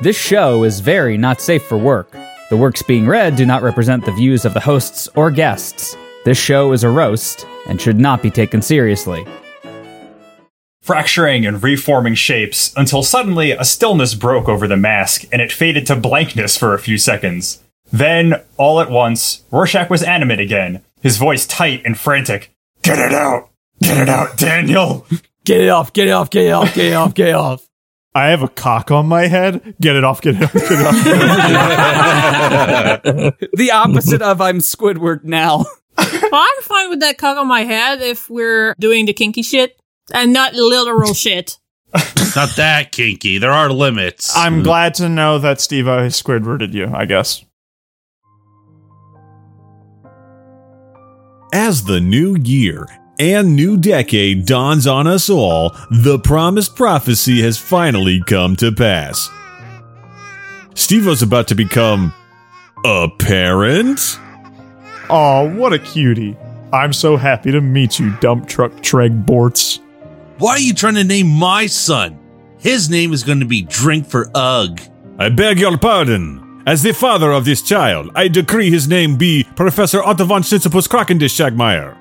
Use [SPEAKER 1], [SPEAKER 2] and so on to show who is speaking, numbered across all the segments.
[SPEAKER 1] This show is very not safe for work. The works being read do not represent the views of the hosts or guests. This show is a roast and should not be taken seriously.
[SPEAKER 2] fracturing and reforming shapes until suddenly a stillness broke over the mask and it faded to blankness for a few seconds. Then, all at once, Rorschach was animate again, his voice tight and frantic. Get it out! Get it out, Daniel!
[SPEAKER 3] Get it off, get it off, get it off, get it off, get it off.
[SPEAKER 4] I have a cock on my head. Get it off, get it off, get it off.
[SPEAKER 3] The opposite of I'm Squidward now.
[SPEAKER 5] Well, I'm fine with that cock on my head if we're doing the kinky shit and not literal shit.
[SPEAKER 6] It's not that kinky. There are limits.
[SPEAKER 4] I'm glad to know that Steve I Squidwarded you, I guess.
[SPEAKER 7] As the new year and new decade dawns on us all, the promised prophecy has finally come to pass. Stevo's about to become a parent?
[SPEAKER 4] Aw, what a cutie. I'm so happy to meet you, dump truck Treg Borts.
[SPEAKER 6] Why are you trying to name my son? His name is going to be Drink for Ugg.
[SPEAKER 7] I beg your pardon. As the father of this child, I decree his name be Professor Otto von Sitzepus Krakendish Shagmeyer.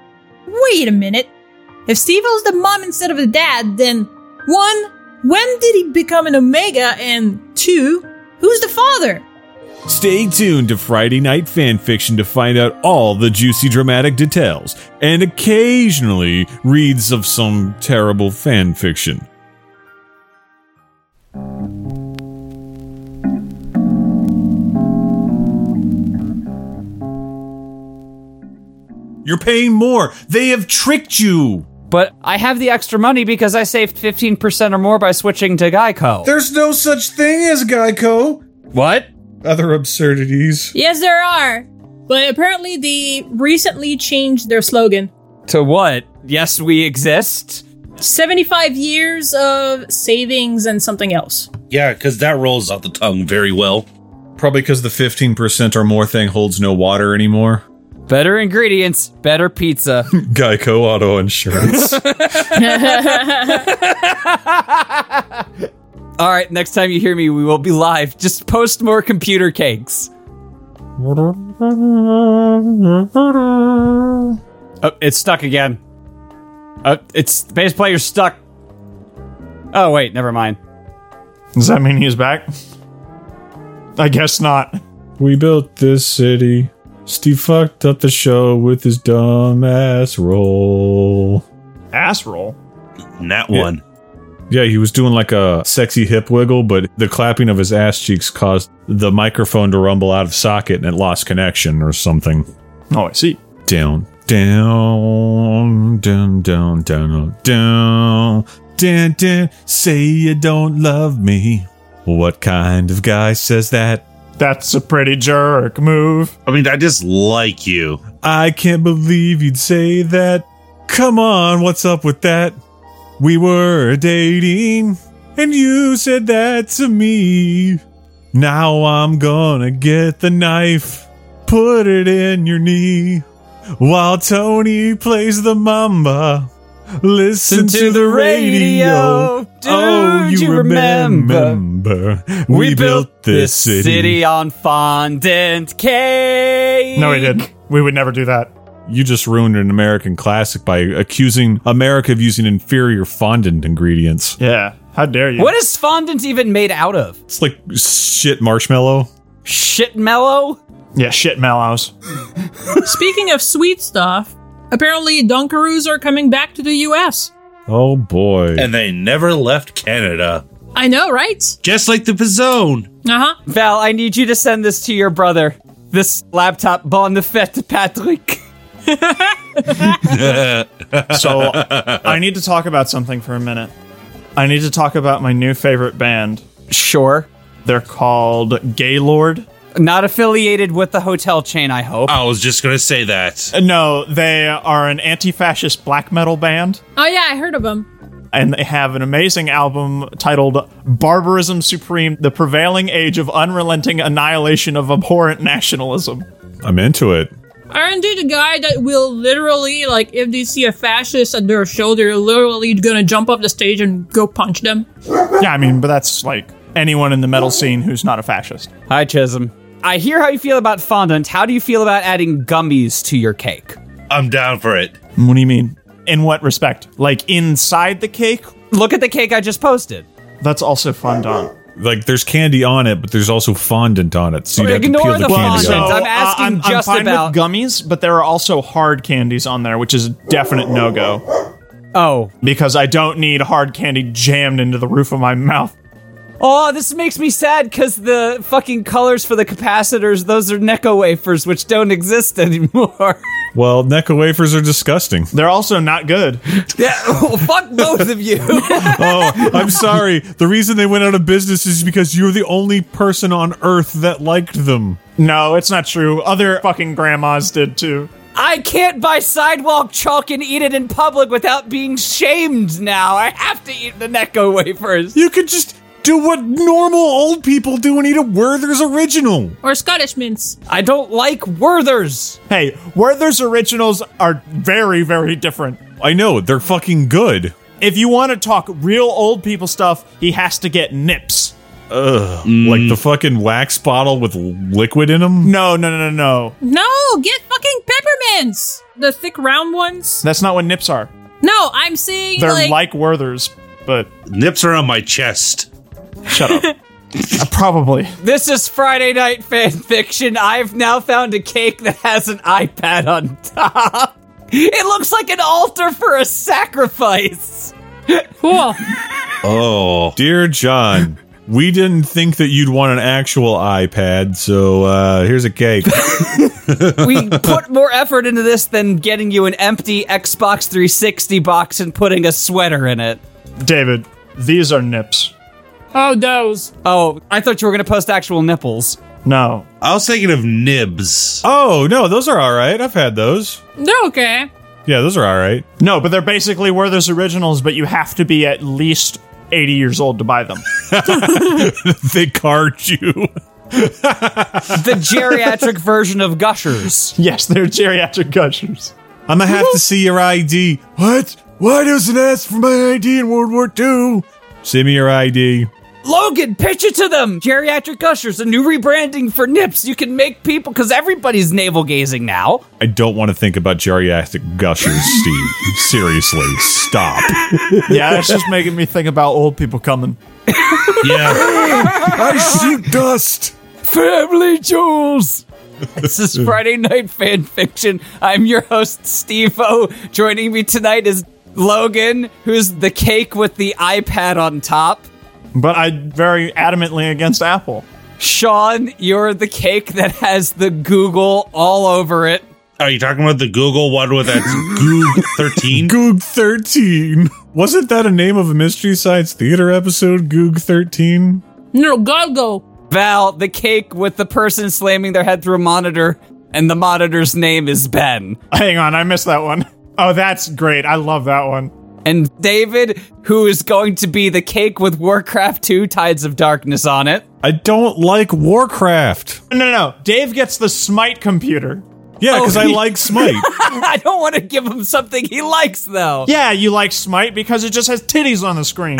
[SPEAKER 5] Wait a minute. If Steve was the mom instead of the dad, then one, when did he become an Omega? And two, who's the father?
[SPEAKER 7] Stay tuned to Friday Night Fanfiction to find out all the juicy dramatic details, and occasionally reads of some terrible fanfiction. You're paying more. They have tricked you.
[SPEAKER 1] But I have the extra money because I saved 15% or more by switching to Geico.
[SPEAKER 8] There's no such thing as Geico.
[SPEAKER 1] what?
[SPEAKER 8] Other absurdities.
[SPEAKER 5] Yes, there are. But apparently, they recently changed their slogan
[SPEAKER 1] To what? Yes, we exist.
[SPEAKER 5] 75 years of savings and something else.
[SPEAKER 6] Yeah, because that rolls off the tongue very well.
[SPEAKER 7] Probably because the 15% or more thing holds no water anymore.
[SPEAKER 1] Better ingredients, better pizza.
[SPEAKER 7] Geico Auto Insurance.
[SPEAKER 1] All right, next time you hear me, we will be live. Just post more computer cakes. Oh, it's stuck again. Oh, it's the bass player's stuck. Oh wait, never mind.
[SPEAKER 4] Does that mean he's back? I guess not.
[SPEAKER 7] We built this city. Steve fucked up the show with his dumb ass roll.
[SPEAKER 4] Ass roll.
[SPEAKER 6] And that one.
[SPEAKER 7] Yeah, he was doing like a sexy hip wiggle, but the clapping of his ass cheeks caused the microphone to rumble out of socket and it lost connection or something.
[SPEAKER 4] Oh, I see.
[SPEAKER 7] Down, down, down, down, down, down, down, down. Say you don't love me. What kind of guy says that?
[SPEAKER 4] That's a pretty jerk move.
[SPEAKER 6] I mean, I just like you.
[SPEAKER 7] I can't believe you'd say that. Come on, what's up with that? We were dating, and you said that to me. Now I'm gonna get the knife, put it in your knee, while Tony plays the mamba. Listen to, the radio. Oh,
[SPEAKER 1] Do you remember?
[SPEAKER 7] remember? We built this city.
[SPEAKER 1] on fondant cake.
[SPEAKER 4] No, he didn't. We would never do that.
[SPEAKER 7] You just ruined an American classic by accusing America of using inferior fondant ingredients.
[SPEAKER 4] Yeah. How dare you?
[SPEAKER 1] What is fondant even made out of?
[SPEAKER 7] It's like shit marshmallow.
[SPEAKER 1] Shit mellow?
[SPEAKER 4] Yeah, shit mallows.
[SPEAKER 5] Speaking of sweet stuff, apparently, Dunkaroos are coming back to the US.
[SPEAKER 7] Oh boy.
[SPEAKER 6] And they never left Canada.
[SPEAKER 5] I know, right?
[SPEAKER 6] Just like the Pizzone.
[SPEAKER 5] Uh huh.
[SPEAKER 1] Val, I need you to send this to your brother. This laptop, bon fête, Patrick.
[SPEAKER 4] So I need to talk about something for a minute. I need to talk about my new favorite band.
[SPEAKER 1] Sure.
[SPEAKER 4] They're called Gaylord.
[SPEAKER 1] Not affiliated with the hotel chain, I hope.
[SPEAKER 6] I was just going to say that.
[SPEAKER 4] Uh, No, they are an anti-fascist black metal band,
[SPEAKER 5] Oh, yeah, I heard of them.
[SPEAKER 4] and they have an amazing album titled "Barbarism Supreme: The Prevailing Age of Unrelenting Annihilation of Abhorrent Nationalism."
[SPEAKER 7] I'm into it.
[SPEAKER 5] Aren't they the guy that will literally, like, if they see a fascist at their show, they're literally gonna jump off the stage and go punch them?
[SPEAKER 4] Yeah, I mean, but that's like anyone in the metal scene who's not a fascist.
[SPEAKER 1] Hi, Chisholm. I hear how you feel about fondant. How do you feel about adding gummies to your cake?
[SPEAKER 6] I'm down for it.
[SPEAKER 4] What do you mean? In what respect? Like inside the cake?
[SPEAKER 1] Look at the cake I just posted.
[SPEAKER 4] That's also fondant.
[SPEAKER 7] Like there's candy on it, but there's also fondant on it, so you have to
[SPEAKER 1] Ignore
[SPEAKER 7] peel the,
[SPEAKER 1] the
[SPEAKER 7] candy
[SPEAKER 1] fondant.
[SPEAKER 7] off.
[SPEAKER 1] I'm asking
[SPEAKER 4] uh, I'm,
[SPEAKER 1] just
[SPEAKER 4] fine
[SPEAKER 1] about-
[SPEAKER 4] with gummies, but there are also hard candies on there, which is a definite no go
[SPEAKER 1] Oh.
[SPEAKER 4] because I don't need hard candy jammed into the roof of my mouth.
[SPEAKER 1] Oh, this makes me sad because the fucking colors for the capacitors, those are Necco wafers, which don't exist anymore.
[SPEAKER 7] Well, Necco wafers are disgusting.
[SPEAKER 4] They're also not good.
[SPEAKER 1] yeah, well, fuck both of you.
[SPEAKER 7] Oh, I'm sorry. The reason they went out of business is because you're the only person on Earth that liked them.
[SPEAKER 4] No, it's not true. Other fucking grandmas did too.
[SPEAKER 1] I can't buy sidewalk chalk and eat it in public without being shamed now. I have to eat the Necco wafers.
[SPEAKER 7] You could just do what normal old people do and eat a Werther's original.
[SPEAKER 5] Or Scottish mints.
[SPEAKER 1] I don't like Werther's.
[SPEAKER 4] Hey, Werther's originals are very, very different.
[SPEAKER 7] I know they're fucking good.
[SPEAKER 4] If you want to talk real old people stuff, he has to get nips.
[SPEAKER 7] Like the fucking wax bottle with l- liquid in them.
[SPEAKER 4] No, no, no, no, no.
[SPEAKER 5] No, get fucking peppermints. The thick round ones.
[SPEAKER 4] That's not what nips are.
[SPEAKER 5] No, I'm saying
[SPEAKER 4] They're
[SPEAKER 5] like,
[SPEAKER 4] like, Werther's, but
[SPEAKER 6] Nips are on my chest.
[SPEAKER 4] shut up. Uh, probably.
[SPEAKER 1] This is Friday Night Fan Fiction. I've now found a cake that has an iPad on top. It looks like an altar for a sacrifice.
[SPEAKER 5] cool.
[SPEAKER 6] Oh.
[SPEAKER 7] Dear John, we didn't think that you'd want an actual iPad, so uh, here's a cake.
[SPEAKER 1] We put more effort into this than getting you an empty Xbox 360 box and putting a sweater in it.
[SPEAKER 4] David, these are nips.
[SPEAKER 5] Oh, those.
[SPEAKER 1] Oh, I thought you were going to post actual nipples.
[SPEAKER 4] No.
[SPEAKER 6] I was thinking of nibs.
[SPEAKER 7] oh no, those are all right. I've had those.
[SPEAKER 5] They're okay.
[SPEAKER 7] Yeah, those are all right.
[SPEAKER 4] No, but they're basically Werther's originals, but you have to be at least 80 years old to buy them.
[SPEAKER 7] They card you.
[SPEAKER 1] The geriatric version of Gushers.
[SPEAKER 4] yes, they're geriatric gushers.
[SPEAKER 7] I'm gonna have to see your ID. What? Why doesn't it ask for my ID in World War II? Send me your ID.
[SPEAKER 1] Logan, pitch it to them. Geriatric Gushers, a new rebranding for nips. You can make people, because everybody's navel gazing now.
[SPEAKER 7] I don't want to think about geriatric gushers, Steve. Seriously, stop.
[SPEAKER 4] Yeah, it's just making me think about old people coming.
[SPEAKER 6] Yeah.
[SPEAKER 7] I shoot dust.
[SPEAKER 1] Family Jewels. This is Friday Night Fan Fiction. I'm your host, Steve O. Joining me tonight is Logan, who's the cake with the iPad on top.
[SPEAKER 4] But I'm very adamantly against Apple.
[SPEAKER 1] Sean, you're the cake that has the Google all over it.
[SPEAKER 6] Are you talking about the Google one with that Goog 13?
[SPEAKER 7] Goog 13. Wasn't that a name of a Mystery Science Theater episode, Goog 13?
[SPEAKER 5] No, Golgo.
[SPEAKER 1] Val, the cake with the person slamming their head through a monitor, and the monitor's name is Ben.
[SPEAKER 4] Hang on, I missed that one. Oh, that's great. I love that one.
[SPEAKER 1] And David, who is going to be the cake with Warcraft 2 Tides of Darkness on it.
[SPEAKER 7] I don't like Warcraft.
[SPEAKER 4] No, no, no. Dave gets the Smite computer.
[SPEAKER 7] Yeah, because
[SPEAKER 1] Oh,
[SPEAKER 7] I
[SPEAKER 1] yeah.
[SPEAKER 7] like Smite.
[SPEAKER 1] I don't want to give him something he likes, though.
[SPEAKER 4] Yeah, you like Smite because it just has titties on the screen.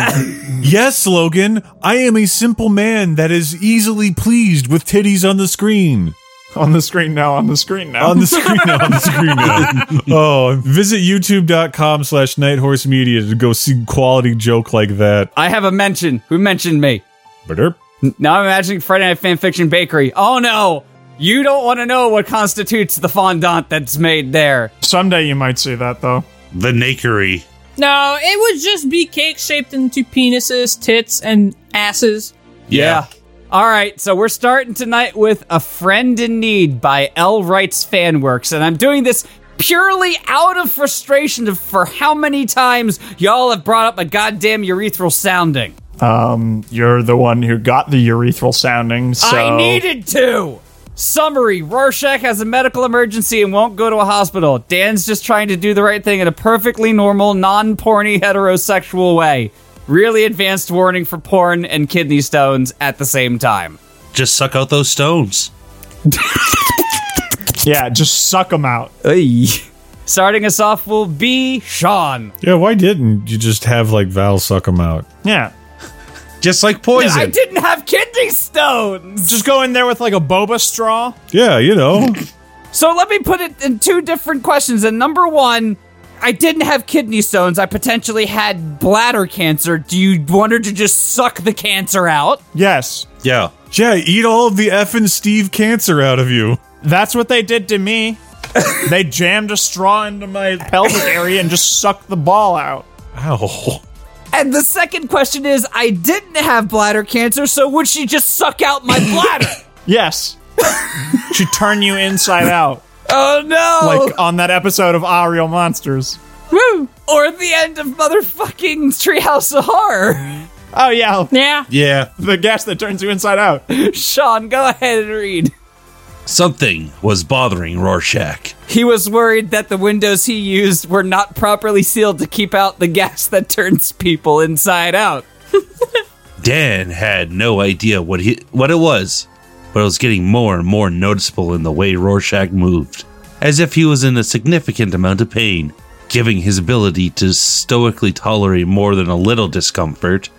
[SPEAKER 7] yes, Logan, I am a simple man that is easily pleased with titties on the screen.
[SPEAKER 4] on the screen now, on the screen now.
[SPEAKER 7] on the screen now, on the screen now. Oh, visit youtube.com slash nighthorse media to go see quality joke like that.
[SPEAKER 1] I have a mention. Who mentioned me?
[SPEAKER 7] Burp.
[SPEAKER 1] Now I'm imagining Friday Night Fan Fiction Bakery. Oh no! You don't want to know what constitutes the fondant that's made there.
[SPEAKER 4] Someday you might see that though.
[SPEAKER 6] the nakery.
[SPEAKER 5] No, it would just be cake shaped into penises, tits, and asses.
[SPEAKER 6] Yeah.
[SPEAKER 1] All right, so we're starting tonight with A Friend in Need by L. Wright's Fanworks, and I'm doing this purely out of frustration of- for how many times y'all have brought up a goddamn urethral sounding.
[SPEAKER 4] Um, you're the one who got the urethral sounding, so
[SPEAKER 1] I needed to. Summary Rorschach has a medical emergency and won't go to a hospital. Dan's just trying to do the right thing in a perfectly normal, non porny, heterosexual way. Really advanced warning for porn and kidney stones at the same time.
[SPEAKER 6] Just suck out those stones.
[SPEAKER 4] yeah, just suck them out.
[SPEAKER 1] Starting us off will be Sean.
[SPEAKER 7] Yeah, why didn't you just have like Val suck them out?
[SPEAKER 4] Yeah,
[SPEAKER 6] Just like
[SPEAKER 1] I
[SPEAKER 6] poison.
[SPEAKER 1] didn't have kidney stones.
[SPEAKER 4] Just go in there with like a boba straw.
[SPEAKER 7] Yeah, you know.
[SPEAKER 1] So let me put it in two different questions. And number one, I didn't have kidney stones. I potentially had bladder cancer. Do you want her to just suck the cancer out?
[SPEAKER 4] Yes.
[SPEAKER 6] Yeah.
[SPEAKER 7] yeah, eat all of the effing Steve cancer out of you.
[SPEAKER 4] That's what they did to me. they jammed a straw into my pelvic area and just sucked the ball out.
[SPEAKER 7] Ow.
[SPEAKER 1] And the second question is, I didn't have bladder cancer, so would she just suck out my bladder?
[SPEAKER 4] Yes. she turned you inside out.
[SPEAKER 1] oh no!
[SPEAKER 4] Like on that episode of Our Real Monsters.
[SPEAKER 5] Woo!
[SPEAKER 1] or the end of motherfucking Treehouse of Horror.
[SPEAKER 4] Oh, yeah.
[SPEAKER 5] Yeah.
[SPEAKER 6] Yeah.
[SPEAKER 4] The gas that turns you inside out.
[SPEAKER 1] Sean, go ahead and read.
[SPEAKER 6] Something was bothering Rorschach.
[SPEAKER 1] He was worried that the windows he used were not properly sealed to keep out the gas that turns people inside out.
[SPEAKER 6] Dan had no idea what he what it was, but it was getting more and more noticeable in the way Rorschach moved, as if he was in a significant amount of pain, giving his ability to stoically tolerate more than a little discomfort,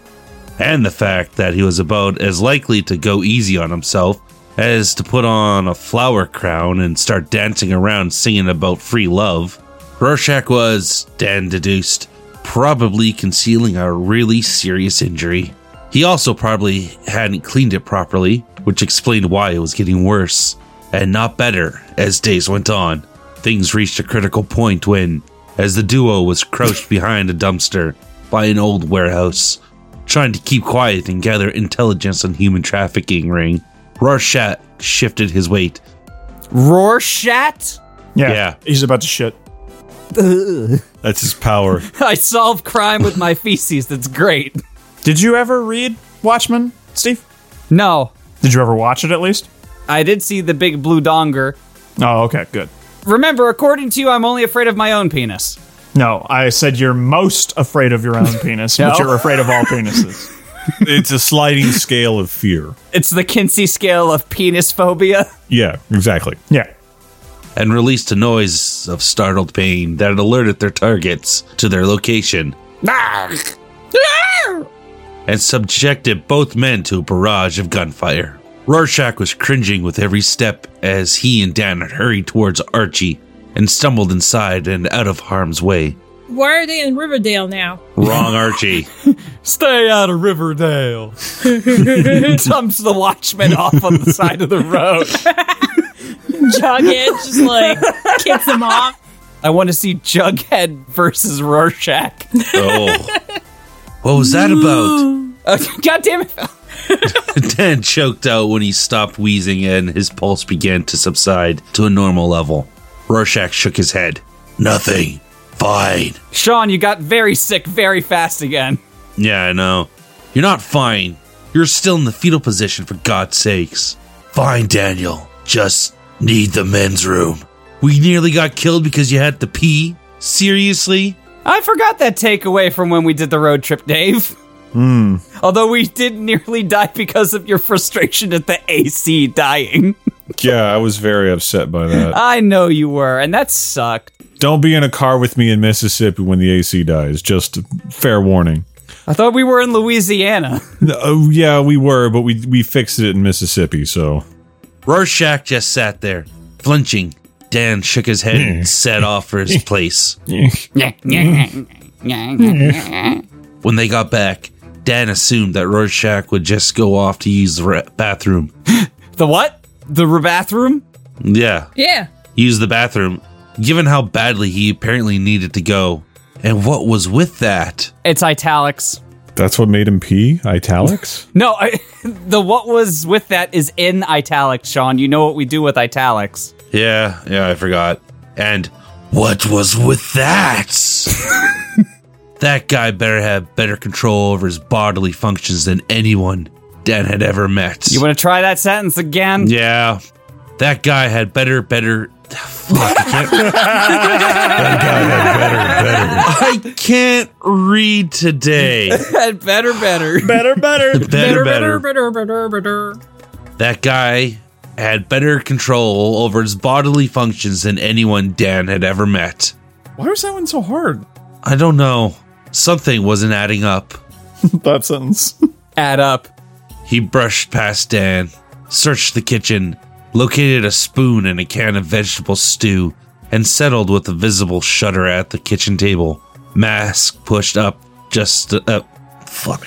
[SPEAKER 6] and the fact that he was about as likely to go easy on himself as to put on a flower crown and start dancing around singing about free love. Rorschach was, Dan deduced, probably concealing a really serious injury. He also probably hadn't cleaned it properly, which explained why it was getting worse and not better as days went on. Things reached a critical point when, as the duo was crouched behind a dumpster by an old warehouse, trying to keep quiet and gather intelligence on human trafficking ring, Rorschach shifted his weight.
[SPEAKER 1] Rorschach?
[SPEAKER 6] Yeah.
[SPEAKER 4] He's about to shit.
[SPEAKER 7] That's his power.
[SPEAKER 1] I solve crime with my feces. That's great.
[SPEAKER 4] Did you ever read Watchmen, Steve?
[SPEAKER 1] No,
[SPEAKER 4] Did you ever watch it at least?
[SPEAKER 1] I did see the big blue donger.
[SPEAKER 4] Oh, okay, good.
[SPEAKER 1] Remember, according to you, I'm only afraid of my own penis.
[SPEAKER 4] No, I said you're most afraid of your own penis, but you're afraid of all penises.
[SPEAKER 7] it's a sliding scale of fear.
[SPEAKER 1] It's the Kinsey scale of penis phobia.
[SPEAKER 7] Yeah, exactly.
[SPEAKER 4] Yeah.
[SPEAKER 6] and released a noise of startled pain that alerted their targets to their location and subjected both men to a barrage of gunfire. Rorschach was cringing with every step as he and Dan hurried towards Archie and stumbled inside and out of harm's way.
[SPEAKER 5] Why are they in Riverdale now?
[SPEAKER 6] Wrong Archie.
[SPEAKER 1] Stay out of Riverdale. Dumps the watchman off on the side of the road.
[SPEAKER 5] Jughead just like kicks him off.
[SPEAKER 1] I want to see Jughead versus Rorschach.
[SPEAKER 6] Oh. What was that about?
[SPEAKER 1] Uh, God damn it.
[SPEAKER 6] Dan choked out when he stopped wheezing and his pulse began to subside to a normal level. Rorschach shook his head. Nothing. Fine.
[SPEAKER 1] Sean, you got very sick very fast again.
[SPEAKER 6] Yeah, I know. You're not fine. You're still in the fetal position, for God's sakes. Fine, Daniel. Just need the men's room. We nearly got killed because you had to pee? Seriously?
[SPEAKER 1] I forgot that takeaway from when we did the road trip, Dave. Although we did nearly die because of your frustration at the AC dying.
[SPEAKER 7] Yeah, I was very upset by that.
[SPEAKER 1] I know you were, and that sucked.
[SPEAKER 7] Don't be in a car with me in Mississippi when the AC dies. Just fair warning.
[SPEAKER 1] I thought we were in Louisiana.
[SPEAKER 7] No, oh, yeah, we were, but we we fixed it in Mississippi, so
[SPEAKER 6] Rorschach just sat there, flinching. Dan shook his head and set off for his place. When they got back, Dan assumed that Rorschach would just go off to use the re- bathroom.
[SPEAKER 1] The what? The re- bathroom?
[SPEAKER 6] Yeah,
[SPEAKER 5] Yeah.
[SPEAKER 6] use the bathroom, given how badly he apparently needed to go. And what was with that?
[SPEAKER 1] It's italics.
[SPEAKER 7] that's what made him pee. Italics.
[SPEAKER 1] No, I, the what was with that is in italics, Sean. You know what we do with italics.
[SPEAKER 6] Yeah, yeah, I forgot. And what was with that? that guy better have better control over his bodily functions than anyone Dan had ever met.
[SPEAKER 1] You want to try that sentence again?
[SPEAKER 6] yeah, that guy had better, better. Fuck, I can't. that guy had better, better. I can't read today.
[SPEAKER 1] Had better, better.
[SPEAKER 4] Better, better.
[SPEAKER 6] better, better.
[SPEAKER 5] better.
[SPEAKER 6] That guy had better control over his bodily functions than anyone Dan had ever met.
[SPEAKER 4] Why was that one so hard?
[SPEAKER 6] I don't know. Something wasn't adding up.
[SPEAKER 4] That sentence.
[SPEAKER 1] add up.
[SPEAKER 6] He brushed past Dan, searched the kitchen, located a spoon and a can of vegetable stew, and settled with a visible shudder at the kitchen table. Mask pushed up just uh, fuck.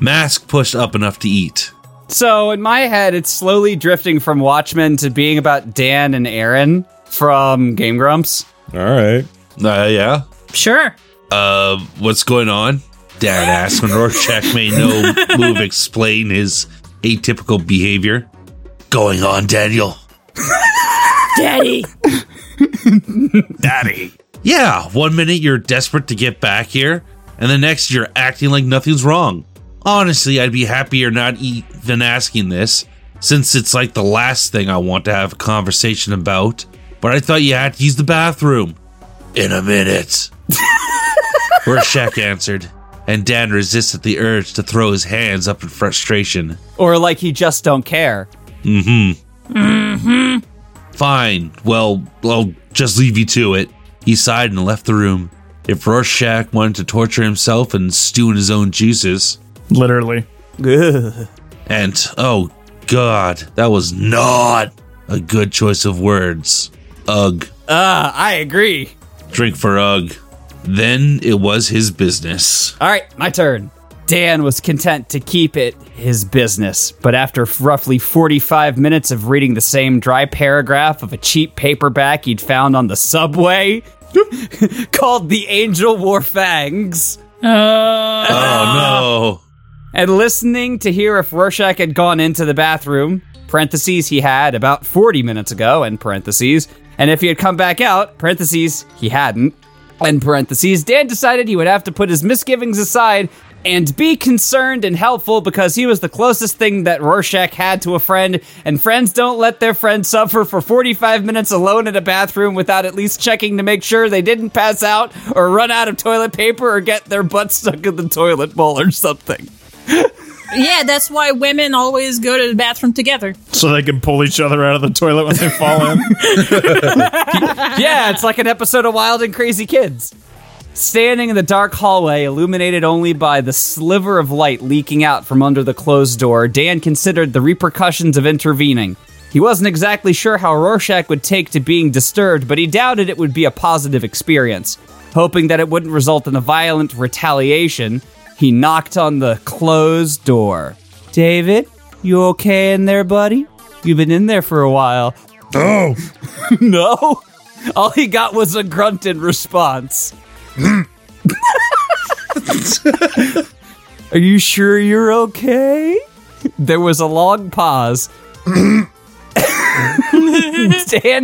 [SPEAKER 6] Mask pushed up enough to eat.
[SPEAKER 1] So in my head, it's slowly drifting from Watchmen to being about Dan and Aaron from Game Grumps.
[SPEAKER 7] All right.
[SPEAKER 6] Uh, yeah.
[SPEAKER 5] Sure.
[SPEAKER 6] Uh, what's going on? Dad asked when Rorschach made no move explain his atypical behavior. Going on, Daniel?
[SPEAKER 5] Daddy.
[SPEAKER 6] Daddy. Yeah, one minute you're desperate to get back here, and the next you're acting like nothing's wrong. Honestly, I'd be happier not even asking this, since it's like the last thing I want to have a conversation about. But I thought you had to use the bathroom. In a minute. Rorschach answered, and Dan resisted the urge to throw his hands up in frustration.
[SPEAKER 1] Or like he just don't care.
[SPEAKER 6] Fine. Well, I'll just leave you to it. He sighed and left the room. If Rorschach wanted to torture himself and stew in his own juices,
[SPEAKER 4] Literally.
[SPEAKER 6] and oh god, that was not a good choice of words. Ugh.
[SPEAKER 1] Uh, I agree.
[SPEAKER 6] Drink for ugh. Then it was his business.
[SPEAKER 1] All right, my turn. Dan was content to keep it his business, but after f- roughly 45 minutes of reading the same dry paragraph of a cheap paperback he'd found on the subway called The Angel Wore Fangs,
[SPEAKER 6] Oh
[SPEAKER 1] and listening to hear if Rorschach had gone into the bathroom, parentheses he had about 40 minutes ago, and parentheses, and if he had come back out, parentheses he hadn't, and parentheses, Dan decided he would have to put his misgivings aside and be concerned and helpful because he was the closest thing that Rorschach had to a friend, and friends don't let their friends suffer for 45 minutes alone in a bathroom without at least checking to make sure they didn't pass out or run out of toilet paper or get their butt stuck in the toilet bowl or something.
[SPEAKER 5] yeah, that's why women always go to the bathroom together.
[SPEAKER 4] So they can pull each other out of the toilet when they fall in.
[SPEAKER 1] yeah, it's like an episode of Wild and Crazy Kids. Standing in the dark hallway, illuminated only by the sliver of light leaking out from under the closed door, Dan considered the repercussions of intervening. He wasn't exactly sure how Rorschach would take to being disturbed, but he doubted it would be a positive experience. Hoping that it wouldn't result in a violent retaliation, he knocked on the closed door. David, you okay in there, buddy? You've been in there for a while.
[SPEAKER 8] Oh,
[SPEAKER 1] No. All he got was a grunt in response. Are you sure you're okay? There was a long pause. Dan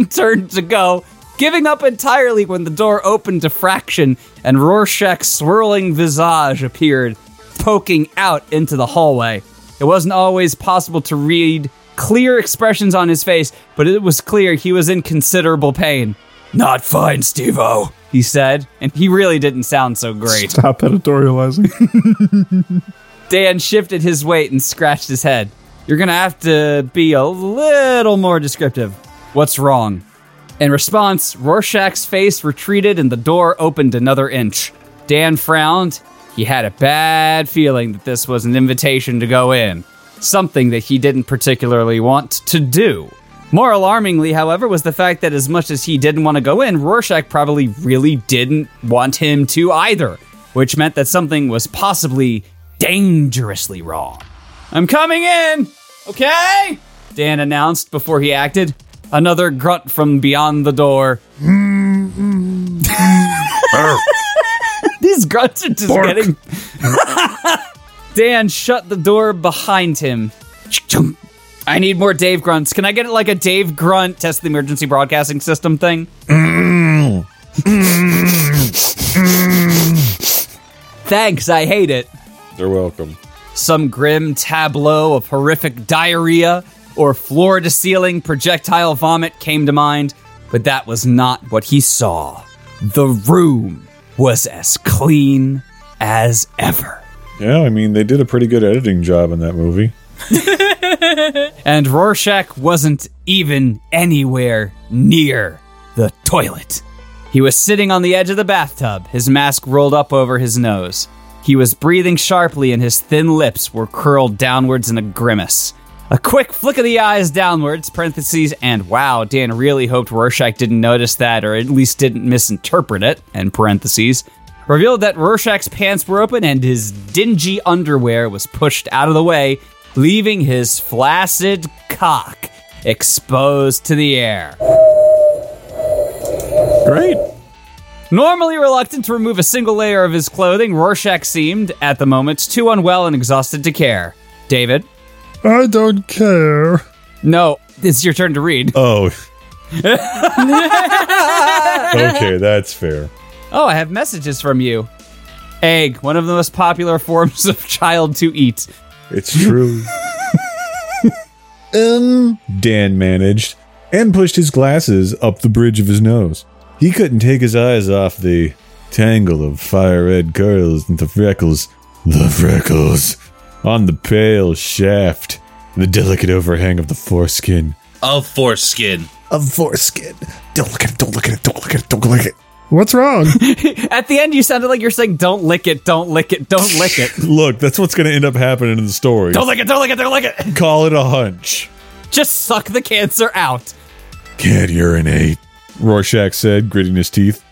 [SPEAKER 1] turned to go, giving up entirely when the door opened to fraction and Rorschach's swirling visage appeared, poking out into the hallway. It wasn't always possible to read clear expressions on his face, but it was clear he was in considerable pain. Not fine, Steve O, he said, and he really didn't sound so great.
[SPEAKER 4] Stop editorializing.
[SPEAKER 1] Dan shifted his weight and scratched his head. You're gonna have to be a little more descriptive. What's wrong? In response, Rorschach's face retreated and the door opened another inch. Dan frowned. He had a bad feeling that this was an invitation to go in, something that he didn't particularly want to do. More alarmingly, however, was the fact that as much as he didn't want to go in, Rorschach probably really didn't want him to either, which meant that something was possibly dangerously wrong. I'm coming in! Okay? Dan announced before he acted. Another grunt from beyond the door.
[SPEAKER 6] no.
[SPEAKER 1] These grunts are just getting. Dan shut the door behind him. Chunk. I need more Dave grunts. Can I get like a Dave grunt test the emergency broadcasting system thing? Thanks, I hate it.
[SPEAKER 7] They're welcome.
[SPEAKER 1] some grim tableau of horrific diarrhea or floor to ceiling projectile vomit came to mind, but that was not what he saw. The room was as clean as ever.
[SPEAKER 7] Yeah, I mean, they did a pretty good editing job in that movie.
[SPEAKER 1] And Rorschach wasn't even anywhere near the toilet. He was sitting on the edge of the bathtub, his mask rolled up over his nose. He was breathing sharply, and his thin lips were curled downwards in a grimace. A quick flick of the eyes downwards, parentheses, and wow, Dan really hoped Rorschach didn't notice that, or at least didn't misinterpret it, and parentheses, revealed that Rorschach's pants were open and his dingy underwear was pushed out of the way, leaving his flaccid cock exposed to the air.
[SPEAKER 4] Great.
[SPEAKER 1] Normally reluctant to remove a single layer of his clothing, Rorschach seemed, at the moment, too unwell and exhausted to care. David?
[SPEAKER 7] I don't care.
[SPEAKER 1] No, it's your turn to read.
[SPEAKER 7] Oh. okay, that's fair.
[SPEAKER 1] Oh, I have messages from you. Egg, one of the most popular forms of child to eat.
[SPEAKER 7] It's true. um, Dan managed and pushed his glasses up the bridge of his nose. He couldn't take his eyes off the tangle of fire red curls and the freckles, the freckles, on the pale shaft, the delicate overhang of the foreskin.
[SPEAKER 6] Of foreskin.
[SPEAKER 7] Of foreskin. Don't look at it, don't look at it, don't look at it, don't look at it.
[SPEAKER 8] What's wrong?
[SPEAKER 1] At the end, you sounded like you're saying, don't lick it, don't lick it, don't lick it.
[SPEAKER 7] Look, that's what's going to end up happening in the story.
[SPEAKER 1] don't lick it, don't lick it, don't lick it.
[SPEAKER 7] Call it a hunch.
[SPEAKER 1] Just suck the cancer out.
[SPEAKER 7] Can't urinate, Rorschach said, gritting his teeth.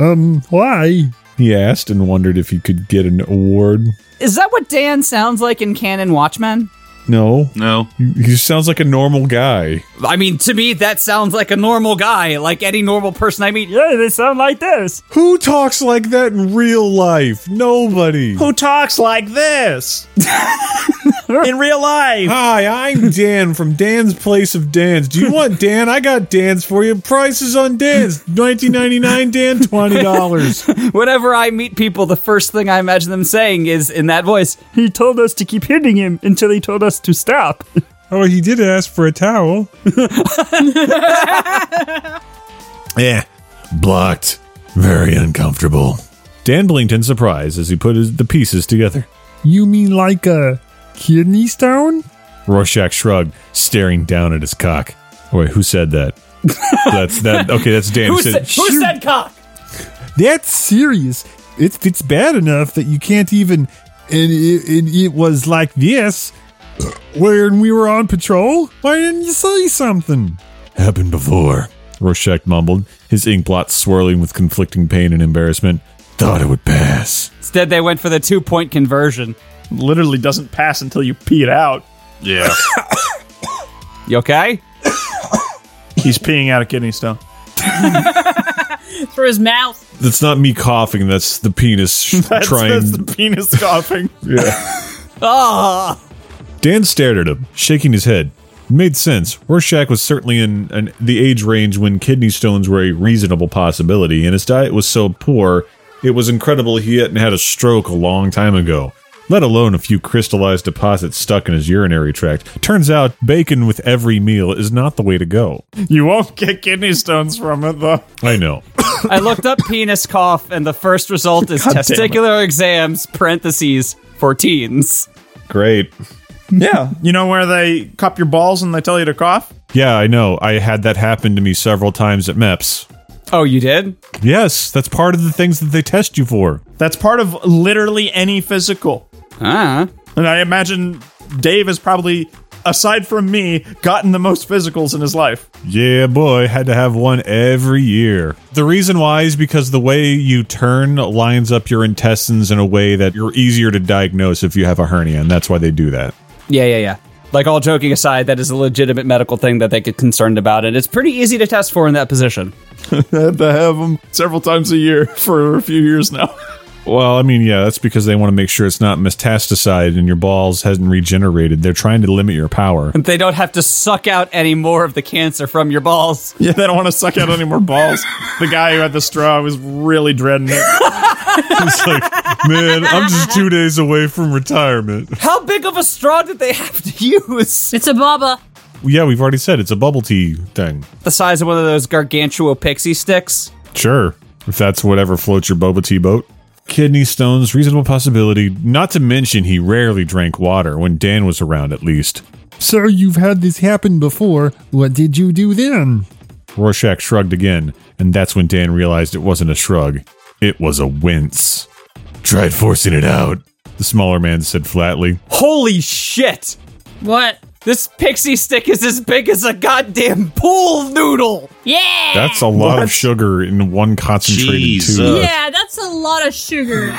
[SPEAKER 8] Um, why?
[SPEAKER 7] He asked and wondered if he could get an award.
[SPEAKER 1] Is that what Dan sounds like in Canon Watchmen?
[SPEAKER 7] No,
[SPEAKER 6] No.
[SPEAKER 7] he just sounds like a normal guy.
[SPEAKER 1] I mean, to me, that sounds like a normal guy, like any normal person I meet. Yeah, they sound like this.
[SPEAKER 7] Who talks like that in real life? Nobody.
[SPEAKER 4] Who talks like this? In real life.
[SPEAKER 7] Hi, I'm Dan from Dan's Place of Dan's. Do you want Dan? I got Dan's for you. Prices on Dan's: nineteen ninety nine. Dan, twenty dollars.
[SPEAKER 1] Whenever I meet people, the first thing I imagine them saying is in that voice, He told us to keep hitting him until he told us to stop.
[SPEAKER 7] Oh, he did ask for a towel. yeah, blocked. Very uncomfortable. Dan blinked in surprise as he put his, the pieces together.
[SPEAKER 8] You mean like a kidney stone?
[SPEAKER 7] Rorschach shrugged, staring down at his cock. Oh, wait, who said that? that's that. Okay, that's Dan.
[SPEAKER 1] Who
[SPEAKER 7] said-
[SPEAKER 1] said, who
[SPEAKER 7] "Shoot,
[SPEAKER 1] said cock?
[SPEAKER 8] That's serious. It's it's bad enough that you can't even. And it, it, it was like this when we were on patrol. Why didn't you say something?
[SPEAKER 7] happened before? Rorschach mumbled, his ink blots swirling with conflicting pain and embarrassment. Thought it would pass.
[SPEAKER 1] Instead, they went for the two point conversion.
[SPEAKER 4] Literally doesn't pass until you pee it out.
[SPEAKER 6] Yeah.
[SPEAKER 1] You okay?
[SPEAKER 4] He's peeing out a kidney stone.
[SPEAKER 5] Through his mouth.
[SPEAKER 7] That's not me coughing. That's the penis sh-
[SPEAKER 4] That's,
[SPEAKER 7] trying.
[SPEAKER 4] that's the penis coughing.
[SPEAKER 1] Ah,
[SPEAKER 7] Dan stared at him, shaking his head. It made sense. Rorschach was certainly in an, the age range when kidney stones were a reasonable possibility, and his diet was so poor, it was incredible he hadn't had a stroke a long time ago, let alone a few crystallized deposits stuck in his urinary tract. Turns out, bacon with every meal is not the way to go.
[SPEAKER 4] You won't get kidney stones from it, though.
[SPEAKER 7] I know.
[SPEAKER 1] I looked up penis cough, and the first result is
[SPEAKER 4] God damn it.
[SPEAKER 1] testicular exams, parentheses, for teens.
[SPEAKER 7] Great.
[SPEAKER 4] Yeah. You know where they cup your balls and they tell you to cough?
[SPEAKER 7] Yeah, I know. I had that happen to me several times at MEPS.
[SPEAKER 1] Oh, you did?
[SPEAKER 7] Yes, that's part of the things that they test you for.
[SPEAKER 4] That's part of literally any physical.
[SPEAKER 1] Ah.
[SPEAKER 4] And I imagine Dave has probably, aside from me, gotten the most physicals in his life.
[SPEAKER 7] Yeah, boy, had to have one every year. The reason why is because the way you turn lines up your intestines in a way that you're easier to diagnose if you have a hernia, and that's why they do that.
[SPEAKER 1] Yeah, yeah, yeah. Like all joking aside, that is a legitimate medical thing that they get concerned about, and it's pretty easy to test for in that position.
[SPEAKER 4] Had to have them several times a year for a few years now.
[SPEAKER 7] Well, I mean, yeah, that's because they want to make sure it's not metastasized and your balls hasn't regenerated. They're trying to limit your power.
[SPEAKER 1] They don't have to suck out any more of the cancer from your balls.
[SPEAKER 4] Yeah, they don't want to suck out any more balls. The guy who had the straw was really dreading it.
[SPEAKER 7] It's like, man, I'm just two days away from retirement.
[SPEAKER 1] How big of a straw did they have to use?
[SPEAKER 5] It's a baba.
[SPEAKER 7] Yeah, we've already said it's a bubble tea thing.
[SPEAKER 1] The size of one of those gargantua pixie sticks.
[SPEAKER 7] Sure. If that's whatever floats your boba tea boat. Kidney stones, reasonable possibility. Not to mention, he rarely drank water when Dan was around, at least.
[SPEAKER 8] Sir, you've had this happen before. What did you do then?
[SPEAKER 7] Rorschach shrugged again, and that's when Dan realized it wasn't a shrug. It was a wince. Tried forcing it out, the smaller man said flatly.
[SPEAKER 1] Holy shit!
[SPEAKER 5] What?
[SPEAKER 1] This pixie stick is as big as a goddamn pool noodle!
[SPEAKER 5] Yeah!
[SPEAKER 7] That's a lot of sugar in one concentrated
[SPEAKER 6] Jesus.
[SPEAKER 7] tube.
[SPEAKER 5] yeah, that's a lot of sugar.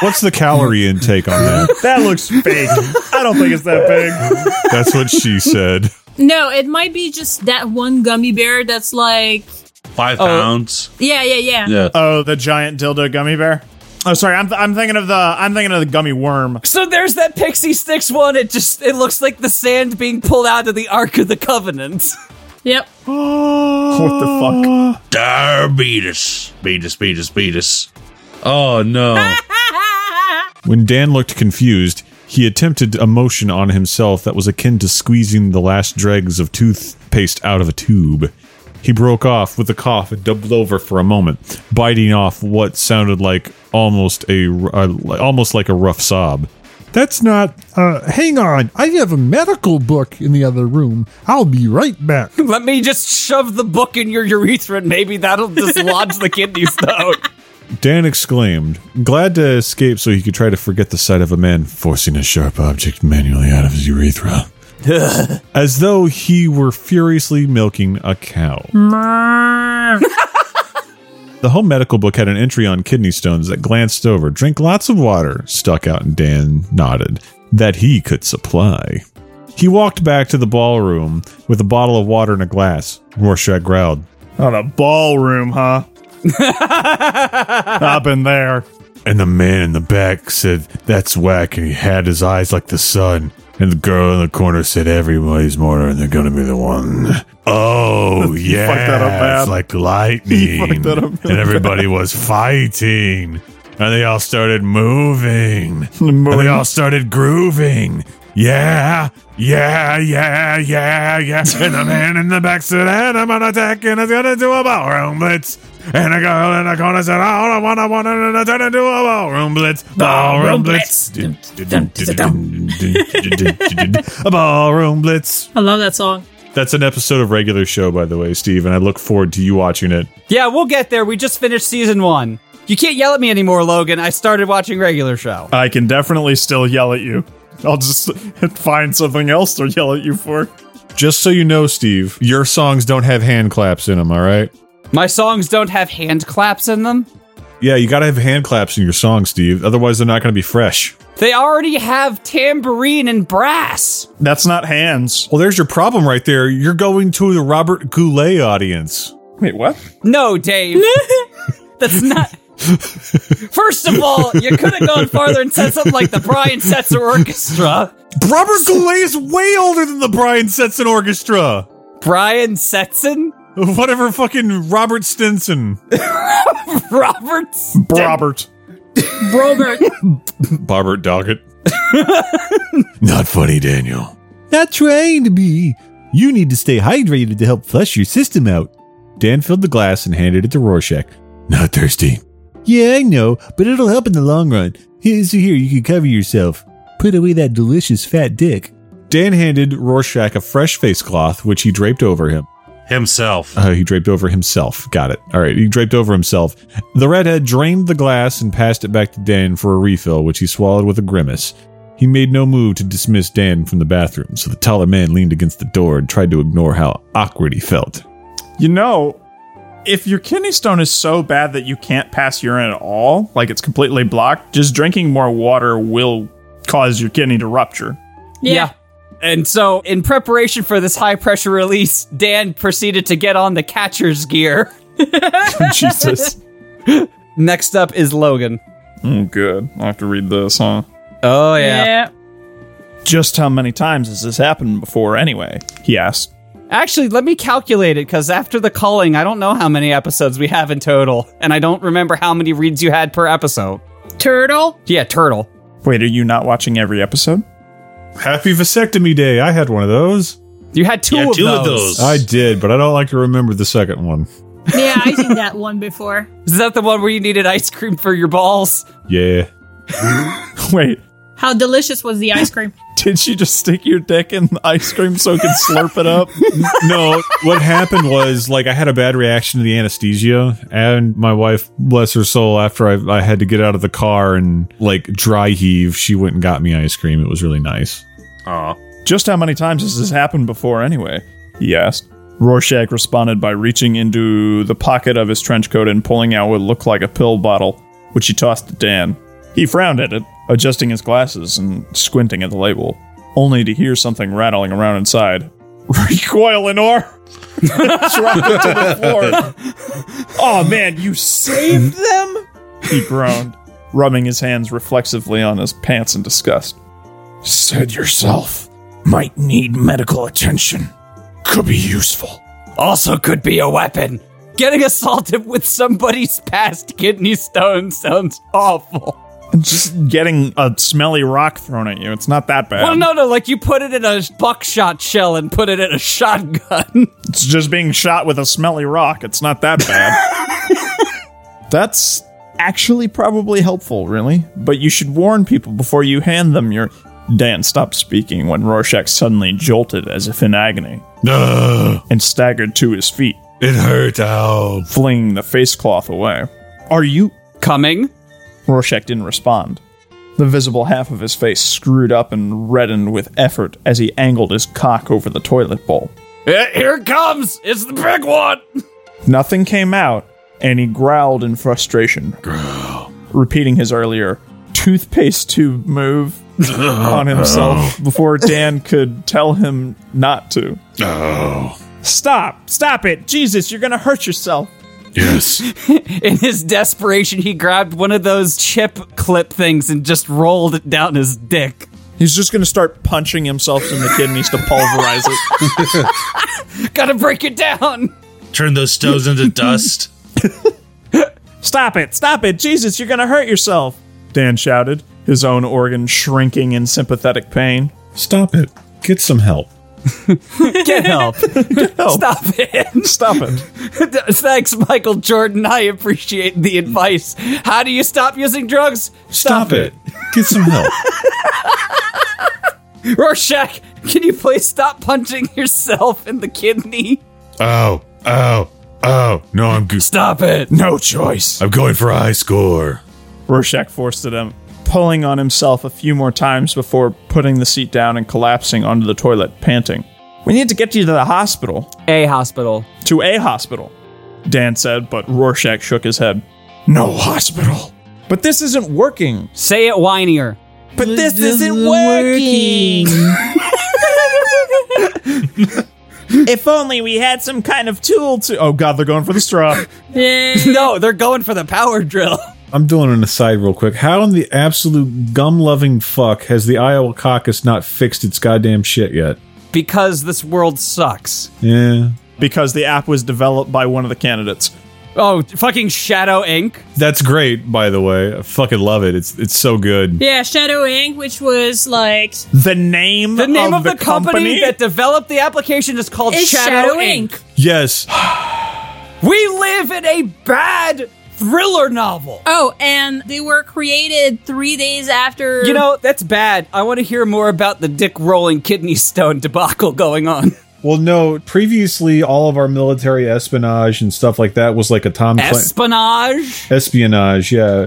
[SPEAKER 7] What's the calorie intake on that?
[SPEAKER 9] That looks fake. I don't think it's that big.
[SPEAKER 7] That's what she said.
[SPEAKER 5] no, it might be just that one gummy bear that's like.
[SPEAKER 6] Five pounds.
[SPEAKER 5] Yeah, yeah, yeah.
[SPEAKER 6] Yeah.
[SPEAKER 4] Oh, the giant dildo gummy bear. Oh, sorry. I'm, I'm thinking of the I'm thinking of the gummy worm.
[SPEAKER 1] So there's that pixie sticks one, it just it looks like the sand being pulled out of the Ark of the Covenant.
[SPEAKER 5] Yep.
[SPEAKER 4] What the fuck?
[SPEAKER 6] Diabetes. Beatus, beatus, beatus. Oh, no.
[SPEAKER 7] When Dan looked confused, he attempted a motion on himself that was akin to squeezing the last dregs of toothpaste out of a tube. He broke off with a cough and doubled over for a moment, biting off what sounded like almost a uh, almost like a rough sob.
[SPEAKER 8] That's not. Uh, hang on. I have a medical book in the other room. I'll be right back.
[SPEAKER 1] Let me just shove the book in your urethra and maybe that'll dislodge the kidney stone.
[SPEAKER 7] Dan exclaimed, glad to escape so he could try to forget the sight of a man forcing a sharp object manually out of his urethra. As though he were furiously milking a cow. the home medical book had an entry on kidney stones that glanced over. Drink lots of water, stuck out, and Dan nodded, that he could supply. He walked back to the ballroom with a bottle of water and a glass. Rorschach growled,
[SPEAKER 9] Oh,
[SPEAKER 4] On a ballroom, huh? I've been there.
[SPEAKER 7] And the man in the back said, That's whack. And he had his eyes like the sun. And the girl in the corner said, Everybody's mourner and they're going to be the one. Oh, yeah.
[SPEAKER 4] that up bad.
[SPEAKER 7] It's like lightning.
[SPEAKER 4] that up
[SPEAKER 7] and everybody was fighting. And they all started moving. And they all started grooving. Yeah, yeah, yeah, yeah, yeah. And the man in the back said, and I'm gonna attack and it's gonna do a ballroom blitz. And a girl in the corner said, I don't wanna wanna wanna turn do a ballroom blitz. Ballroom blitz. a ballroom blitz.
[SPEAKER 5] I love that song.
[SPEAKER 7] That's an episode of regular show, by the way, Steve, and I look forward to you watching it.
[SPEAKER 1] Yeah, we'll get there. We just finished season one. You can't yell at me anymore, Logan. I started watching regular show.
[SPEAKER 4] I can definitely still yell at you. I'll just find something else to yell at you for.
[SPEAKER 7] Just so you know, Steve, your songs don't have hand claps in them, all right?
[SPEAKER 1] My songs don't have hand claps in them.
[SPEAKER 7] Yeah, you gotta have hand claps in your song, Steve. Otherwise, they're not gonna be fresh.
[SPEAKER 1] They already have tambourine and brass.
[SPEAKER 4] That's not hands.
[SPEAKER 7] Well, there's your problem right there. You're going to the Robert Goulet audience.
[SPEAKER 4] Wait, what?
[SPEAKER 1] No, Dave. That's not. First of all, you could have gone farther and said something like the Brian Setzer Orchestra.
[SPEAKER 7] Robert Goulet is way older than the Brian Setson Orchestra.
[SPEAKER 1] Brian Setson?
[SPEAKER 7] Whatever fucking Robert Stinson.
[SPEAKER 1] Roberts?
[SPEAKER 4] Robert.
[SPEAKER 5] Robert.
[SPEAKER 7] Robert Doggett. Not funny, Daniel.
[SPEAKER 8] Not trying to be.
[SPEAKER 7] You need to stay hydrated to help flush your system out. Dan filled the glass and handed it to Rorschach. Not thirsty.
[SPEAKER 8] Yeah, I know, but it'll help in the long run. Here, so here, you can cover yourself. Put away that delicious fat dick.
[SPEAKER 7] Dan handed Rorschach a fresh face cloth, which he draped over him.
[SPEAKER 6] Himself.
[SPEAKER 7] Uh, he draped over himself. Got it. All right. He draped over himself. The redhead drained the glass and passed it back to Dan for a refill, which he swallowed with a grimace. He made no move to dismiss Dan from the bathroom, so the taller man leaned against the door and tried to ignore how awkward he felt.
[SPEAKER 4] You know, if your kidney stone is so bad that you can't pass urine at all, like it's completely blocked, just drinking more water will cause your kidney to rupture.
[SPEAKER 5] Yeah.
[SPEAKER 1] And so, in preparation for this high pressure release, Dan proceeded to get on the catcher's gear.
[SPEAKER 4] Jesus.
[SPEAKER 1] Next up is Logan.
[SPEAKER 4] Oh, good. I have to read this, huh?
[SPEAKER 1] Oh,
[SPEAKER 5] yeah.
[SPEAKER 4] Just how many times has this happened before, anyway? He asked.
[SPEAKER 1] Actually, let me calculate it because after the culling, I don't know how many episodes we have in total, and I don't remember how many reads you had per episode.
[SPEAKER 5] Turtle.
[SPEAKER 1] Yeah, Turtle.
[SPEAKER 4] Wait, are you not watching every episode?
[SPEAKER 7] Happy vasectomy day. I had one of those.
[SPEAKER 1] You had two,
[SPEAKER 6] yeah,
[SPEAKER 1] of,
[SPEAKER 6] two
[SPEAKER 1] those.
[SPEAKER 6] of those.
[SPEAKER 7] I did, but I don't like to remember the second one.
[SPEAKER 5] Yeah, I've seen that one before.
[SPEAKER 1] Is that the one where you needed ice cream for your balls?
[SPEAKER 7] Yeah.
[SPEAKER 4] Wait,
[SPEAKER 5] How delicious was the ice cream?
[SPEAKER 4] Did you just stick your dick in the ice cream so it could slurp it up?
[SPEAKER 7] no, what happened was like I had a bad reaction to the anesthesia, and my wife, bless her soul, after I, I had to get out of the car and like dry heave, she went and got me ice cream. It was really nice.
[SPEAKER 4] Just how many times has this happened before, anyway? He asked. Rorschach responded by reaching into the pocket of his trench coat and pulling out what looked like a pill bottle, which he tossed to Dan. He frowned at it, adjusting his glasses and squinting at the label, only to hear something rattling around inside. Recoil, Lenore! Dropped it to the floor. Oh man, you saved them? He groaned, rubbing his hands reflexively on his pants in disgust. Said yourself, might need medical attention. Could be useful.
[SPEAKER 1] Also, could be a weapon. Getting assaulted with somebody's past kidney stone sounds awful.
[SPEAKER 4] Just getting a smelly rock thrown at you, it's not that bad.
[SPEAKER 1] Well, no, no, like you put it in a buckshot shell and put it in a shotgun.
[SPEAKER 4] It's just being shot with a smelly rock, it's not that bad. That's actually probably helpful, really. But you should warn people before you hand them your. Dan stopped speaking when Rorschach suddenly jolted as if in agony
[SPEAKER 7] No,
[SPEAKER 4] and staggered to his feet,
[SPEAKER 7] it hurt out.
[SPEAKER 4] flinging the face cloth away. Are you
[SPEAKER 1] Coming?
[SPEAKER 4] Rorschach didn't respond. The visible half of his face screwed up and reddened with effort as he angled his cock over the toilet bowl.
[SPEAKER 1] Eh, Here it comes! It's the big one!
[SPEAKER 4] Nothing came out, and he growled in frustration, repeating his earlier toothpaste tube move on himself before Dan could tell him not to. No. Stop! Stop it! Jesus, you're gonna hurt yourself!
[SPEAKER 7] Yes,
[SPEAKER 1] In his desperation, he grabbed one of those chip clip things and just rolled it down his dick.
[SPEAKER 4] He's just gonna start punching himself in the kidneys to pulverize it.
[SPEAKER 1] Gotta break it down!
[SPEAKER 6] Turn those stones into dust.
[SPEAKER 4] Stop it! Stop it! Jesus, you're gonna hurt yourself! Dan shouted, his own organ shrinking in sympathetic pain.
[SPEAKER 7] stop it. Get some help.
[SPEAKER 1] Get help. Stop it.
[SPEAKER 4] Stop it.
[SPEAKER 1] Thanks, Michael Jordan. I appreciate the advice. How do you stop using drugs?
[SPEAKER 7] Stop, it. Get some help.
[SPEAKER 1] Rorschach, can you please stop punching yourself in the kidney?
[SPEAKER 7] oh, oh, oh. No, I'm go-
[SPEAKER 1] Stop it.
[SPEAKER 4] No choice.
[SPEAKER 7] I'm going for a high score.
[SPEAKER 4] Rorschach forced at him, pulling on himself a few more times before putting the seat down and collapsing onto the toilet, panting. We need to get you to the hospital.
[SPEAKER 1] A hospital.
[SPEAKER 4] To a hospital, Dan said, but Rorschach shook his head. No hospital. But this isn't working.
[SPEAKER 1] Say it whinier.
[SPEAKER 4] But this, isn't working. if only we had some kind of tool to. Oh, God, they're going for the straw.
[SPEAKER 5] Yay.
[SPEAKER 1] No, they're going for the power drill.
[SPEAKER 7] I'm doing an aside real quick. How in the absolute gum loving fuck has the Iowa caucus not fixed its goddamn shit yet?
[SPEAKER 1] Because this world sucks.
[SPEAKER 7] Yeah.
[SPEAKER 4] because the app was developed by one of the candidates.
[SPEAKER 1] Oh, fucking Shadow Inc.
[SPEAKER 7] That's great, by the way. I fucking love it. It's it's so good.
[SPEAKER 5] Yeah, Shadow Inc., which was like
[SPEAKER 4] The name,
[SPEAKER 1] The name of, the, company, that developed the application is called
[SPEAKER 5] is
[SPEAKER 1] Shadow, Inc.
[SPEAKER 7] Yes.
[SPEAKER 1] We live in a bad thriller novel.
[SPEAKER 5] Oh, and they were created three days after.
[SPEAKER 1] You know, that's bad. I want to hear more about the dick rolling kidney stone debacle going on.
[SPEAKER 7] Well, no, previously all of our military espionage and stuff like that was like a Tom Clancy
[SPEAKER 1] Espionage?
[SPEAKER 7] espionage, yeah.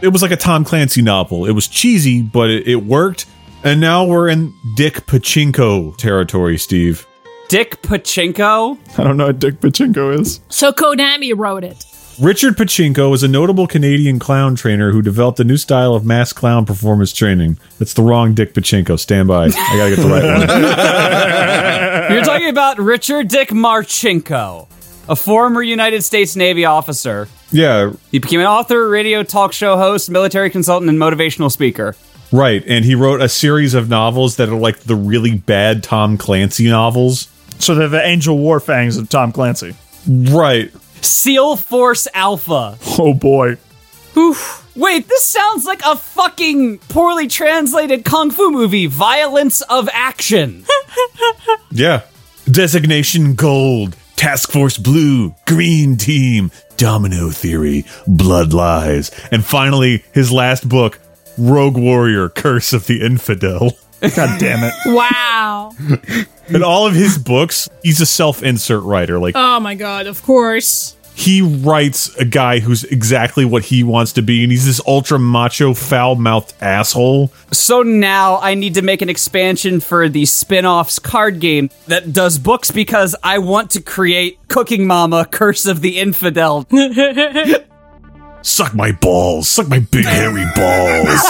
[SPEAKER 7] It was like a Tom Clancy novel. It was cheesy, but it, it worked. And now we're in Dick Pachinko territory, Steve.
[SPEAKER 1] Dick Pachinko?
[SPEAKER 4] I don't know what Dick Pachinko is.
[SPEAKER 5] so Konami wrote it.
[SPEAKER 7] Richard Pachinko was a notable Canadian clown trainer who developed a new style of mass clown performance training. That's the wrong Dick Pachinko. Stand by. I gotta get the right one.
[SPEAKER 1] You're talking about Richard Dick Marchenko, a former United States Navy officer.
[SPEAKER 7] Yeah,
[SPEAKER 1] He became an author, radio talk show host, military consultant, and motivational speaker.
[SPEAKER 7] right. And he wrote a series of novels that are like the really bad Tom Clancy novels.
[SPEAKER 4] So they're the Angel Warfangs of Tom Clancy.
[SPEAKER 7] Right.
[SPEAKER 1] SEAL Force Alpha.
[SPEAKER 4] Oh boy.
[SPEAKER 1] Wait, this sounds like a fucking poorly translated kung fu movie, Violence of Action.
[SPEAKER 7] Yeah. Designation Gold, Task Force Blue, Green Team, Domino Theory, Blood Lies, and finally his last book, Rogue Warrior Curse of the Infidel.
[SPEAKER 4] God damn it.
[SPEAKER 5] Wow.
[SPEAKER 7] In all of his books, he's a self insert writer. Like,
[SPEAKER 5] Oh my god, of course.
[SPEAKER 7] he writes a guy who's exactly what he wants to be, and he's this ultra macho, foul mouthed asshole.
[SPEAKER 1] So now I need to make an expansion for the spin-offs card game that does books because I want to create Cooking Mama Curse of the Infidel.
[SPEAKER 7] Suck my balls. Suck my big hairy balls.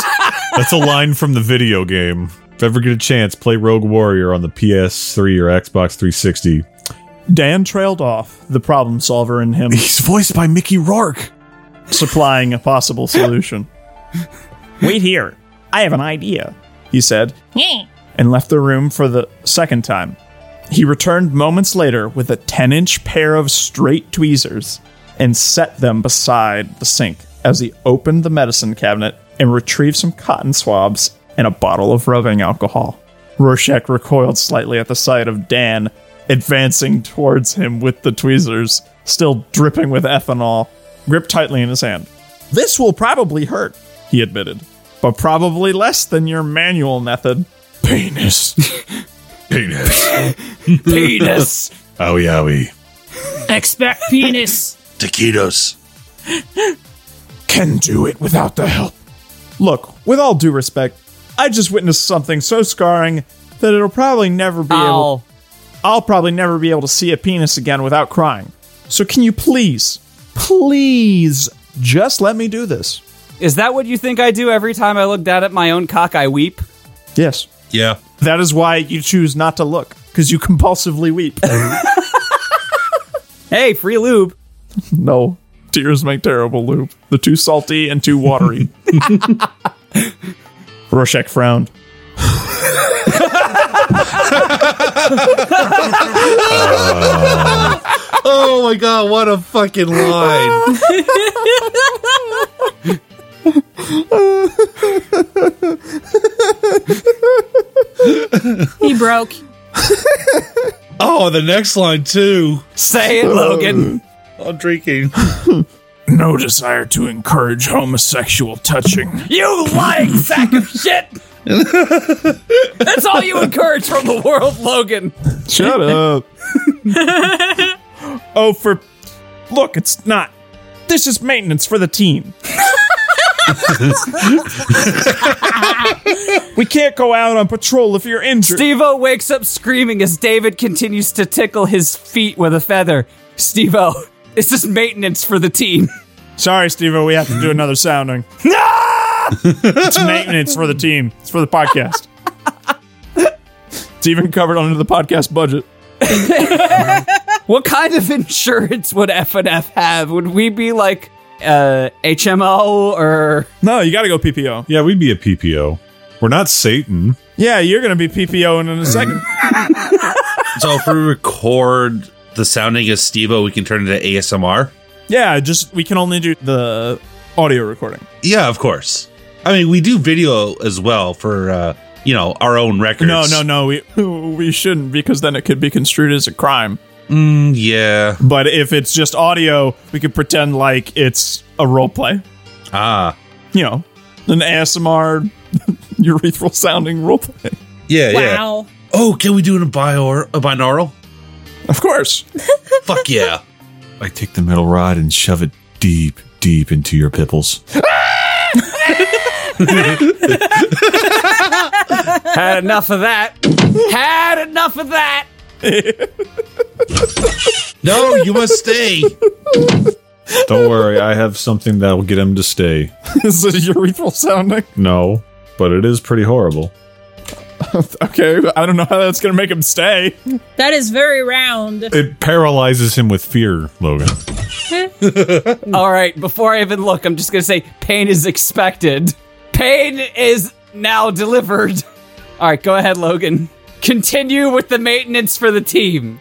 [SPEAKER 7] That's a line from the video game. If ever get a chance, play Rogue Warrior on the PS3 or Xbox 360.
[SPEAKER 4] Dan trailed off, the problem solver in him
[SPEAKER 7] He's voiced by Mickey Rourke.
[SPEAKER 4] supplying a possible solution. Wait here. I have an idea, he said,
[SPEAKER 5] Yeah.
[SPEAKER 4] and left the room for the second time. He returned moments later with a 10 inch pair of straight tweezers and set them beside the sink as he opened the medicine cabinet and retrieved some cotton swabs and a bottle of rubbing alcohol. Rorschach recoiled slightly at the sight of Dan advancing towards him with the tweezers, still dripping with ethanol, gripped tightly in his hand. This will probably hurt, he admitted, but probably less than your manual method.
[SPEAKER 7] Penis. Penis.
[SPEAKER 1] Penis.
[SPEAKER 7] Owie owie.
[SPEAKER 5] Expect penis.
[SPEAKER 6] Taquitos.
[SPEAKER 4] can do it without the help. Look, with all due respect, I just witnessed something so scarring that it'll probably never be able
[SPEAKER 1] Ow.
[SPEAKER 4] I'll probably never be able to see a penis again without crying. So can you please, please just let me do this?
[SPEAKER 1] Is that what you think I do every time I look down at my own cock I weep?
[SPEAKER 4] Yes.
[SPEAKER 6] Yeah.
[SPEAKER 4] That is why you choose not to look, because you compulsively weep.
[SPEAKER 1] Hey, free lube.
[SPEAKER 4] no. Tears make terrible loop. The too salty and too watery. Rorschach frowned.
[SPEAKER 9] Oh my god, what a fucking line.
[SPEAKER 5] he broke.
[SPEAKER 9] Oh, the next line too.
[SPEAKER 1] Say it, Logan.
[SPEAKER 9] I'm drinking.
[SPEAKER 4] No desire to encourage homosexual touching.
[SPEAKER 1] You lying sack of shit. That's all you encourage from the world, Logan.
[SPEAKER 4] Shut up. oh, for. Look, it's not. This is maintenance for the team. we can't go out on patrol if you're injured.
[SPEAKER 1] Stevo wakes up screaming as David continues to tickle his feet with a feather. Stevo, this is maintenance for the team.
[SPEAKER 4] Sorry, Steve, we have to do another sounding. it's maintenance for the team, it's for the podcast. It's even covered under the podcast budget.
[SPEAKER 1] What kind of insurance would F and F have? Would we be like uh, HMO or
[SPEAKER 4] No, you got to go PPO.
[SPEAKER 7] Yeah, we'd be a PPO. We're not Satan.
[SPEAKER 4] Yeah, you're going to be PPO in a second.
[SPEAKER 6] So if we record the sounding as Stevo, we can turn it into ASMR.
[SPEAKER 4] Yeah, just we can only do the audio recording.
[SPEAKER 6] Yeah, of course. I mean, we do video as well for uh, you know our own records.
[SPEAKER 4] No, no, no. We we shouldn't because then it could be construed as a crime.
[SPEAKER 6] Mm, yeah.
[SPEAKER 4] But if it's just audio, we could pretend like it's a role play.
[SPEAKER 6] Ah.
[SPEAKER 4] You know, an ASMR urethral sounding role play.
[SPEAKER 6] Yeah. Yeah.
[SPEAKER 5] Wow.
[SPEAKER 6] Oh, can we do it in bior a binaural?
[SPEAKER 4] Of course.
[SPEAKER 6] Fuck yeah.
[SPEAKER 10] I take the metal rod and shove it deep, deep into your pipples.
[SPEAKER 1] had enough of that? Had enough of that?
[SPEAKER 6] No, you must stay.
[SPEAKER 9] Don't worry, I have something that'll get him to stay.
[SPEAKER 4] Is it urethral sounding?
[SPEAKER 9] No, but it is pretty horrible.
[SPEAKER 4] Okay, I don't know how that's gonna make him stay.
[SPEAKER 5] That is very round.
[SPEAKER 9] It paralyzes him with fear, Logan.
[SPEAKER 1] All right, before I even look, I'm just going to say pain is expected. Pain is now delivered. All right, go ahead, Logan. Continue with the maintenance for the team.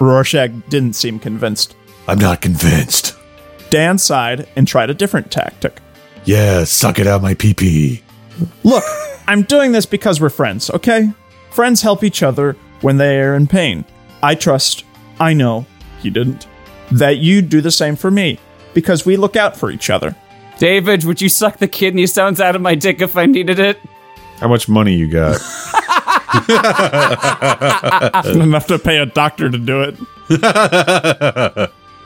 [SPEAKER 4] Rorschach didn't seem convinced.
[SPEAKER 10] I'm not convinced.
[SPEAKER 4] Dan sighed and tried a different tactic.
[SPEAKER 10] Yeah, suck it out my pee pee.
[SPEAKER 4] Look, I'm doing this because we're friends, okay? Friends help each other when they are in pain. I trust, I know, he didn't, that you do the same for me because we look out for each other.
[SPEAKER 1] David, would you suck the kidney stones out of my dick if I needed it?
[SPEAKER 9] How much money you got?
[SPEAKER 4] Enough to pay a doctor to do it.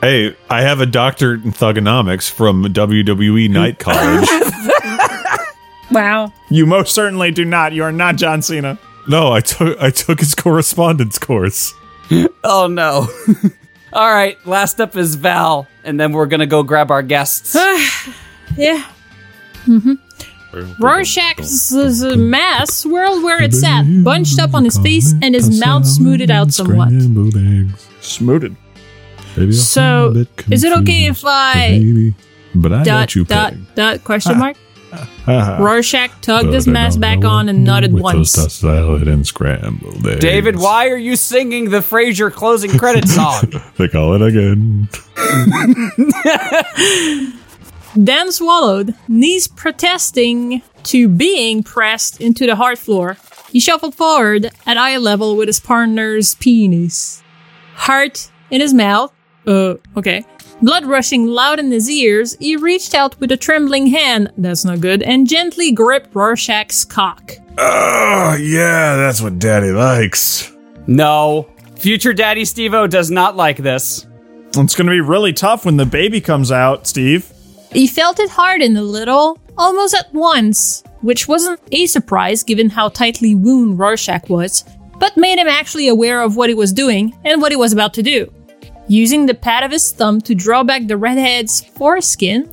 [SPEAKER 10] Hey, I have a doctorate in thugonomics from
[SPEAKER 9] E
[SPEAKER 10] WWE Night College.
[SPEAKER 5] Wow.
[SPEAKER 4] You most certainly do not. You are not John Cena.
[SPEAKER 9] No, I took I took his correspondence course.
[SPEAKER 1] Oh no. All right, last up is Val, and then we're gonna go grab our guests.
[SPEAKER 5] Yeah. Mm-hmm. Rorschach's is a mass, world where it's at, bunched up on his face and his mouth smoothed out somewhat.
[SPEAKER 8] Scrambled eggs.
[SPEAKER 4] Smooted.
[SPEAKER 8] Baby, I feel
[SPEAKER 5] So,
[SPEAKER 8] a bit
[SPEAKER 5] is it okay
[SPEAKER 8] confused,
[SPEAKER 5] if I-
[SPEAKER 8] baby, But I
[SPEAKER 5] Dot,
[SPEAKER 8] let you
[SPEAKER 5] dot,
[SPEAKER 8] pay.
[SPEAKER 5] dot, question mark.
[SPEAKER 8] Ha ha.
[SPEAKER 5] Rorschach tugged
[SPEAKER 8] But
[SPEAKER 5] his
[SPEAKER 8] I
[SPEAKER 5] mask
[SPEAKER 8] don't
[SPEAKER 5] back
[SPEAKER 8] know
[SPEAKER 5] on
[SPEAKER 8] what
[SPEAKER 5] and
[SPEAKER 8] to do
[SPEAKER 5] nodded
[SPEAKER 8] with
[SPEAKER 5] once.
[SPEAKER 8] Tossed salad and scrambled eggs.
[SPEAKER 1] David, why are you singing the Frasier closing credit song?
[SPEAKER 8] They call it again.
[SPEAKER 5] Then swallowed, knees protesting to being pressed into the hard floor. He shuffled forward at eye level with his partner's penis. Heart in his mouth. Uh, okay. Blood rushing loud in his ears, he reached out with a trembling hand, that's not good, and gently gripped Rorschach's cock.
[SPEAKER 10] Ah,
[SPEAKER 9] Oh yeah, that's what Daddy likes.
[SPEAKER 1] no. Future Daddy Stevo does not like this.
[SPEAKER 4] It's going to be really tough when the baby comes out, Steve.
[SPEAKER 5] He felt it harden a little, almost at once, which wasn't a surprise given how tightly wound Rorschach was, but made him actually aware of what he was doing and what he was about to do. Using the pad of his thumb to draw back the redhead's foreskin.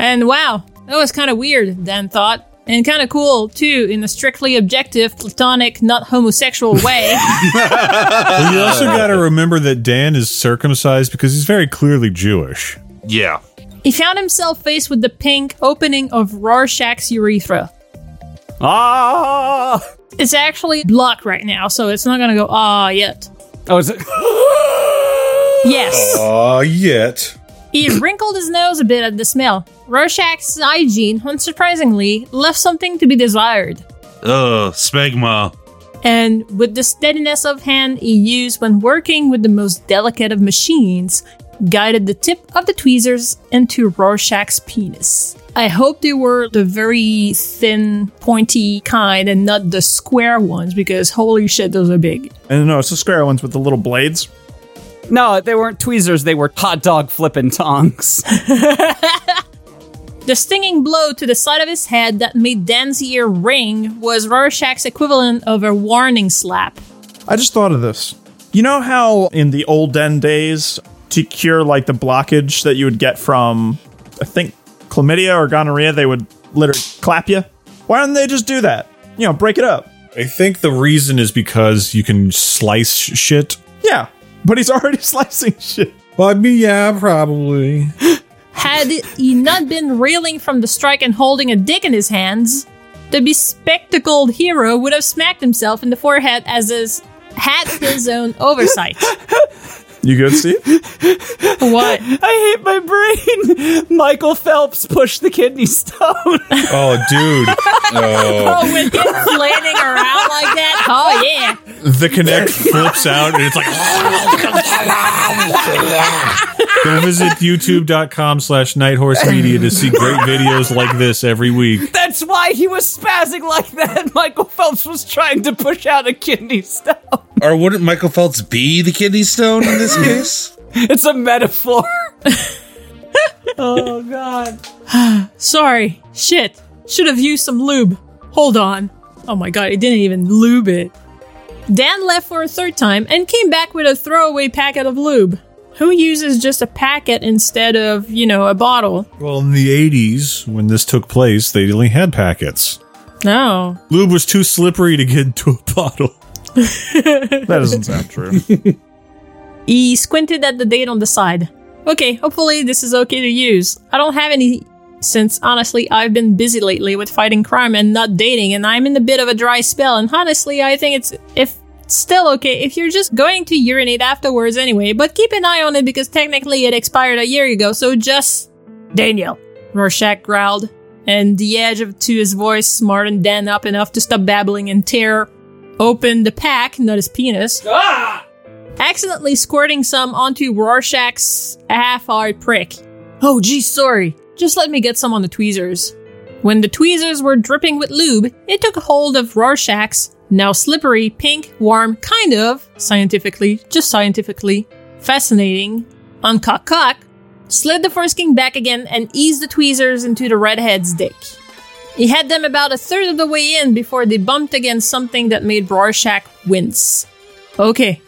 [SPEAKER 5] And wow, that was kind of weird, Dan thought. And kind of cool, too, in a strictly objective, platonic, not homosexual way.
[SPEAKER 9] Well, you also got to remember that Dan is circumcised because he's very clearly Jewish.
[SPEAKER 6] Yeah.
[SPEAKER 5] he found himself faced with the pink opening of Rorschach's urethra.
[SPEAKER 1] Ah!
[SPEAKER 5] It's actually blocked right now, so it's not gonna go ah yet.
[SPEAKER 1] Oh, is it?
[SPEAKER 5] Yes.
[SPEAKER 9] Ah, yet.
[SPEAKER 5] He wrinkled his nose a bit at the smell. Rorschach's hygiene, unsurprisingly, left something to be desired.
[SPEAKER 6] Ugh, Uh, smegma.
[SPEAKER 5] And with the steadiness of hand he used when working with the most delicate of machines, guided the tip of the tweezers into Rorschach's penis. I hope they were the very thin, pointy kind and not the square ones, because holy shit, those are big.
[SPEAKER 4] And no, it's the square ones with the little blades.
[SPEAKER 1] No, they weren't tweezers, they were hot dog flippin' tongs.
[SPEAKER 5] The stinging blow to the side of his head that made Dan's ear ring was Rorschach's equivalent of a warning slap.
[SPEAKER 4] I just thought of this. You know how in the olden days, to cure like the blockage that you would get from, I think, chlamydia or gonorrhea, they would literally clap you? Why don't they just do that? You know, break it up.
[SPEAKER 10] I think the reason is because you can slice shit.
[SPEAKER 4] Yeah, but he's already slicing shit.
[SPEAKER 9] Well, I mean, yeah, probably.
[SPEAKER 5] Had he not been reeling from the strike and holding a dick in his hands, the bespectacled hero would have smacked himself in the forehead as his had his own oversight.
[SPEAKER 4] You good, Steve?
[SPEAKER 5] What?
[SPEAKER 1] I hate my brain. Michael Phelps pushed the kidney stone.
[SPEAKER 10] Oh, dude.
[SPEAKER 5] Oh, with him flailing around like that? Oh yeah.
[SPEAKER 10] the connect flips out and it's like
[SPEAKER 9] Go visit youtube.com slash nighthorse media to see great videos like this every week.
[SPEAKER 1] That's why he was spazzing like that. Michael Phelps was trying to push out a kidney stone.
[SPEAKER 6] Or wouldn't Michael Phelps be the kidney stone in this case?
[SPEAKER 1] It's a metaphor. oh god.
[SPEAKER 5] Sorry. Shit. Should have used some lube. Hold on. Oh my god, he didn't even lube it. Dan left for a third time and came back with a throwaway packet of lube. Who uses just a packet instead of, you know, a bottle?
[SPEAKER 9] Well, in the 80s, when this took place, they only had packets.
[SPEAKER 5] No.
[SPEAKER 9] Lube was too slippery to get into a bottle.
[SPEAKER 4] That doesn't sound true.
[SPEAKER 5] He squinted at the date on the side. Okay, hopefully this is okay to use. I don't have any since honestly I've been busy lately with fighting crime and not dating and I'm in a bit of a dry spell and honestly I think it's if still okay if you're just going to urinate afterwards anyway, but keep an eye on it because technically it expired a year ago, so just Daniel, Rorschach growled, and the edge of to his voice smartened Dan up enough to stop babbling and tear open the pack, not his penis accidentally squirting some onto Rorschach's half-hard prick. Oh, geez, sorry. Just let me get some on the tweezers. When the tweezers were dripping with lube, it took hold of Rorschach's, now slippery, pink, warm, kind of, scientifically, just scientifically, fascinating, uncock cock, slid the foreskin back again, and eased the tweezers into the redhead's dick. He had them about a third of the way in before they bumped against something that made Rorschach wince. Okay,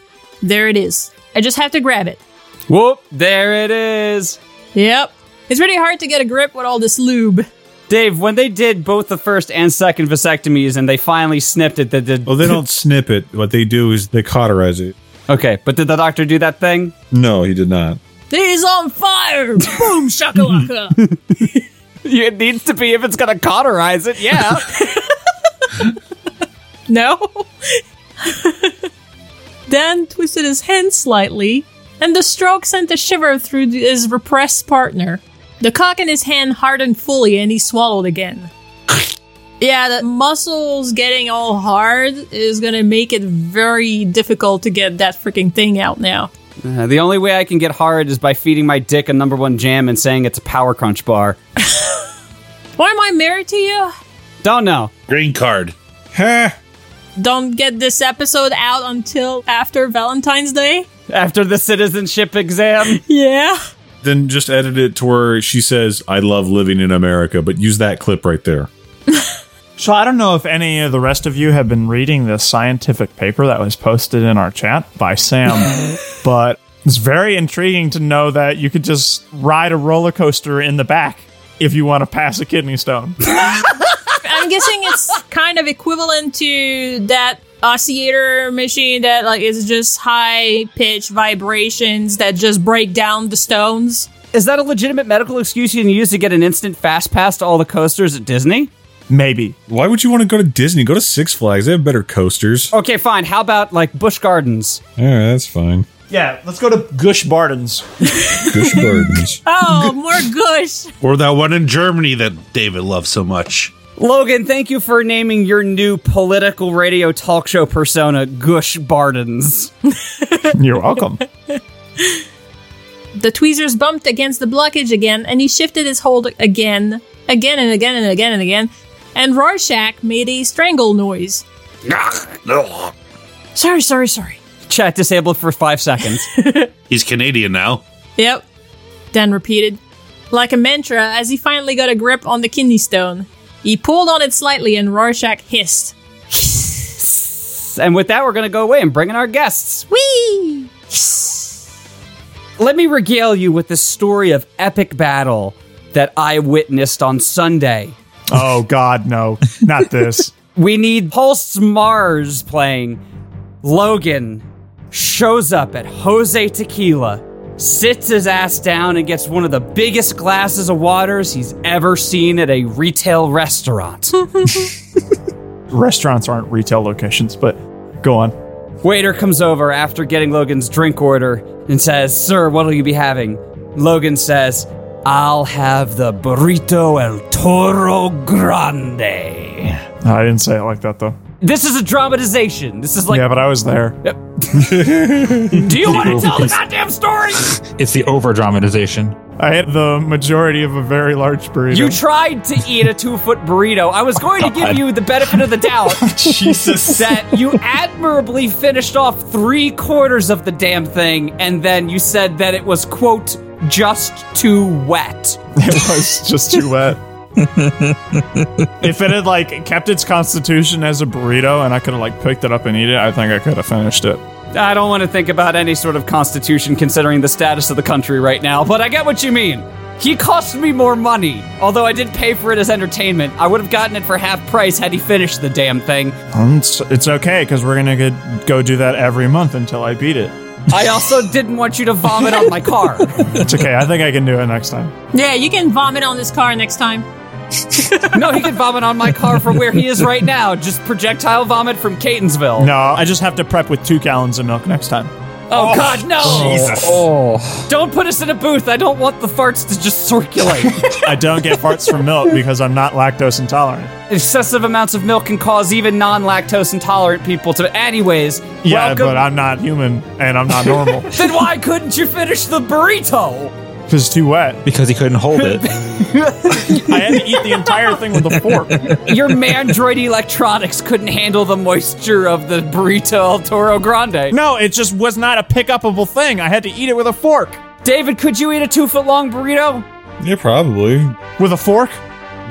[SPEAKER 5] there it is. I just have to grab it.
[SPEAKER 1] Whoop, there it is.
[SPEAKER 5] Yep. It's really hard to get a grip with all this lube.
[SPEAKER 1] Dave, when they did both the first and second vasectomies and they finally snipped it, that did.
[SPEAKER 7] Well, they don't snip it. What they do is they cauterize it.
[SPEAKER 1] Okay, but did the doctor do that thing?
[SPEAKER 7] No, he did not.
[SPEAKER 5] He's on fire! Boom shakalaka!
[SPEAKER 1] It needs to be if it's going to cauterize it, yeah.
[SPEAKER 5] no? Dan twisted his hand slightly, and the stroke sent a shiver through his repressed partner. The cock in his hand hardened fully, and he swallowed again. yeah, the muscles getting all hard is gonna make it very difficult to get that freaking thing out now.
[SPEAKER 1] Uh, the only way I can get hard is by feeding my dick a number one jam and saying it's a power crunch bar.
[SPEAKER 5] Why am I married to you?
[SPEAKER 1] Don't know.
[SPEAKER 6] Green card.
[SPEAKER 5] Don't get this episode out until after Valentine's Day?
[SPEAKER 1] After the citizenship exam,
[SPEAKER 5] Yeah.
[SPEAKER 9] Then just edit it to where she says, I love living in America, but use that clip right there.
[SPEAKER 4] So I don't know if any of the rest of you have been reading the scientific paper that was posted in our chat by Sam, but it's very intriguing to know that you could just ride a roller coaster in the back if you want to pass a kidney stone.
[SPEAKER 5] I'm guessing it's kind of equivalent to that oscillator machine that like is just high pitch vibrations that just break down the stones.
[SPEAKER 1] is that a legitimate medical excuse you can use to get an instant fast pass to all the coasters at Disney?
[SPEAKER 4] Maybe.
[SPEAKER 7] Why would you want to go to Disney? Go to Six Flags. They have better coasters.
[SPEAKER 1] Okay, fine. How about like Busch Gardens?
[SPEAKER 7] All right, that's fine.
[SPEAKER 4] Yeah, let's go to Gush Bardens.
[SPEAKER 10] Gush burdens.
[SPEAKER 5] Oh, more gush.
[SPEAKER 6] Or that one in Germany that David loves so much.
[SPEAKER 1] Logan, thank you for naming your new political radio talk show persona Gush Bardens.
[SPEAKER 4] You're welcome.
[SPEAKER 5] The tweezers bumped against the blockage again, and he shifted his hold again, again and again and again and again, and Rorschach made a strangle noise. sorry, sorry, sorry.
[SPEAKER 1] Chat disabled for five seconds.
[SPEAKER 6] He's Canadian now.
[SPEAKER 5] Yep. Dan repeated, like a mantra, as he finally got a grip on the kidney stone. He pulled on it slightly, and Rorschach hissed.
[SPEAKER 1] and with that, we're going to go away and bring in our guests.
[SPEAKER 5] Whee!
[SPEAKER 1] Let me regale you with the story of epic battle that I witnessed on Sunday.
[SPEAKER 4] Oh God, no, not this.
[SPEAKER 1] We need Pulse Mars playing. Logan shows up at Jose Tequila, sits his ass down, and gets one of the biggest glasses of waters he's ever seen at a retail restaurant.
[SPEAKER 4] Restaurants aren't retail locations, but go on.
[SPEAKER 1] Waiter comes over after getting Logan's drink order and says, Sir, what'll you be having? Logan says, I'll have the burrito el toro grande.
[SPEAKER 4] No, I didn't say it like that though.
[SPEAKER 1] This is a dramatization. This is like,
[SPEAKER 4] yeah, but I was there.
[SPEAKER 1] do you want to tell the goddamn story?
[SPEAKER 11] It's the over dramatization.
[SPEAKER 4] I had the majority of a very large burrito.
[SPEAKER 1] You tried to eat a two foot burrito. I was going to give you the benefit of the doubt
[SPEAKER 2] Jesus.
[SPEAKER 1] that you admirably finished off three quarters of the damn thing, and then you said that it was, quote, just too wet.
[SPEAKER 4] It was just too wet. if it had like kept its constitution as a burrito and I could have like picked it up and eat it, I think I could have finished it.
[SPEAKER 1] I don't want to think about any sort of constitution considering the status of the country right now, but I get what you mean. He cost me more money, although I did pay for it as entertainment. I would have gotten it for half price had he finished the damn thing.
[SPEAKER 4] Um, It's, it's okay because we're gonna go- go do that every month until I beat it.
[SPEAKER 1] I also didn't want you to vomit on my car.
[SPEAKER 4] It's okay. I think I can do it next time.
[SPEAKER 5] Yeah, you can vomit on this car next time.
[SPEAKER 1] No, he could vomit on my car from where he is right now. Just projectile vomit from Catonsville.
[SPEAKER 4] No, I just have to prep with two gallons of milk next time.
[SPEAKER 1] Oh, God, no!
[SPEAKER 2] Jesus.
[SPEAKER 4] Oh.
[SPEAKER 1] Don't put us in a booth. I don't want the farts to just circulate.
[SPEAKER 4] I don't get farts from milk because I'm not lactose intolerant.
[SPEAKER 1] Excessive amounts of milk can cause even non-lactose intolerant people to. Anyways,
[SPEAKER 4] Yeah,
[SPEAKER 1] welcome.
[SPEAKER 4] but I'm not human and I'm not normal.
[SPEAKER 1] then why couldn't you finish the burrito?
[SPEAKER 4] Because it's too wet.
[SPEAKER 11] Because he couldn't hold it.
[SPEAKER 4] I had to eat the entire thing with a fork.
[SPEAKER 1] Your mandroid electronics couldn't handle the moisture of the burrito El Toro Grande.
[SPEAKER 4] No, it just was not a pick upable thing. I had to eat it with a fork.
[SPEAKER 1] David, could you eat a two foot long burrito?
[SPEAKER 7] Yeah, probably.
[SPEAKER 4] With a fork?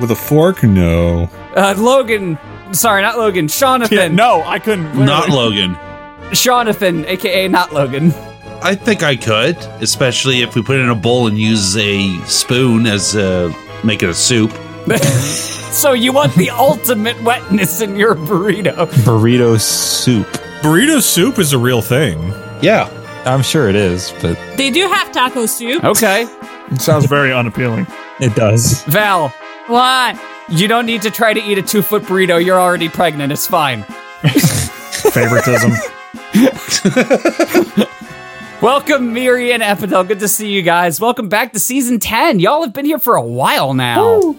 [SPEAKER 7] With a fork? No.
[SPEAKER 1] Uh, Logan, sorry, not Logan, Shonathan.
[SPEAKER 4] Yeah, no, I couldn't.
[SPEAKER 6] Not Logan.
[SPEAKER 1] Shonathan, aka not Logan.
[SPEAKER 6] I think I could, especially if we put it in a bowl and use a spoon as a make it a soup.
[SPEAKER 1] So you want the ultimate wetness in your burrito.
[SPEAKER 11] Burrito soup.
[SPEAKER 7] Burrito soup is a real thing.
[SPEAKER 6] Yeah.
[SPEAKER 11] I'm sure it is, but
[SPEAKER 5] They do have taco soup.
[SPEAKER 1] Okay.
[SPEAKER 4] It sounds very unappealing.
[SPEAKER 11] it does.
[SPEAKER 1] Val,
[SPEAKER 5] What?
[SPEAKER 1] you don't need to try to eat a two foot burrito. You're already pregnant. It's fine.
[SPEAKER 4] Favoritism.
[SPEAKER 1] Welcome, Miri and Epidel. Good to see you guys. Welcome back to season 10. Y'all have been here for a while now.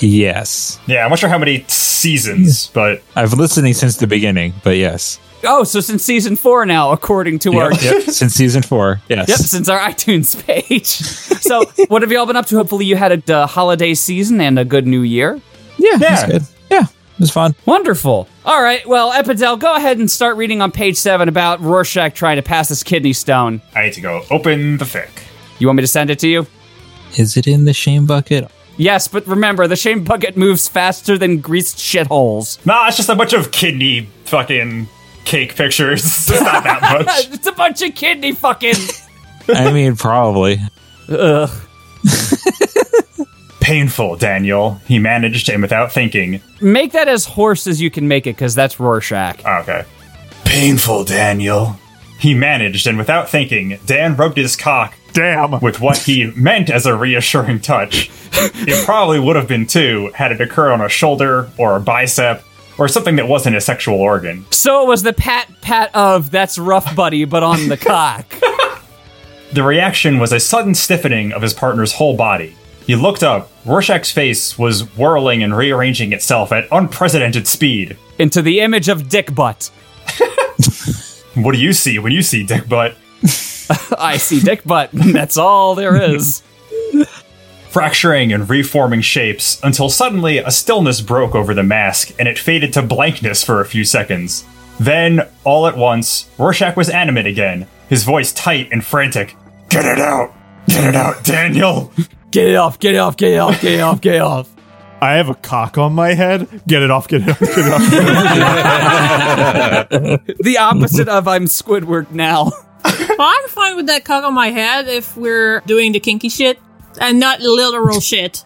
[SPEAKER 11] Yes.
[SPEAKER 2] Yeah, I'm not sure how many seasons, but
[SPEAKER 11] I've listening since the beginning, but yes.
[SPEAKER 1] Oh, so since season four now, according to our.
[SPEAKER 11] Yep, yep, since season four. Yes.
[SPEAKER 1] Yep, since our iTunes page. so, what have y'all been up to? Hopefully, you had a uh, holiday season and a good new year.
[SPEAKER 11] Yeah. That's good. Yeah. It was fun.
[SPEAKER 1] Wonderful. All right. Well, Epidel, go ahead and start reading on page seven about Rorschach trying to pass his kidney stone.
[SPEAKER 2] I need to go open the fic.
[SPEAKER 1] You want me to send it to you?
[SPEAKER 11] Is it in the shame bucket?
[SPEAKER 1] Yes, but remember, the shame bucket moves faster than greased shitholes.
[SPEAKER 2] Nah, it's just a bunch of kidney fucking cake pictures. It's not that much.
[SPEAKER 1] It's a bunch of kidney fucking.
[SPEAKER 11] I mean, probably.
[SPEAKER 2] Painful, Daniel. He managed and without thinking.
[SPEAKER 1] make that as hoarse as you can make it, because that's Rorschach.
[SPEAKER 2] Oh, okay. Painful, Daniel. He managed and without thinking, Dan rubbed his cock
[SPEAKER 4] Damn.
[SPEAKER 2] with what he meant as a reassuring touch. It probably would have been too had it occurred on a shoulder or a bicep or something that wasn't a sexual organ.
[SPEAKER 1] So it was the pat pat of that's rough buddy, but on the cock.
[SPEAKER 2] The reaction was a sudden stiffening of his partner's whole body. He looked up. Rorschach's face was whirling and rearranging itself at unprecedented speed.
[SPEAKER 1] Into the image of dick butt.
[SPEAKER 2] What do you see when you see dick butt?
[SPEAKER 1] I see dick butt. That's all there is.
[SPEAKER 2] fracturing and reforming shapes until suddenly a stillness broke over the mask and it faded to blankness for a few seconds. Then, all at once, Rorschach was animate again, his voice tight and frantic. Get it out! Get it out, Daniel!
[SPEAKER 1] Get it off, get it off, get it off, get it off, get it off.
[SPEAKER 4] I have a cock on my head. Get it off, get it off, get it off.
[SPEAKER 1] The opposite of I'm Squidward now.
[SPEAKER 5] Well, I'm fine with that cock on my head if we're doing the kinky shit and not literal shit.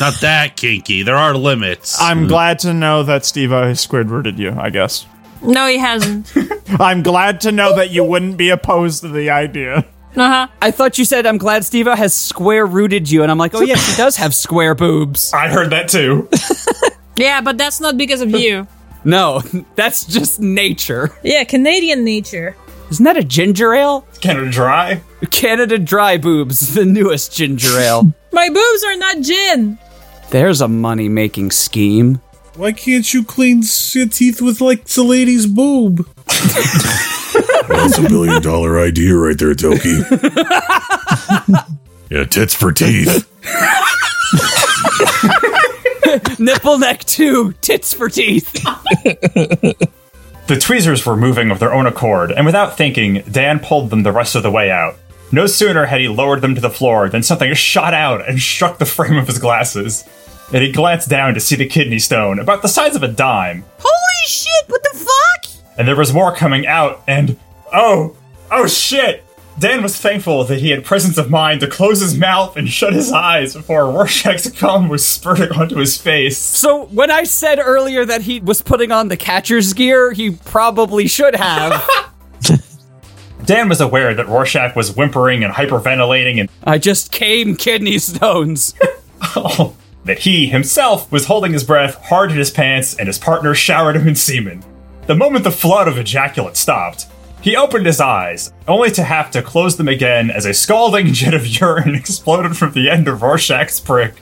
[SPEAKER 6] Not that kinky. There are limits.
[SPEAKER 4] I'm glad to know that Steve O has squidwarded you, I guess.
[SPEAKER 5] No, he hasn't.
[SPEAKER 4] I'm glad to know that you wouldn't be opposed to the idea.
[SPEAKER 5] Uh huh.
[SPEAKER 1] I thought you said I'm glad Steve has square rooted you, and I'm like, oh yeah, she does have square boobs.
[SPEAKER 2] I heard that too.
[SPEAKER 5] Yeah, but that's not because of you.
[SPEAKER 1] No, that's just nature.
[SPEAKER 5] Yeah, Canadian nature.
[SPEAKER 1] Isn't that a ginger ale?
[SPEAKER 2] Can it dry?
[SPEAKER 1] Canada Dry Boobs, the newest ginger ale.
[SPEAKER 5] My boobs are not gin.
[SPEAKER 1] There's a money making scheme.
[SPEAKER 7] Why can't you clean s- your teeth with like the lady's boob?
[SPEAKER 10] That's a billion dollar idea right there, Toki. yeah, tits for teeth.
[SPEAKER 1] Nipple neck two, tits for teeth.
[SPEAKER 2] The tweezers were moving of their own accord, and without thinking, Dan pulled them the rest of the way out. No sooner had he lowered them to the floor than something shot out and struck the frame of his glasses. And he glanced down to see the kidney stone, about the size of a dime,
[SPEAKER 5] Holy shit, what the fuck?
[SPEAKER 2] and there was more coming out, and oh, oh shit! Dan was thankful that he had presence of mind to close his mouth and shut his eyes before Rorschach's cum was spurting onto his face.
[SPEAKER 1] So, when I said earlier that he was putting on the catcher's gear, he probably should have.
[SPEAKER 2] Dan was aware that Rorschach was whimpering and hyperventilating and
[SPEAKER 1] I just came kidney stones.
[SPEAKER 2] that he himself was holding his breath hard in his pants and his partner showered him in semen. The moment the flood of ejaculate stopped, he opened his eyes, only to have to close them again as a scalding jet of urine exploded from the end of Rorschach's prick,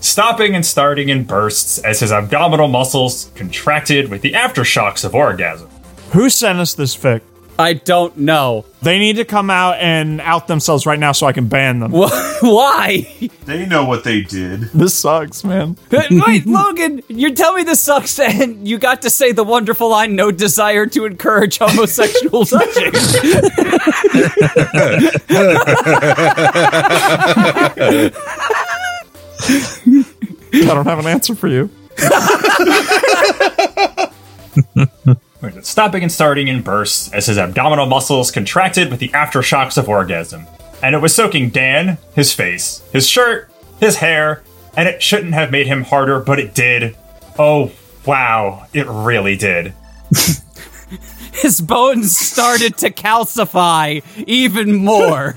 [SPEAKER 2] stopping and starting in bursts as his abdominal muscles contracted with the aftershocks of orgasm.
[SPEAKER 4] Who sent us this fic?
[SPEAKER 1] I don't know.
[SPEAKER 9] They need to come out and out themselves right now so I can ban them.
[SPEAKER 1] Why?
[SPEAKER 12] They know what they did.
[SPEAKER 4] This sucks, man.
[SPEAKER 1] Wait, Logan, you tell me this sucks, and you got to say the wonderful line no desire to encourage homosexual touching.
[SPEAKER 4] I don't have an answer for you.
[SPEAKER 2] stopping and starting in bursts as his abdominal muscles contracted with the aftershocks of orgasm. And it was soaking Dan, his face, his shirt, his hair, and it shouldn't have made him harder, but it did. Oh, wow, it really did.
[SPEAKER 1] His bones started to calcify even more.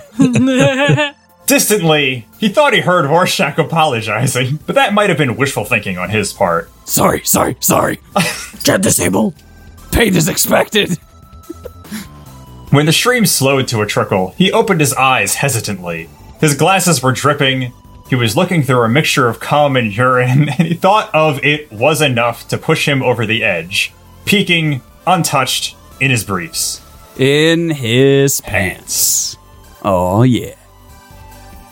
[SPEAKER 2] Distantly, he thought he heard Rorschach apologizing, but that might have been wishful thinking on his part.
[SPEAKER 1] Sorry, sorry, sorry. Get disabled. Pain is expected.
[SPEAKER 2] When the stream slowed to a trickle, he opened his eyes hesitantly. His glasses were dripping. He was looking through a mixture of cum and urine, and he thought of it was enough to push him over the edge, peeking, untouched, in his briefs.
[SPEAKER 1] In his pants. Oh, yeah.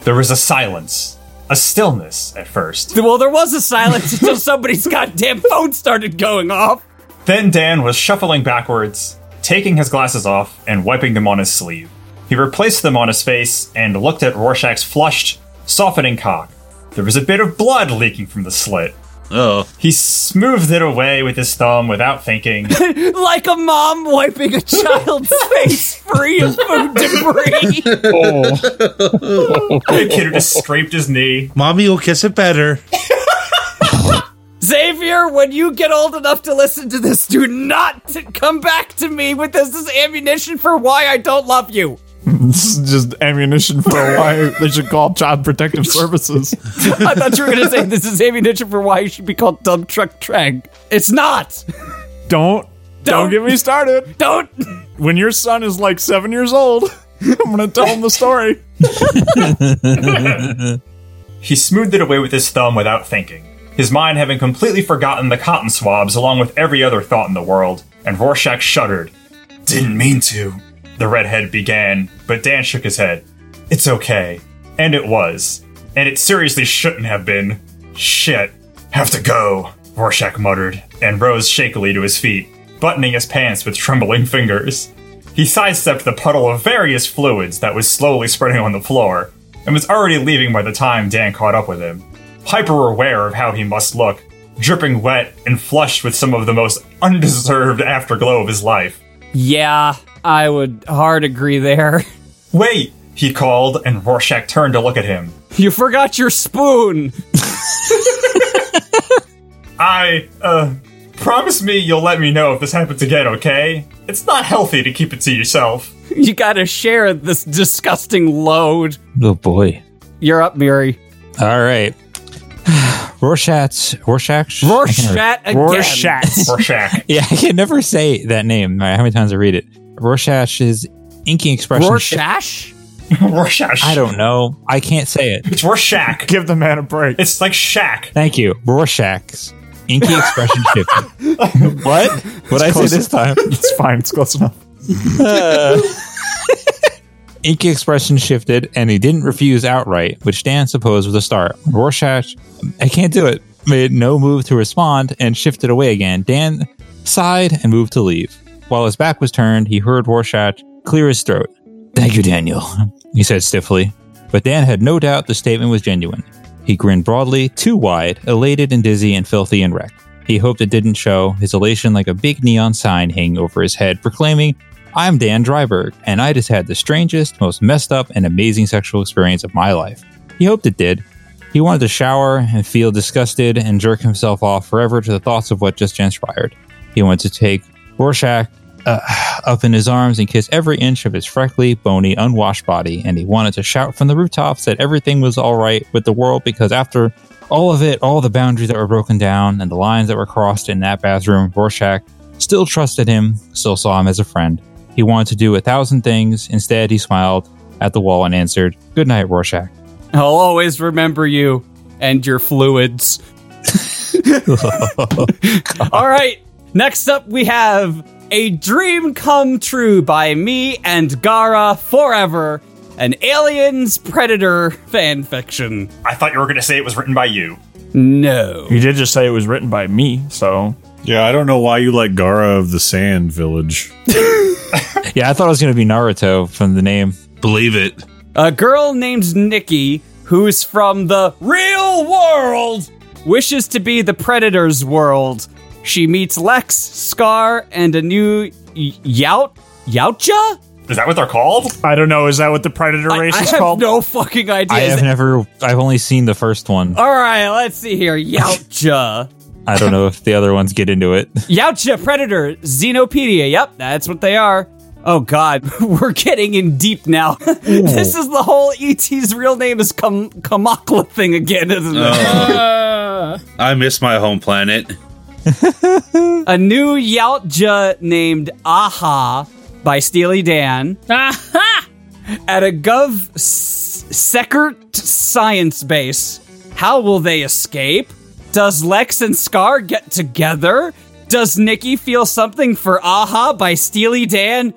[SPEAKER 2] There was a silence, a stillness at first.
[SPEAKER 1] Well, there was a silence until somebody's goddamn phone started going off.
[SPEAKER 2] Then Dan was shuffling backwards, taking his glasses off and wiping them on his sleeve. He replaced them on his face and looked at Rorschach's flushed, softening cock. There was a bit of blood leaking from the slit.
[SPEAKER 6] Oh.
[SPEAKER 2] He smoothed it away with his thumb without thinking.
[SPEAKER 1] like a mom wiping a child's face free of food debris.
[SPEAKER 4] Oh.
[SPEAKER 2] the kid just scraped his knee.
[SPEAKER 6] Mommy will kiss it better.
[SPEAKER 1] Xavier, when you get old enough to listen to this, do not t- come back to me with this as ammunition for why I don't love you.
[SPEAKER 4] this is just ammunition for why they should call Child Protective Services.
[SPEAKER 1] I thought you were going to say this is ammunition for why you should be called Dumb Truck Trang. It's not.
[SPEAKER 4] Don't, don't get me started.
[SPEAKER 1] Don't.
[SPEAKER 4] When your son is like seven years old, I'm gonna tell him the story.
[SPEAKER 2] He smoothed it away with his thumb without thinking, his mind having completely forgotten the cotton swabs along with every other thought in the world, and Rorschach shuddered. Didn't mean to. The redhead began, but Dan shook his head. It's okay. And it was. And it seriously shouldn't have been. Shit. Have to go, Rorschach muttered, and rose shakily to his feet, buttoning his pants with trembling fingers. He sidestepped the puddle of various fluids that was slowly spreading on the floor, and was already leaving by the time Dan caught up with him. Hyper aware of how he must look, dripping wet and flushed with some of the most undeserved afterglow of his life.
[SPEAKER 1] Yeah, I would hard agree there.
[SPEAKER 2] Wait, he called, and Rorschach turned to look at him.
[SPEAKER 1] You forgot your spoon.
[SPEAKER 2] I, uh, promise me you'll let me know if this happens again, okay? It's not healthy to keep it to yourself.
[SPEAKER 1] You gotta share this disgusting load.
[SPEAKER 11] Oh boy.
[SPEAKER 1] You're up, Miri.
[SPEAKER 11] All right. Rorschach. Rorschach.
[SPEAKER 1] Rorschach again.
[SPEAKER 11] Rorschach.
[SPEAKER 2] Rorschach.
[SPEAKER 11] Yeah, I can never say that name. no matter How many times I read it? Rorschach's inking expression.
[SPEAKER 1] Rorschach?
[SPEAKER 2] Rorschach.
[SPEAKER 11] I don't know. I can't say it.
[SPEAKER 2] It's Rorschach.
[SPEAKER 4] Give the man a break.
[SPEAKER 2] It's like Shaq.
[SPEAKER 11] Thank you. Rorschach's inky expression shifted. what? What I say
[SPEAKER 4] close.
[SPEAKER 11] this time?
[SPEAKER 4] It's fine. It's close enough.
[SPEAKER 11] Inky expression shifted, and he didn't refuse outright, which Dan supposed was a start. Rorschach, I can't do it, made no move to respond and shifted away again. Dan sighed and moved to leave. While his back was turned, he heard Rorschach clear his throat. Thank you, Daniel, he said stiffly. But Dan had no doubt the statement was genuine. He grinned broadly, too wide, elated and dizzy and filthy and wrecked. He hoped it didn't show, his elation like a big neon sign hanging over his head, proclaiming, I'm Dan Dryberg, and I just had the strangest, most messed up, and amazing sexual experience of my life. He hoped it did. He wanted to shower and feel disgusted and jerk himself off forever to the thoughts of what just transpired. He wanted to take Rorschach uh, up in his arms and kiss every inch of his freckly, bony, unwashed body, and he wanted to shout from the rooftops that everything was all right with the world because after all of it, all the boundaries that were broken down and the lines that were crossed in that bathroom, Rorschach still trusted him, still saw him as a friend. He wanted to do a thousand things. Instead, he smiled at the wall and answered, Good night, Rorschach.
[SPEAKER 1] I'll always remember you and your fluids. All right. Next up, we have A Dream Come True by me and Gara forever. An Aliens Predator fan fiction.
[SPEAKER 2] I thought you were going to say it was written by you.
[SPEAKER 1] No.
[SPEAKER 4] You did just say it was written by me, so.
[SPEAKER 9] Yeah, I don't know why you like Gara of the Sand Village.
[SPEAKER 11] Yeah, I thought it was going to be Naruto from the name.
[SPEAKER 6] Believe it.
[SPEAKER 1] A girl named Nikki, who's from the real world, wishes to be the Predator's world. She meets Lex, Scar, and a new y- Yout Yautja?
[SPEAKER 2] Is that what they're called?
[SPEAKER 4] I don't know. Is that what the Predator race
[SPEAKER 1] I
[SPEAKER 4] is
[SPEAKER 1] have
[SPEAKER 4] called?
[SPEAKER 1] no fucking idea.
[SPEAKER 11] I
[SPEAKER 1] Is
[SPEAKER 11] have
[SPEAKER 1] it-
[SPEAKER 11] never. I've only seen the first one.
[SPEAKER 1] All right, let's see here. Yautja.
[SPEAKER 11] I don't know if the other ones get into it.
[SPEAKER 1] Yautja Predator Xenopedia. Yep, that's what they are. Oh god, we're getting in deep now. this is the whole ET's real name is Kam- Kamakla thing again, isn't it?
[SPEAKER 6] Oh. I miss my home planet.
[SPEAKER 1] A new Yautja named Aha by Steely Dan
[SPEAKER 5] Aha!
[SPEAKER 1] at a Gov S- Secret Science Base. How will they escape? Does Lex and Scar get together? Does Nikki feel something for Aha by Steely Dan?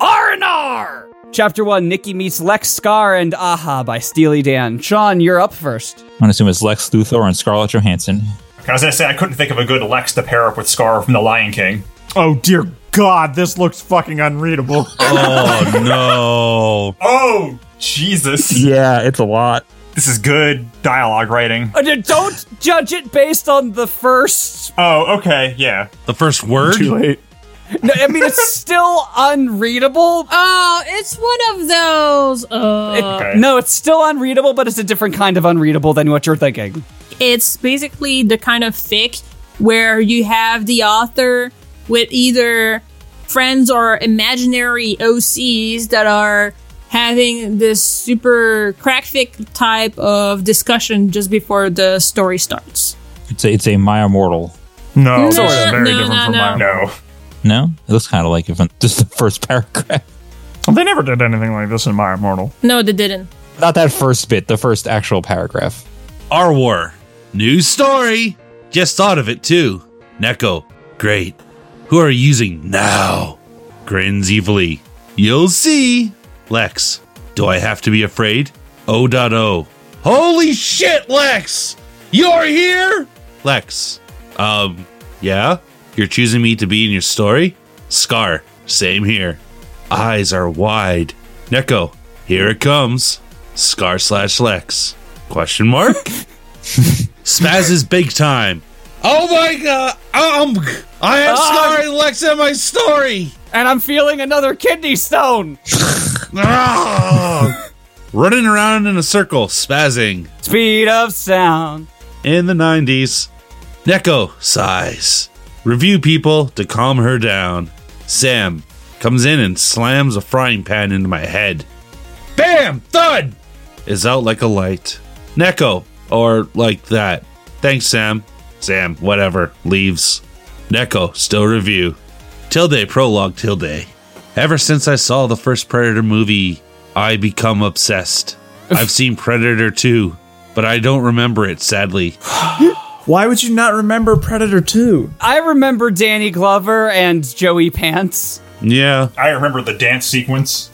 [SPEAKER 1] R and R. Chapter one: Nikki meets Lex, Scar, and Aha by Steely Dan. Sean, you're up first.
[SPEAKER 11] I'm gonna assume it's Lex Luthor and Scarlett Johansson.
[SPEAKER 2] I was going to say, I couldn't think of a good Lex to pair up with Scar from The Lion King.
[SPEAKER 4] Oh, dear God. This looks fucking unreadable.
[SPEAKER 6] Oh no.
[SPEAKER 2] Oh, Jesus.
[SPEAKER 11] Yeah, it's a lot.
[SPEAKER 2] This is good dialogue writing.
[SPEAKER 1] Uh, Don't judge it based on the first
[SPEAKER 2] Oh, okay, yeah.
[SPEAKER 6] The first word?
[SPEAKER 4] Too late.
[SPEAKER 1] No, I mean it's still unreadable.
[SPEAKER 5] Oh, it's one of those.
[SPEAKER 1] It-
[SPEAKER 5] Uh,
[SPEAKER 1] No, it's still unreadable, but it's a different kind of unreadable than what you're thinking.
[SPEAKER 5] it's basically the kind of fic where you have the author with either friends or imaginary OCs that are having this super crack fic type of discussion just before the story starts.
[SPEAKER 11] It's a, it's a Maya Mortal.
[SPEAKER 4] No,
[SPEAKER 5] Sort
[SPEAKER 4] this is
[SPEAKER 5] of.
[SPEAKER 4] very
[SPEAKER 5] No,
[SPEAKER 4] different
[SPEAKER 5] no,
[SPEAKER 4] from
[SPEAKER 5] no.
[SPEAKER 4] mine.
[SPEAKER 2] No.
[SPEAKER 11] No, it looks kind of like it from just the first paragraph.
[SPEAKER 4] They never did anything like this in My Immortal.
[SPEAKER 5] No, they didn't.
[SPEAKER 11] Not that first bit, the first actual paragraph.
[SPEAKER 6] Our War. New story. Just thought of it too. Neko. Great. Who are you using now? Grins evilly. You'll see. Lex. Do I have to be afraid? 0.0. Holy shit, Lex! You're here? Lex. Um, yeah? You're choosing me to be in your story? Scar. Same here. Eyes are wide. Neko. Here it comes. Scar slash Lex. Question mark? Spaz is big time. Oh my god! Um, I have Scar and Lex in my story.
[SPEAKER 1] And I'm feeling another kidney stone.
[SPEAKER 6] Ah. Running around in a circle, spazzing
[SPEAKER 1] Speed of sound.
[SPEAKER 6] in the nineties. Neko sighs. Review people to calm her down. Sam comes in and slams a frying pan into my head. Bam! Thud! Is out like a light. Neko, or like that. Thanks, Sam. Sam, whatever, leaves. Neko, still review. Tilde, prologue, Tilde. Ever since I saw the first Predator movie, I become obsessed. I've seen Predator 2, but I don't remember it, sadly.
[SPEAKER 4] Why would you not remember Predator 2?
[SPEAKER 1] I remember Danny Glover and Joey Pants.
[SPEAKER 6] Yeah.
[SPEAKER 2] I remember the dance sequence.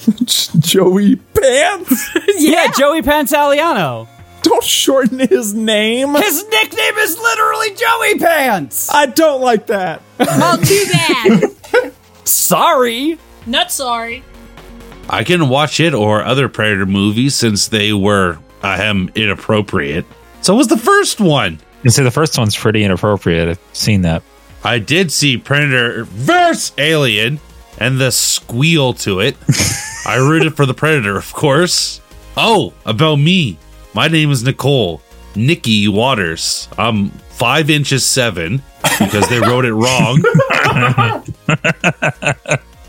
[SPEAKER 4] Joey Pants?
[SPEAKER 1] Yeah, Joey Pantaliano.
[SPEAKER 4] Don't shorten his name.
[SPEAKER 1] His nickname is literally Joey Pants.
[SPEAKER 4] I don't like that.
[SPEAKER 5] Oh, too bad.
[SPEAKER 1] Sorry.
[SPEAKER 5] Not sorry.
[SPEAKER 6] I can watch it or other Predator movies since they were, ahem, inappropriate. So was the first one.
[SPEAKER 11] You see, the first one's pretty inappropriate. I've seen that.
[SPEAKER 6] I did see Predator versus Alien and the squeal to it. I rooted for the Predator, of course. Oh, about me. My name is Nicole Nikki Waters. I'm five inches seven because they wrote it wrong.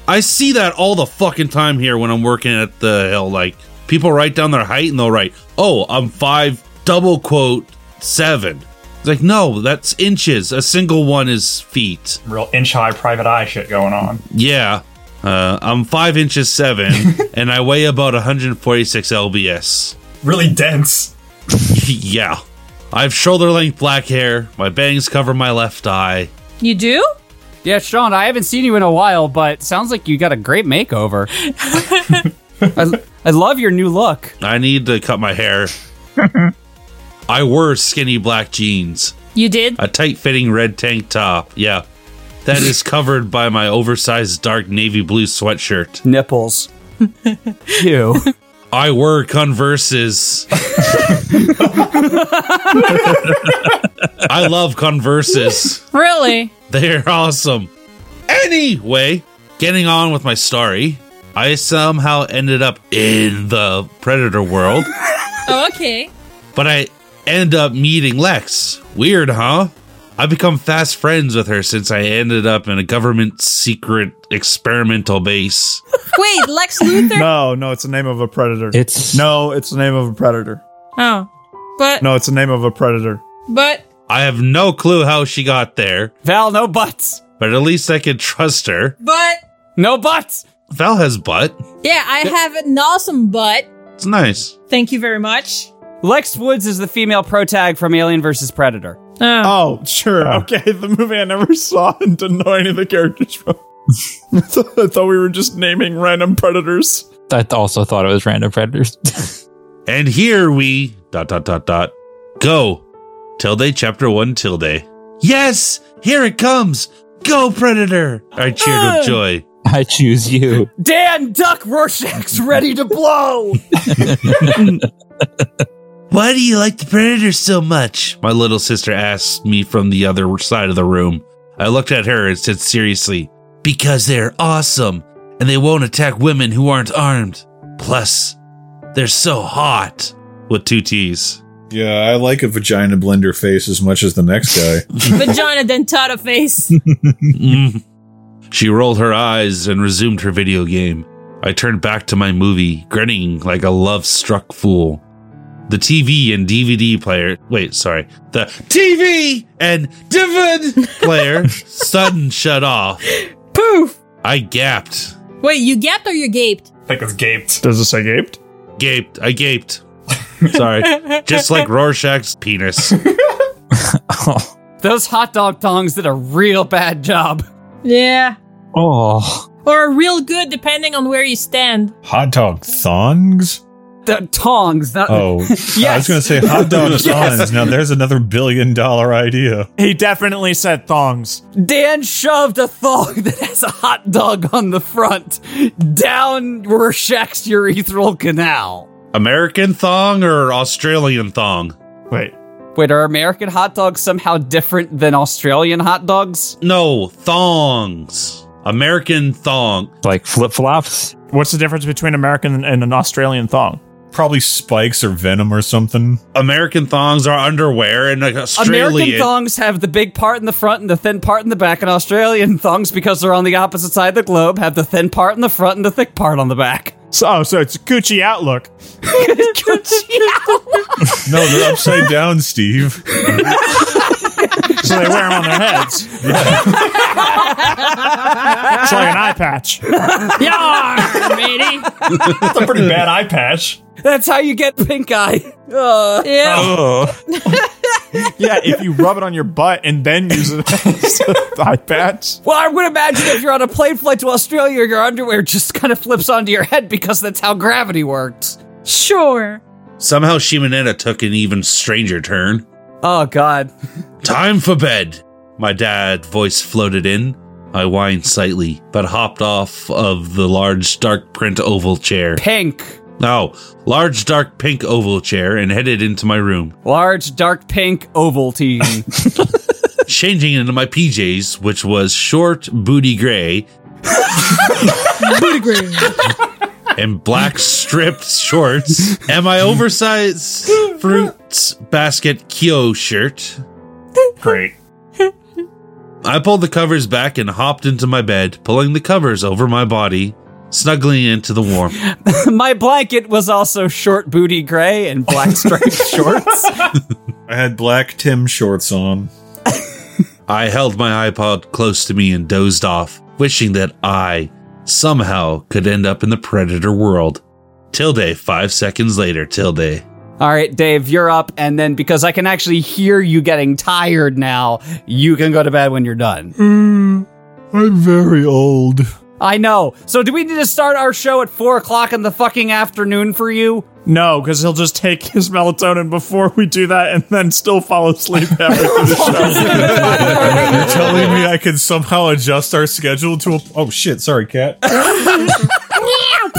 [SPEAKER 6] I see that all the fucking time here when I'm working at the hill. Like people write down their height and they'll write, "Oh, I'm five double quote seven. It's like no, that's inches. A single one is feet.
[SPEAKER 2] Real inch high private eye shit going on.
[SPEAKER 6] Yeah. Uh, I'm five inches seven, and I weigh about 146 lbs.
[SPEAKER 2] Really dense.
[SPEAKER 6] yeah, I have shoulder length black hair. My bangs cover my left eye.
[SPEAKER 5] You do?
[SPEAKER 1] Yeah, Sean, I haven't seen you in a while, but sounds like you got a great makeover. I, I love your new look.
[SPEAKER 6] I need to cut my hair. I wore skinny black jeans,
[SPEAKER 5] You did?
[SPEAKER 6] a tight fitting red tank top. Yeah. That is covered by my oversized dark navy blue sweatshirt.
[SPEAKER 1] Nipples. Ew.
[SPEAKER 6] I wore Converses. I love Converses.
[SPEAKER 5] Really?
[SPEAKER 6] They're awesome. Anyway, getting on with my story, I somehow ended up in the Predator world,
[SPEAKER 5] Oh, okay.
[SPEAKER 6] but I end up meeting Lex. Weird, huh? I've become fast friends with her since I ended up in a government secret experimental base.
[SPEAKER 5] Wait, Lex Luthor?
[SPEAKER 4] No, no, it's the name of a predator.
[SPEAKER 11] It's-
[SPEAKER 4] no, it's the name of a predator.
[SPEAKER 5] Oh. But,
[SPEAKER 4] No, it's the name of a predator.
[SPEAKER 5] but,
[SPEAKER 6] I have no clue how she got there,
[SPEAKER 1] Val, no butts.
[SPEAKER 6] but at least I can trust her.
[SPEAKER 5] but,
[SPEAKER 1] No butts.
[SPEAKER 6] Val has butt.
[SPEAKER 5] yeah, I have an awesome butt.
[SPEAKER 6] It's nice.
[SPEAKER 5] Thank you very much.
[SPEAKER 1] Lex Woods is the female protag from Alien vs. Predator.
[SPEAKER 5] Oh.
[SPEAKER 4] Oh, sure. Okay, the movie I never saw and didn't know any of the characters from. I thought I thought we were just naming random predators.
[SPEAKER 11] I th- also thought it was random predators.
[SPEAKER 6] And here we dot dot dot dot go. Tilde chapter one tilde. Yes, here it comes. Go Predator! I cheered with joy.
[SPEAKER 11] I choose you.
[SPEAKER 1] Dan Duck Rorschach's ready to blow.
[SPEAKER 6] Why do you like the Predator so much? My little sister asked me from the other side of the room. I looked at her and said seriously, Because they're awesome and they won't attack women who aren't armed. Plus, they're so hot. With two T's.
[SPEAKER 10] Yeah, I like a vagina blender face as much as the next guy.
[SPEAKER 5] Vagina dentata face.
[SPEAKER 6] Mm. She rolled her eyes and resumed her video game. I turned back to my movie, grinning like a love struck fool. The TV and DVD player, wait, sorry, the TV and DVD player sudden shut off.
[SPEAKER 5] Poof.
[SPEAKER 6] I gapped,
[SPEAKER 5] Wait, you gapped or you gaped?
[SPEAKER 2] I think it's gaped.
[SPEAKER 4] Does it say gaped?
[SPEAKER 6] gaped, I gaped. Sorry, just like Rorschach's penis.
[SPEAKER 11] oh,
[SPEAKER 1] Those hot dog tongs did a real bad job.
[SPEAKER 5] Yeah.
[SPEAKER 11] oh,
[SPEAKER 5] Or real good, depending on where you stand.
[SPEAKER 9] Hot dog thongs?
[SPEAKER 1] The tongs, not
[SPEAKER 9] Oh, I was
[SPEAKER 1] Yes.
[SPEAKER 9] going to say hot dog thongs. Now there's another billion dollar idea.
[SPEAKER 4] He definitely said thongs.
[SPEAKER 1] Dan shoved a thong that has a hot dog on the front down Rorschach's urethral canal.
[SPEAKER 6] American thong or Australian thong?
[SPEAKER 4] Wait,
[SPEAKER 1] Wait, are American hot dogs somehow different than Australian hot dogs?
[SPEAKER 6] No, thongs. American thong.
[SPEAKER 11] like flip flops.
[SPEAKER 4] what's the difference between American and an Australian thong?
[SPEAKER 9] Probably spikes or venom or something.
[SPEAKER 6] American thongs are underwear and like
[SPEAKER 1] American
[SPEAKER 6] Australian
[SPEAKER 1] thongs have the big part in the front and the thin part in the back, and Australian thongs, because they're on the opposite side of the globe, have the thin part in the front and the thick part on the back.
[SPEAKER 4] So, oh, so it's a coochie outlook.
[SPEAKER 9] No, they're upside down, Steve.
[SPEAKER 4] So they wear them on their heads. it's like an eye patch.
[SPEAKER 5] Yar, matey.
[SPEAKER 2] That's a pretty bad eye patch.
[SPEAKER 1] That's how you get pink eye. Uh,
[SPEAKER 5] Yeah.
[SPEAKER 11] Oh,
[SPEAKER 4] Yeah, if you rub it on your butt and then use it as an eye patch.
[SPEAKER 1] well, I would imagine if you're on a plane flight to Australia, your underwear just kind of flips onto your head because that's how gravity works.
[SPEAKER 5] Sure.
[SPEAKER 6] Somehow Shimonetta took an even stranger turn.
[SPEAKER 1] Oh, God.
[SPEAKER 6] Time for bed. My dad's voice floated in. I whined slightly, but hopped off of the large dark print oval chair.
[SPEAKER 1] Pink.
[SPEAKER 6] No, large dark pink oval chair and headed into my room,
[SPEAKER 1] Large, dark pink Ovaltine.
[SPEAKER 6] changing into my PJs, which was short booty gray
[SPEAKER 5] Booty green.
[SPEAKER 6] and black striped shorts, and my oversized fruits basket Kyo shirt.
[SPEAKER 2] Great.
[SPEAKER 6] I pulled the covers back and hopped into my bed, pulling the covers over my body, snuggling into the warmth.
[SPEAKER 1] My blanket was also short booty gray and black striped shorts.
[SPEAKER 10] I had black Tim shorts on.
[SPEAKER 6] I held my iPod close to me and dozed off, wishing that I somehow could end up in the predator world. Tilde, five seconds later, Tilde.
[SPEAKER 1] All right, Dave, you're up. And then because I can actually hear you getting tired now, you can go to bed when you're done.
[SPEAKER 8] Mm, I'm very old.
[SPEAKER 1] I know. So do we need to start our show at four o'clock in the fucking afternoon for you?
[SPEAKER 4] No, because he'll just take his melatonin before we do that and then still fall asleep after the show.
[SPEAKER 7] You're telling me I can somehow adjust our schedule to a. Oh shit! Sorry, cat.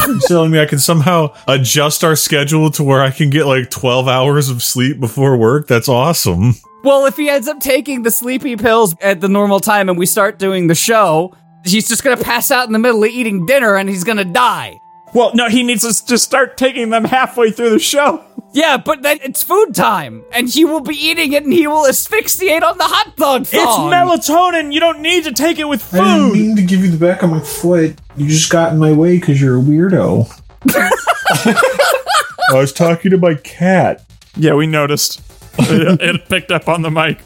[SPEAKER 7] You're telling me I can somehow adjust our schedule to where I can get like twelve hours of sleep before work. That's awesome.
[SPEAKER 1] Well, if he ends up taking the sleepy pills at the normal time and we start doing the show, he's just gonna pass out in the middle of eating dinner and he's gonna die.
[SPEAKER 4] well, no, he needs us to start taking them halfway through the show.
[SPEAKER 1] Yeah, but then it's food time, and he will be eating it, and he will asphyxiate on the hot dog thong.
[SPEAKER 4] It's melatonin. You don't need to take it with
[SPEAKER 12] I didn't
[SPEAKER 4] food.
[SPEAKER 12] mean to give you the back of my foot. You just got in my way because you're a weirdo.
[SPEAKER 8] I was talking to my cat.
[SPEAKER 4] Yeah, we noticed. it, it picked up on the mic.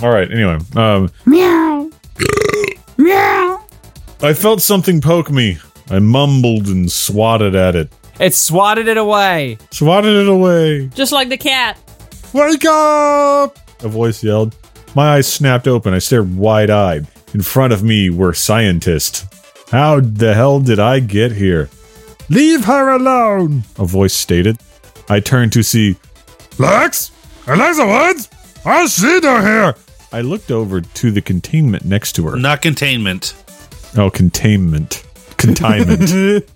[SPEAKER 7] All right. Anyway, um,
[SPEAKER 1] Meow. Meow.
[SPEAKER 7] I felt something poke me. I mumbled and swatted at it.
[SPEAKER 1] It swatted it away.
[SPEAKER 7] Swatted it away.
[SPEAKER 5] Just like the cat.
[SPEAKER 7] Wake up! A voice yelled. My eyes snapped open. I stared wide eyed. In front of me were scientists. How the hell did I get here?
[SPEAKER 8] Leave her alone.
[SPEAKER 7] A voice stated. I turned to see.
[SPEAKER 8] Lex? Eliza Woods? I see her here.
[SPEAKER 7] I looked over to the containment next to her.
[SPEAKER 6] Not containment.
[SPEAKER 7] Oh, containment. Containment.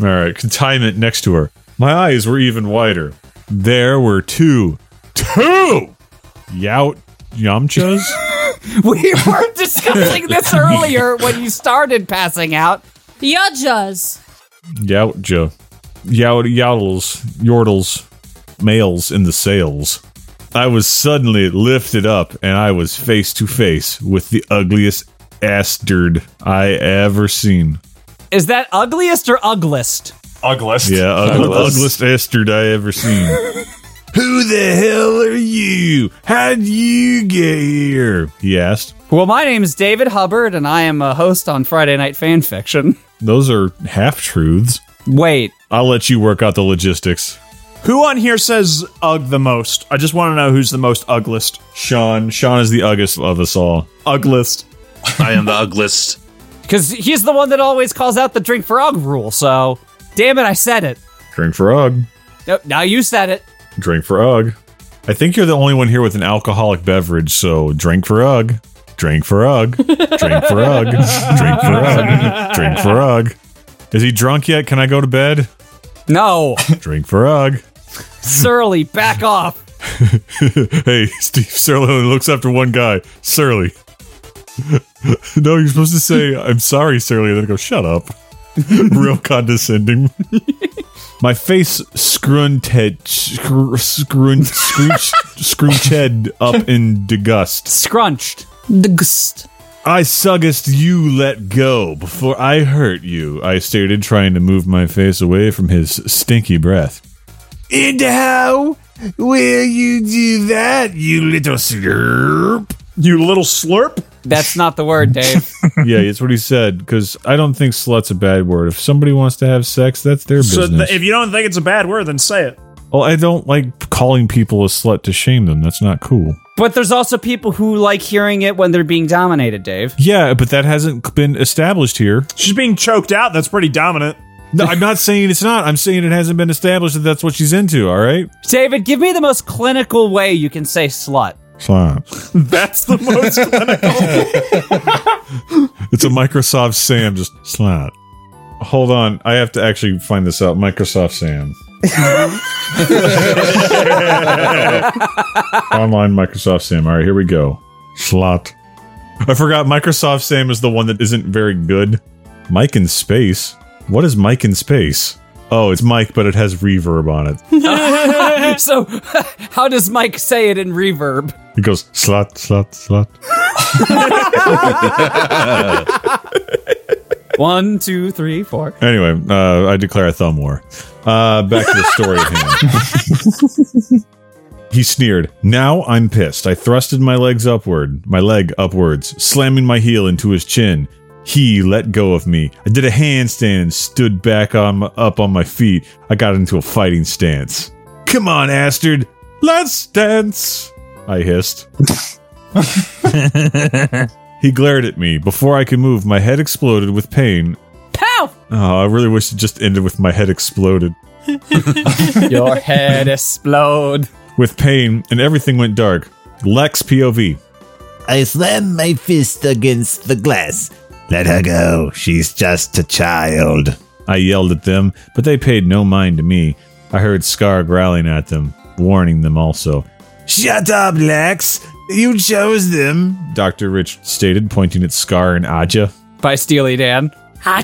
[SPEAKER 7] All right, containment next to her. My eyes were even wider. There were two. Two! Yout Yamchas?
[SPEAKER 1] We were discussing this earlier when you started passing out.
[SPEAKER 5] Yajas.
[SPEAKER 7] Youtja. Yout yodels, yordles, males in the sails. I was suddenly lifted up and I was face to face with the ugliest astard I ever seen.
[SPEAKER 1] Is that ugliest or ugliest?
[SPEAKER 2] Uglist.
[SPEAKER 7] Yeah, ug- ugliest astard I ever seen. Who the hell are you? How'd you get here? He asked.
[SPEAKER 1] Well, my name is David Hubbard, and I am a host on Friday Night Fan Fiction.
[SPEAKER 7] Those are half truths.
[SPEAKER 1] Wait,
[SPEAKER 7] I'll let you work out the logistics.
[SPEAKER 4] Who on here says ugh the most? I just want to know who's the most ugliest.
[SPEAKER 7] Sean, Sean is the uggest of us all.
[SPEAKER 4] Ugliest.
[SPEAKER 6] I am the ugliest.
[SPEAKER 1] because he's the one that always calls out the drink for ug rule. So, damn it, I said it.
[SPEAKER 7] Drink for ugg.
[SPEAKER 1] Nope, now you said it.
[SPEAKER 7] Drink for ugg. I think you're the only one here with an alcoholic beverage, so drink for ugg. Drink for ugg. Drink for ugg. Drink for ugg. Drink for ugg. Is he drunk yet? Can I go to bed?
[SPEAKER 1] No,
[SPEAKER 7] Drink for ugg.
[SPEAKER 1] Surly, back off.
[SPEAKER 7] hey, Steve Surly only looks after one guy. Surly. no, you're supposed to say, I'm sorry, Surly, and then go, shut up. Real condescending. My face scrunted, scr- scrun, scrunch, scrunched up in disgust.
[SPEAKER 1] Scrunched.
[SPEAKER 5] Dgst.
[SPEAKER 7] I suggest you let go before I hurt you, I stated, trying to move my face away from his stinky breath. And how will you do that, you little slurp?
[SPEAKER 4] You little slurp.
[SPEAKER 1] That's not the word, Dave.
[SPEAKER 7] yeah, it's what he said. Because I don't think "slut's" a bad word. If somebody wants to have sex, that's their
[SPEAKER 4] So
[SPEAKER 7] business.
[SPEAKER 4] th- if you don't think it's a bad word, then say it.
[SPEAKER 7] well, I don't like calling people a slut to shame them. That's not cool.
[SPEAKER 1] but there's also people who like hearing it when they're being dominated, Dave.
[SPEAKER 7] Yeah, but that hasn't been established here.
[SPEAKER 4] She's being choked out. That's pretty dominant.
[SPEAKER 7] No, I'm not saying it's not. I'm saying it hasn't been established that that's what she's into. All right,
[SPEAKER 1] David, give me the most clinical way you can say slut.
[SPEAKER 7] slut.
[SPEAKER 4] That's the most.
[SPEAKER 7] It's a Microsoft Sam. Just slut. Hold on, I have to actually find this out. Microsoft Sam. Online Microsoft Sam. All right, here we go. Slot. I forgot Microsoft Sam is the one that isn't very good. Mike in space. What is Mike in space? Oh, it's Mike, but it has reverb on it.
[SPEAKER 1] so, how does Mike say it in reverb?
[SPEAKER 7] It goes slot, slot, slot.
[SPEAKER 1] One, two, three, four.
[SPEAKER 7] Anyway, uh, I declare a thumb war. Uh, back to the story at hand. he sneered. Now I'm pissed. I thrusted my legs upward, my leg upwards, slamming my heel into his chin. He let go of me. I did a handstand and stood back on up on my feet. I got into a fighting stance. Come on, Astard. Let's dance. I hissed. He glared at me. Before I could move, my head exploded with pain.
[SPEAKER 5] Pow!
[SPEAKER 7] Oh, I really wish it just ended with my head exploded.
[SPEAKER 1] Your head explode.
[SPEAKER 7] With pain, and everything went dark. Lex POV.
[SPEAKER 13] I slam my fist against the glass. Let her go. She's just a child.
[SPEAKER 7] I yelled at them, but they paid no mind to me. I heard Scar growling at them, warning them also.
[SPEAKER 13] Shut up, Lex. You chose them.
[SPEAKER 7] Dr. Rich stated, pointing at Scar and Aja.
[SPEAKER 1] By Steely Dan.
[SPEAKER 7] Oh,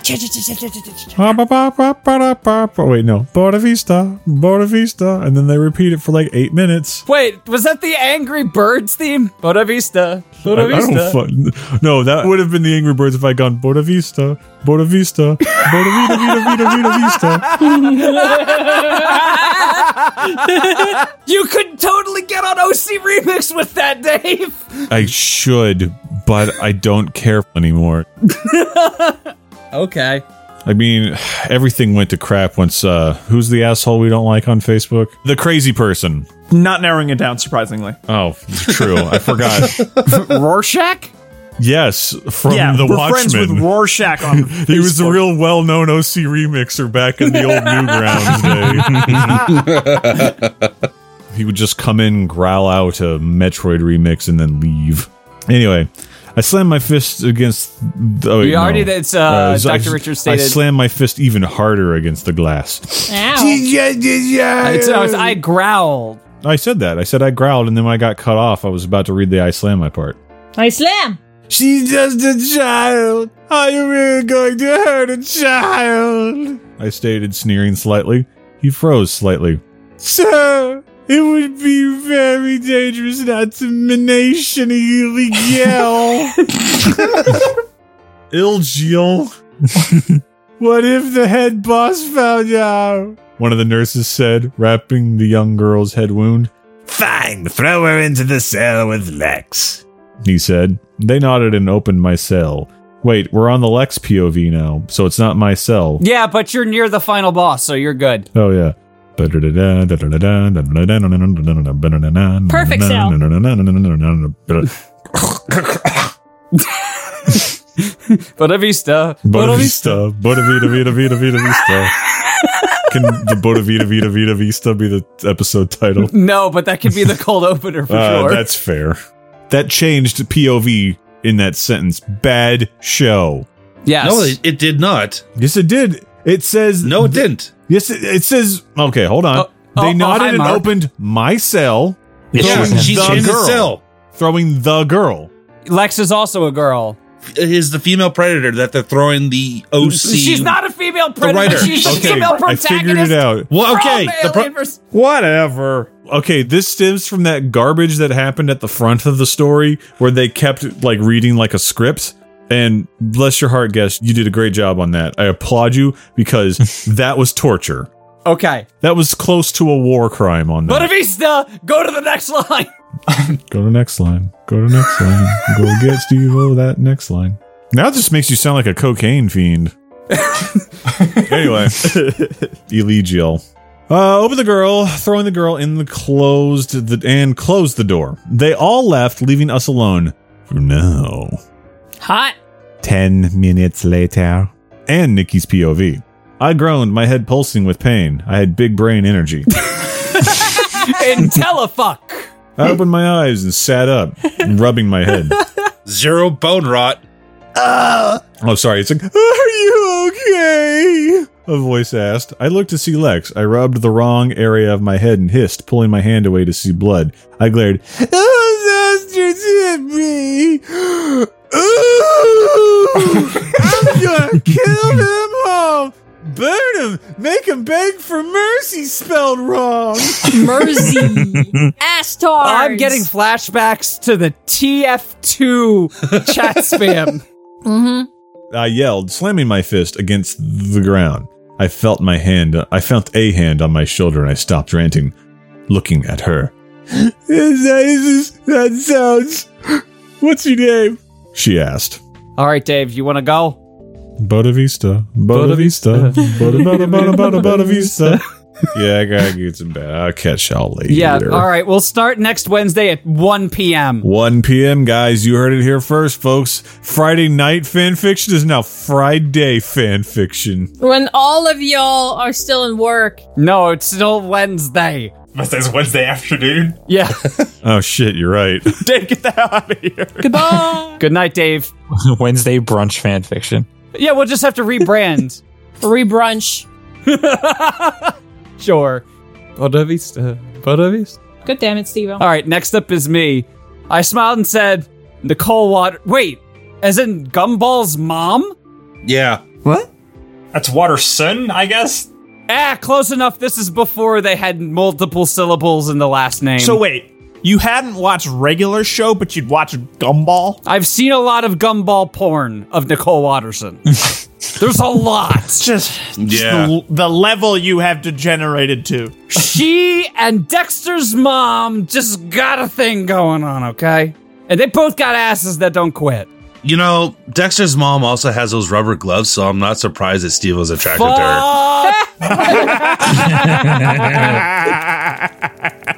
[SPEAKER 7] wait, no. Bora Vista, Bora Vista. And then they repeat it for like eight minutes.
[SPEAKER 1] Wait, was that the Angry Birds theme? Buena Vista. Buena
[SPEAKER 7] I- I don't
[SPEAKER 1] Vista.
[SPEAKER 7] fu- no, that would have been the Angry Birds if I'd gone Bora Vista, Bora Vista, Bora Vita, Vita, Vita, Vita, Vista.
[SPEAKER 1] you could totally get on OC Remix with that, Dave.
[SPEAKER 7] I should, but I don't care anymore.
[SPEAKER 1] Okay.
[SPEAKER 7] I mean, everything went to crap once. Uh, who's the asshole we don't like on Facebook? The crazy person.
[SPEAKER 4] Not narrowing it down, surprisingly.
[SPEAKER 7] Oh, true. I forgot.
[SPEAKER 1] Rorschach?
[SPEAKER 7] Yes, from
[SPEAKER 4] yeah,
[SPEAKER 7] The
[SPEAKER 4] we're friends
[SPEAKER 7] Watchmen.
[SPEAKER 4] with Rorschach on.
[SPEAKER 7] he was a real well-known OC remixer back in the old Newgrounds day. he would just come in, growl out a Metroid remix, and then leave. Anyway, I slammed my fist against. The, oh, wait,
[SPEAKER 1] You already-
[SPEAKER 7] no.
[SPEAKER 1] that's, uh,
[SPEAKER 7] so I-
[SPEAKER 1] Dr. Richards
[SPEAKER 7] I
[SPEAKER 1] stated-
[SPEAKER 7] slammed my fist even harder against the glass.
[SPEAKER 1] It's- no, it's- I growled.
[SPEAKER 7] I said that. I said I growled, and then when I got cut off, I was about to read the I slam my part.
[SPEAKER 5] I slam.
[SPEAKER 13] She's just a child. Are you really going to hurt a child?
[SPEAKER 7] I stated, sneering slightly. He froze slightly.
[SPEAKER 12] Sir, it would be very dangerous not to nationally yell.
[SPEAKER 7] Il Gil.
[SPEAKER 12] what if the head boss found out?
[SPEAKER 7] One of the nurses said, wrapping the young girl's head wound.
[SPEAKER 13] Fine, throw her into the cell with Lex.
[SPEAKER 7] He said. They nodded and opened my cell. Wait, we're on the Lex POV now, so it's not my cell.
[SPEAKER 1] Yeah, but you're near the final boss, so you're good.
[SPEAKER 7] Oh yeah. Perfect
[SPEAKER 1] cell. Buena Vista.
[SPEAKER 7] Buena Vista. Buena Vita Vita Vita Vita Vista. Can the Buena Vita Vita Vita Vista be the episode title?
[SPEAKER 1] No, but that could be the cold opener for
[SPEAKER 7] Uh,
[SPEAKER 1] sure.
[SPEAKER 7] That's fair. That changed POV in that sentence. Bad show.
[SPEAKER 1] Yes.
[SPEAKER 6] No, it, it did not.
[SPEAKER 7] Yes, it did. It says
[SPEAKER 6] no, it didn't.
[SPEAKER 7] Yes, it, it says. Okay, hold on.
[SPEAKER 6] oh,
[SPEAKER 7] they
[SPEAKER 6] oh,
[SPEAKER 7] nodded
[SPEAKER 6] hi,
[SPEAKER 7] and
[SPEAKER 6] Mark.
[SPEAKER 7] opened my cell.
[SPEAKER 6] Yes, she was in- she's in the cell.
[SPEAKER 7] Throwing the girl.
[SPEAKER 1] Lex is also a girl.
[SPEAKER 6] Is the female predator that they're throwing the OC?
[SPEAKER 1] She's not a female
[SPEAKER 6] the writer.
[SPEAKER 1] predator. She's a female protagonist.
[SPEAKER 7] I figured it out.
[SPEAKER 6] Well, okay.
[SPEAKER 1] from
[SPEAKER 6] The pro-
[SPEAKER 1] Alien vs.
[SPEAKER 7] Whatever. Okay, this stems from that garbage that happened at the front of the story where they kept like reading like a script. And bless your heart, guest, you did a great job on that. I applaud you because that was torture.
[SPEAKER 1] Okay.
[SPEAKER 7] That was close to a war crime on that.
[SPEAKER 1] Buena Vista, go to the next line.
[SPEAKER 7] Go to next line. Go to next line. Go get Steve O that next line. Now this makes you sound like a cocaine fiend. anyway, Elegial. Uh, open the girl, throwing the girl in the closed the, and closed the door. They all left, leaving us alone. For now.
[SPEAKER 5] Hot.
[SPEAKER 7] Ten minutes later. And Nikki's POV. I groaned, my head pulsing with pain. I had big brain energy.
[SPEAKER 1] and tell a fuck.
[SPEAKER 7] I opened my eyes and sat up, rubbing my head.
[SPEAKER 6] Zero bone rot.
[SPEAKER 7] Oh, sorry. It's like, are you okay? A voice asked. I looked to see Lex. I rubbed the wrong area of my head and hissed, pulling my hand away to see blood. I glared.
[SPEAKER 12] Oh, sisters hit me. Ooh, I'm gonna kill them all. Burn them. Make them beg for mercy spelled wrong.
[SPEAKER 5] Mercy. Astar.
[SPEAKER 1] I'm getting flashbacks to the TF2 chat spam.
[SPEAKER 5] Mm-hmm.
[SPEAKER 7] I yelled, slamming my fist against the ground. I felt my hand. I felt a hand on my shoulder, and I stopped ranting, looking at her.
[SPEAKER 12] That is- that sounds. What's your name?
[SPEAKER 7] She asked.
[SPEAKER 1] All right, Dave, you want to go?
[SPEAKER 7] Buena Vista, Buena Vista, Buena Buena Buena Buena Vista.
[SPEAKER 9] yeah, I gotta get some bed. I'll catch y'all later.
[SPEAKER 1] Yeah. All right. We'll start next Wednesday at 1 p.m.
[SPEAKER 9] 1
[SPEAKER 7] p.m., guys. You heard it here first, folks. Friday night fan fiction is now Friday fan fiction.
[SPEAKER 5] When all of y'all are still in work.
[SPEAKER 1] No, it's still Wednesday.
[SPEAKER 2] Wednesday's Wednesday afternoon.
[SPEAKER 1] Yeah.
[SPEAKER 7] Oh shit, you're right.
[SPEAKER 5] Goodbye.
[SPEAKER 1] Good night, Dave.
[SPEAKER 11] Wednesday brunch fan fiction.
[SPEAKER 1] Yeah, we'll just have to rebrand.
[SPEAKER 5] Rebrunch.
[SPEAKER 1] sure.
[SPEAKER 11] Buena vista. Buena vista.
[SPEAKER 5] Good damn it, Steve.
[SPEAKER 1] All right. Next up is me. I smiled and said, "Nicole Water." Wait, as in Gumball's mom?
[SPEAKER 2] Yeah.
[SPEAKER 13] What?
[SPEAKER 2] That's Waterson, I guess.
[SPEAKER 1] Ah, close enough. This is before they had multiple syllables in the last name.
[SPEAKER 14] So wait, you hadn't watched regular show, but you'd watch Gumball.
[SPEAKER 1] I've seen a lot of Gumball porn of Nicole Watterson. There's a lot.
[SPEAKER 14] Just
[SPEAKER 1] Yeah.
[SPEAKER 14] the, the level you have degenerated to.
[SPEAKER 1] she and Dexter's mom just got a thing going on, okay? And they both got asses that don't quit.
[SPEAKER 6] You know, Dexter's mom also has those rubber gloves, so I'm not surprised that Steve was attracted to her.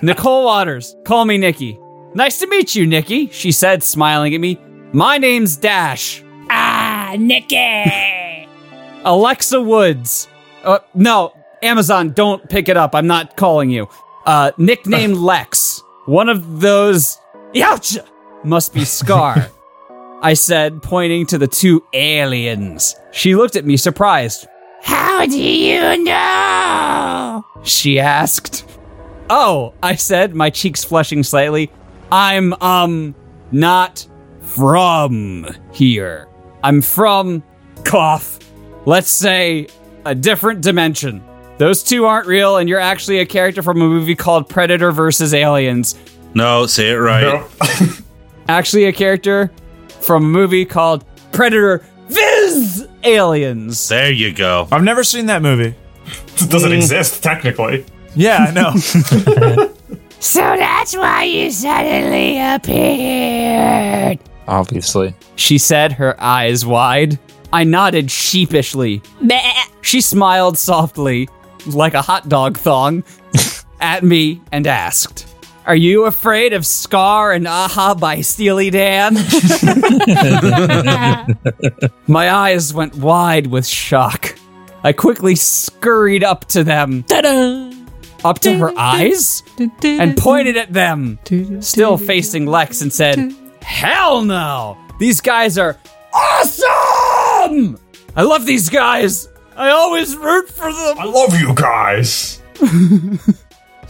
[SPEAKER 1] Nicole Waters, call me Nikki. Nice to meet you, Nikki, she said, smiling at me. My name's Dash.
[SPEAKER 5] Ah, Nikki.
[SPEAKER 1] Alexa Woods. Uh, no, Amazon, don't pick it up. I'm not calling you. Uh, nickname Lex. One of those. Ouch! Must be Scar. I said, pointing to the two aliens. She looked at me surprised. How do you know? She asked. Oh, I said, my cheeks flushing slightly. I'm, um, not from here. I'm from, cough, let's say, a different dimension. Those two aren't real, and you're actually a character from a movie called Predator versus Aliens.
[SPEAKER 6] No, say it right.
[SPEAKER 1] Actually, a character from a movie called Predator Viz Aliens.
[SPEAKER 6] There you go.
[SPEAKER 14] I've never seen that movie.
[SPEAKER 2] Doesn't exist technically.
[SPEAKER 14] Yeah, I know.
[SPEAKER 15] So that's why you suddenly appeared.
[SPEAKER 11] Obviously.
[SPEAKER 1] She said, her eyes wide. I nodded sheepishly. She smiled softly, like a hot dog thong, at me and asked, Are you afraid of Scar and Aha by Steely Dan? My eyes went wide with shock. I quickly scurried up to them. Up to her eyes? And pointed at them, still facing Lex, and said, Hell no! These guys are awesome! I love these guys! I always root for them! I
[SPEAKER 2] love you guys!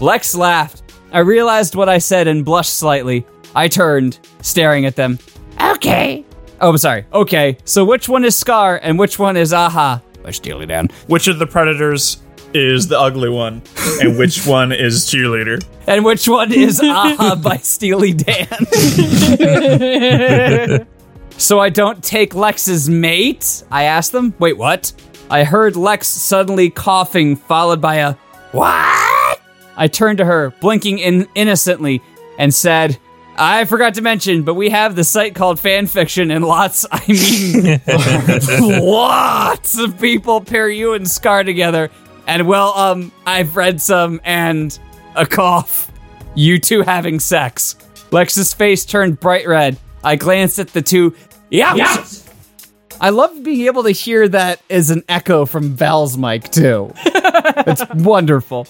[SPEAKER 1] Lex laughed. I realized what I said and blushed slightly. I turned, staring at them.
[SPEAKER 15] Okay.
[SPEAKER 1] Oh, I'm sorry. Okay, so which one is Scar and which one is Aha? I steal it down.
[SPEAKER 14] Which of the predators is the ugly one, and which one is cheerleader?
[SPEAKER 1] And which one is Aha by Steely Dan? so I don't take Lex's mate? I asked them. Wait, what? I heard Lex suddenly coughing, followed by a What? I turned to her, blinking in- innocently, and said, I forgot to mention, but we have the site called fanfiction, and lots, I mean, lots of people pair you and Scar together. And well, um, I've read some, and a cough. You two having sex. Lex's face turned bright red. I glanced at the two. Yeah. I love being able to hear that as an echo from Val's mic too. it's wonderful.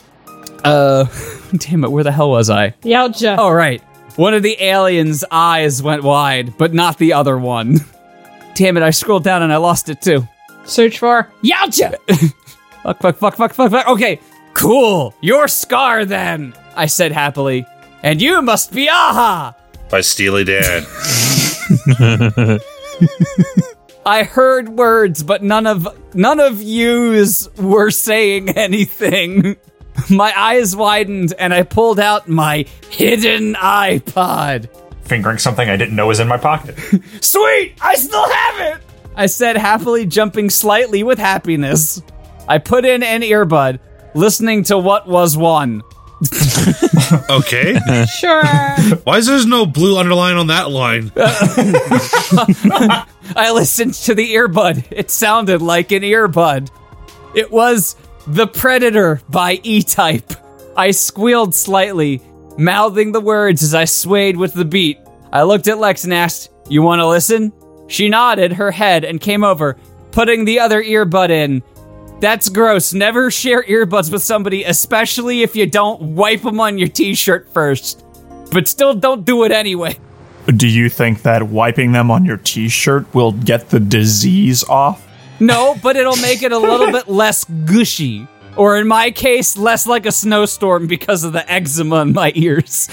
[SPEAKER 1] Uh, damn it, where the hell was I?
[SPEAKER 5] Yowcha.
[SPEAKER 1] All right. One of the aliens' eyes went wide, but not the other one. Damn it, I scrolled down and I lost it too.
[SPEAKER 5] Search for
[SPEAKER 1] Yowcha! fuck, fuck, fuck, fuck, fuck, fuck. Okay, cool. Your Scar then, I said happily. And you must be Aha!
[SPEAKER 6] By Steely Dan.
[SPEAKER 1] I heard words, but none of none of yous were saying anything. My eyes widened and I pulled out my hidden iPod.
[SPEAKER 2] Fingering something I didn't know was in my pocket.
[SPEAKER 1] Sweet! I still have it! I said happily jumping slightly with happiness. I put in an earbud, listening to what was one.
[SPEAKER 6] okay.
[SPEAKER 5] Sure.
[SPEAKER 6] Why is there no blue underline on that line?
[SPEAKER 1] I listened to the earbud. It sounded like an earbud. It was The Predator by E Type. I squealed slightly, mouthing the words as I swayed with the beat. I looked at Lex and asked, You want to listen? She nodded her head and came over, putting the other earbud in. That's gross. Never share earbuds with somebody, especially if you don't wipe them on your t shirt first. But still, don't do it anyway.
[SPEAKER 4] Do you think that wiping them on your t shirt will get the disease off?
[SPEAKER 1] No, but it'll make it a little bit less gushy. Or in my case, less like a snowstorm because of the eczema in my ears.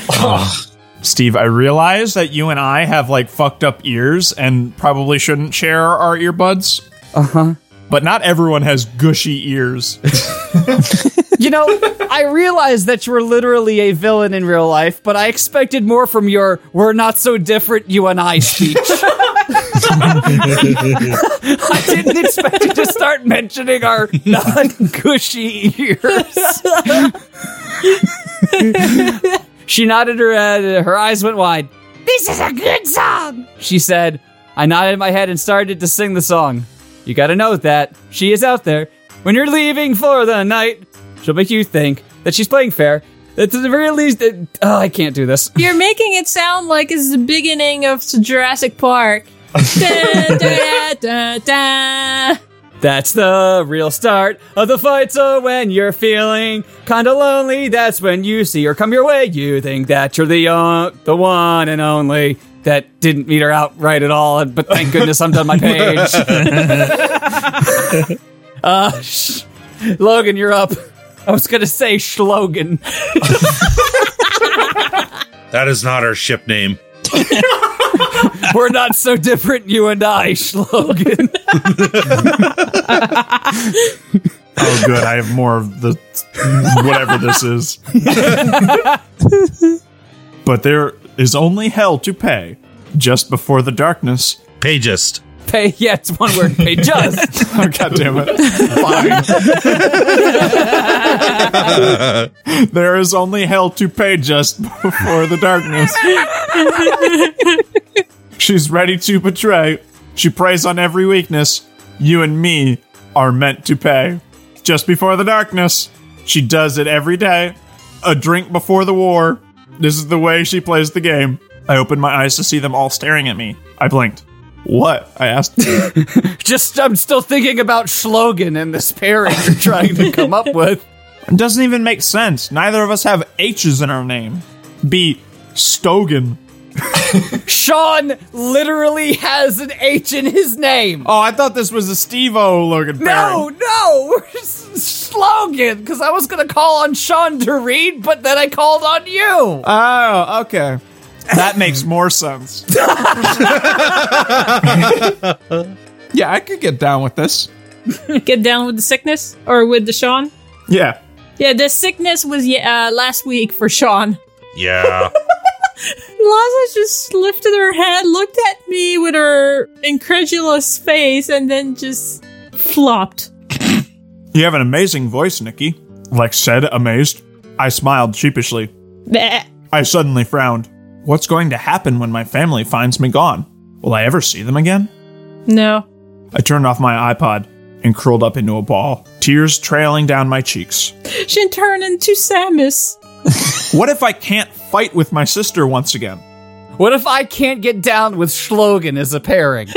[SPEAKER 14] Steve, I realize that you and I have like fucked up ears and probably shouldn't share our earbuds.
[SPEAKER 1] Uh huh.
[SPEAKER 14] But not everyone has gushy ears.
[SPEAKER 1] you know, I realize that you were literally a villain in real life, but I expected more from your we're not so different you and I speech. I didn't expect you to start mentioning our non gushy ears. she nodded her head, her eyes went wide.
[SPEAKER 15] This is a good song.
[SPEAKER 1] She said, I nodded my head and started to sing the song. You gotta know that she is out there. When you're leaving for the night, she'll make you think that she's playing fair. That to the very least, that, oh, I can't do this.
[SPEAKER 5] You're making it sound like it's the beginning of Jurassic Park. da, da, da, da.
[SPEAKER 1] That's the real start of the fight. So when you're feeling kinda lonely, that's when you see her come your way. You think that you're the uh, the one and only. That didn't meet her out right at all. But thank goodness I'm done my page. uh, sh- Logan, you're up. I was gonna say Schlogan.
[SPEAKER 6] That is not our ship name.
[SPEAKER 1] We're not so different, you and I, Schlogan.
[SPEAKER 4] Oh, good. I have more of the whatever this is. But there is only hell to pay just before the darkness.
[SPEAKER 6] Pay just.
[SPEAKER 1] Pay, yeah, it's one word. Pay just.
[SPEAKER 4] oh, God damn it. there is only hell to pay just before the darkness. She's ready to betray. She preys on every weakness. You and me are meant to pay. Just before the darkness, she does it every day. A drink before the war. This is the way she plays the game. I opened my eyes to see them all staring at me. I blinked. What? I asked.
[SPEAKER 1] Just, I'm still thinking about Schlogan and this pairing you're trying to come up with.
[SPEAKER 4] It doesn't even make sense. Neither of us have H's in our name. B. Stogan.
[SPEAKER 1] Sean literally has an H in his name.
[SPEAKER 4] Oh, I thought this was a Steve O Logan.
[SPEAKER 1] No, no, we're s- Schlogan, because I was going to call on Sean to read, but then I called on you.
[SPEAKER 4] Oh, okay. That makes more sense. yeah, I could get down with this.
[SPEAKER 5] Get down with the sickness or with the Sean.
[SPEAKER 4] Yeah.
[SPEAKER 5] Yeah, the sickness was yeah, uh, last week for Sean.
[SPEAKER 6] Yeah.
[SPEAKER 5] Laza just lifted her head, looked at me with her incredulous face, and then just flopped.
[SPEAKER 4] You have an amazing voice, Nikki. Lex said, amazed. I smiled sheepishly.
[SPEAKER 5] Bleh.
[SPEAKER 4] I suddenly frowned. What's going to happen when my family finds me gone? Will I ever see them again?
[SPEAKER 5] No.
[SPEAKER 4] I turned off my iPod and curled up into a ball, tears trailing down my cheeks.
[SPEAKER 5] She turned into Samus.
[SPEAKER 4] What if I can't fight with my sister once again?
[SPEAKER 1] What if I can't get down with Schlogan as a pairing?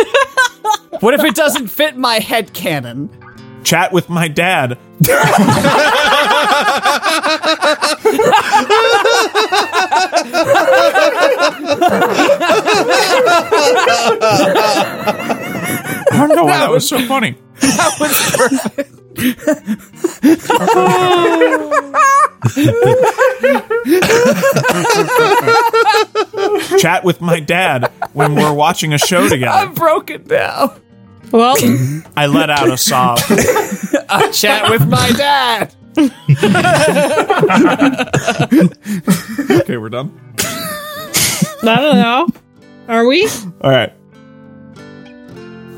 [SPEAKER 1] what if it doesn't fit my head cannon?
[SPEAKER 4] Chat with my dad. I don't know why that was so funny.
[SPEAKER 1] That was perfect.
[SPEAKER 4] Chat with my dad when we're watching a show together.
[SPEAKER 1] I'm broken down.
[SPEAKER 5] Well,
[SPEAKER 4] I let out a sob.
[SPEAKER 1] I chat with my dad.
[SPEAKER 4] okay, we're done.
[SPEAKER 5] I don't know. Are we?
[SPEAKER 4] All right.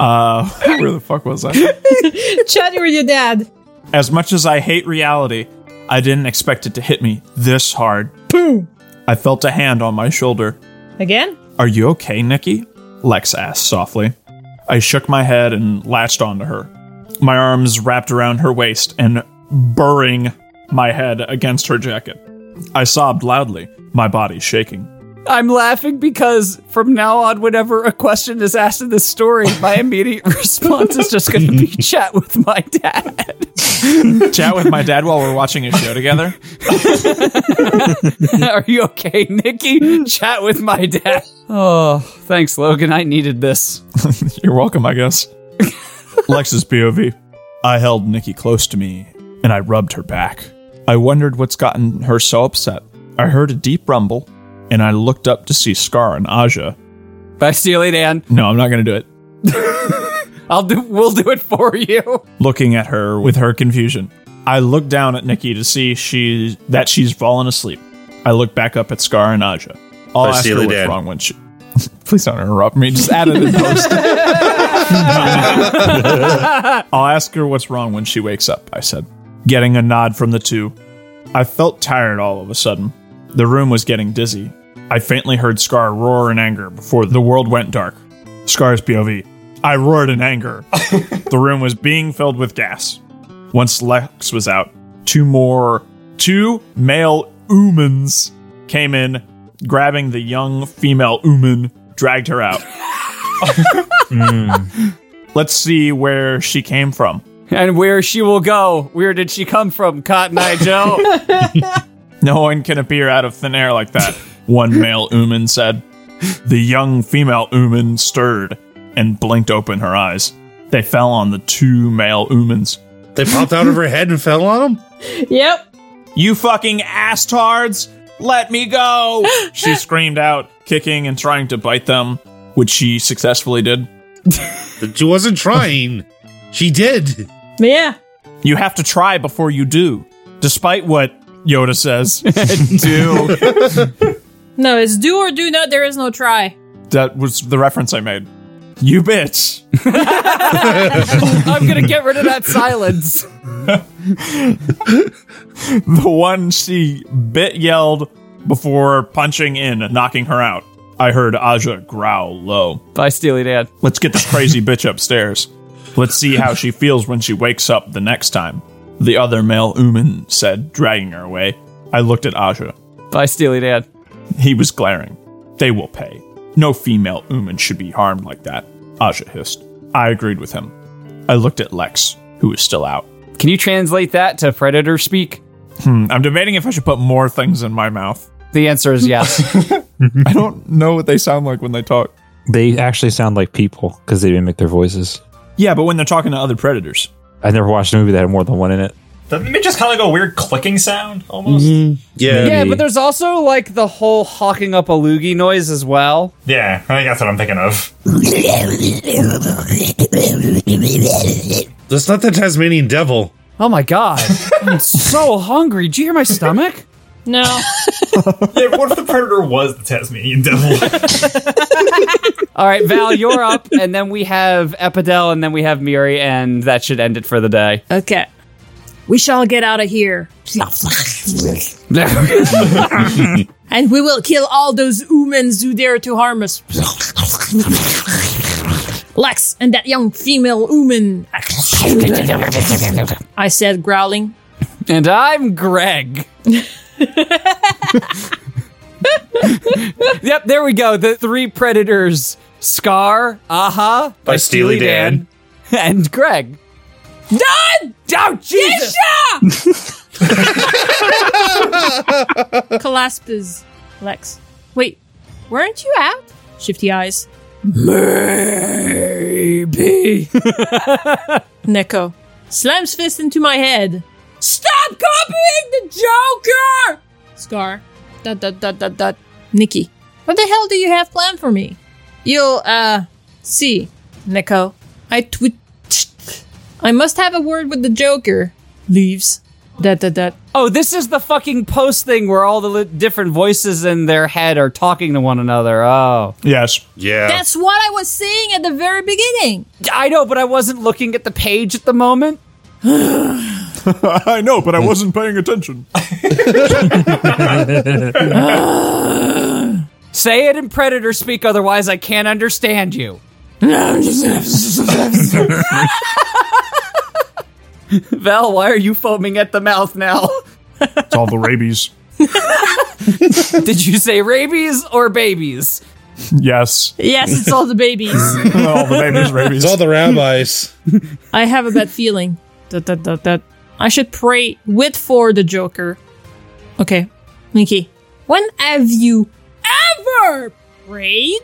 [SPEAKER 4] Uh, where the fuck was I?
[SPEAKER 5] Chatting with your dad.
[SPEAKER 4] As much as I hate reality, I didn't expect it to hit me this hard.
[SPEAKER 5] Boom.
[SPEAKER 4] I felt a hand on my shoulder.
[SPEAKER 5] Again?
[SPEAKER 4] Are you okay, Nikki? Lex asked softly. I shook my head and latched onto her. My arms wrapped around her waist and burring my head against her jacket. I sobbed loudly, my body shaking.
[SPEAKER 1] I'm laughing because from now on, whenever a question is asked in this story, my immediate response is just going to be chat with my dad.
[SPEAKER 4] Chat with my dad while we're watching a show together.
[SPEAKER 1] Are you okay, Nikki? Chat with my dad. Oh, thanks, Logan. I needed this.
[SPEAKER 4] You're welcome, I guess. Lex's POV. I held Nikki close to me and I rubbed her back. I wondered what's gotten her so upset. I heard a deep rumble and I looked up to see Scar and Aja.
[SPEAKER 1] Back to you, late, Ann.
[SPEAKER 4] No, I'm not going to do it.
[SPEAKER 1] I'll do. We'll do it for you.
[SPEAKER 4] Looking at her with her confusion, I looked down at Nikki to see she that she's fallen asleep. I look back up at Scar and Aja. I'll
[SPEAKER 16] I
[SPEAKER 4] ask
[SPEAKER 16] see
[SPEAKER 4] her
[SPEAKER 16] they
[SPEAKER 4] what's
[SPEAKER 16] did.
[SPEAKER 4] wrong when she. Please don't interrupt me. Just add it in post. I'll ask her what's wrong when she wakes up, I said, getting a nod from the two. I felt tired all of a sudden. The room was getting dizzy. I faintly heard Scar roar in anger before the world went dark. Scar's POV. I roared in anger. the room was being filled with gas. Once Lex was out, two more, two male oomans came in, grabbing the young female ooman, dragged her out. Let's see where she came from.
[SPEAKER 1] And where she will go? Where did she come from, Cotton Eye Joe?
[SPEAKER 4] No one can appear out of thin air like that, one male ooman said. The young female ooman stirred and blinked open her eyes. They fell on the two male oomans. They
[SPEAKER 6] popped out of her head and fell on them?
[SPEAKER 5] Yep.
[SPEAKER 4] You fucking astards! Let me go! she screamed out, kicking and trying to bite them, which she successfully did.
[SPEAKER 6] she wasn't trying. She did.
[SPEAKER 5] Yeah.
[SPEAKER 4] You have to try before you do, despite what Yoda says. do.
[SPEAKER 5] No, it's do or do not. There is no try.
[SPEAKER 4] That was the reference I made. You bitch.
[SPEAKER 1] I'm gonna get rid of that silence.
[SPEAKER 4] the one she bit yelled before punching in, knocking her out. I heard Aja growl low.
[SPEAKER 1] Bye, Steely Dad.
[SPEAKER 4] Let's get this crazy bitch upstairs. Let's see how she feels when she wakes up the next time. The other male Uman said, dragging her away. I looked at Aja.
[SPEAKER 1] Bye, Steely Dad.
[SPEAKER 4] He was glaring. They will pay. No female Uman should be harmed like that, Aja hissed. I agreed with him. I looked at Lex, who was still out.
[SPEAKER 1] Can you translate that to predator speak?
[SPEAKER 4] Hmm, I'm debating if I should put more things in my mouth.
[SPEAKER 1] The answer is yes.
[SPEAKER 4] I don't know what they sound like when they talk.
[SPEAKER 11] They actually sound like people because they mimic their voices.
[SPEAKER 4] Yeah, but when they're talking to other predators.
[SPEAKER 11] I never watched a movie that had more than one in it.
[SPEAKER 2] Doesn't it just kind of like a weird clicking sound almost?
[SPEAKER 14] Mm-hmm.
[SPEAKER 11] Yeah.
[SPEAKER 1] yeah, but there's also like the whole hawking up a loogie noise as well.
[SPEAKER 2] Yeah, I think that's what I'm thinking of.
[SPEAKER 6] That's not the Tasmanian devil.
[SPEAKER 1] Oh my god. I'm so hungry. Do you hear my stomach?
[SPEAKER 5] No.
[SPEAKER 2] yeah, what if the predator was the Tasmanian devil?
[SPEAKER 1] All right, Val, you're up, and then we have Epidel, and then we have Miri, and that should end it for the day.
[SPEAKER 5] Okay. We shall get out of here. and we will kill all those humans who dare to harm us. Lex and that young female human. I said, growling.
[SPEAKER 1] and I'm Greg. yep, there we go. The three predators: Scar, Aha, by,
[SPEAKER 6] Steely Dan.
[SPEAKER 1] and Greg.
[SPEAKER 5] Done!
[SPEAKER 1] Oh, Jesus!
[SPEAKER 5] Calaspis. Lex. Wait, weren't you out? Shifty eyes.
[SPEAKER 1] Maybe.
[SPEAKER 5] Neko. Slams fist into my head. Stop copying the Joker! Scar. Dot dot dot dot dot. Nikki. What the hell do you have planned for me? You'll, uh, see. Neko. I tweet. I must have a word with the Joker. Leaves. Dot dot dot.
[SPEAKER 1] Oh, this is the fucking post thing where all the li- different voices in their head are talking to one another. Oh,
[SPEAKER 4] yes,
[SPEAKER 6] yeah.
[SPEAKER 5] That's what I was saying at the very beginning.
[SPEAKER 1] I know, but I wasn't looking at the page at the moment.
[SPEAKER 4] I know, but I wasn't paying attention.
[SPEAKER 1] Say it in predator speak, otherwise I can't understand you. Val, why are you foaming at the mouth now?
[SPEAKER 14] It's all the rabies.
[SPEAKER 1] Did you say rabies or babies?
[SPEAKER 14] Yes.
[SPEAKER 5] Yes, it's all the babies.
[SPEAKER 14] all the babies, rabies.
[SPEAKER 17] It's all the rabbis.
[SPEAKER 5] I have a bad feeling. Dot, dot, dot, dot. I should pray with for the Joker. Okay, Nikki. When have you ever prayed?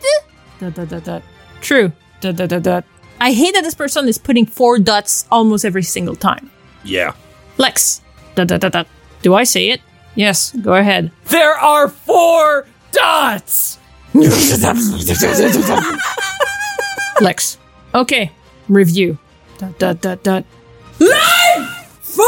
[SPEAKER 5] Dot, dot, dot, dot. True. Dot, dot, dot, dot. I hate that this person is putting four dots almost every single time.
[SPEAKER 17] Yeah.
[SPEAKER 5] Lex. Dot, dot, dot, dot. Do I say it? Yes, go ahead.
[SPEAKER 1] There are four dots!
[SPEAKER 5] Lex. Okay, review. Dot, dot, dot, dot. Live! Free!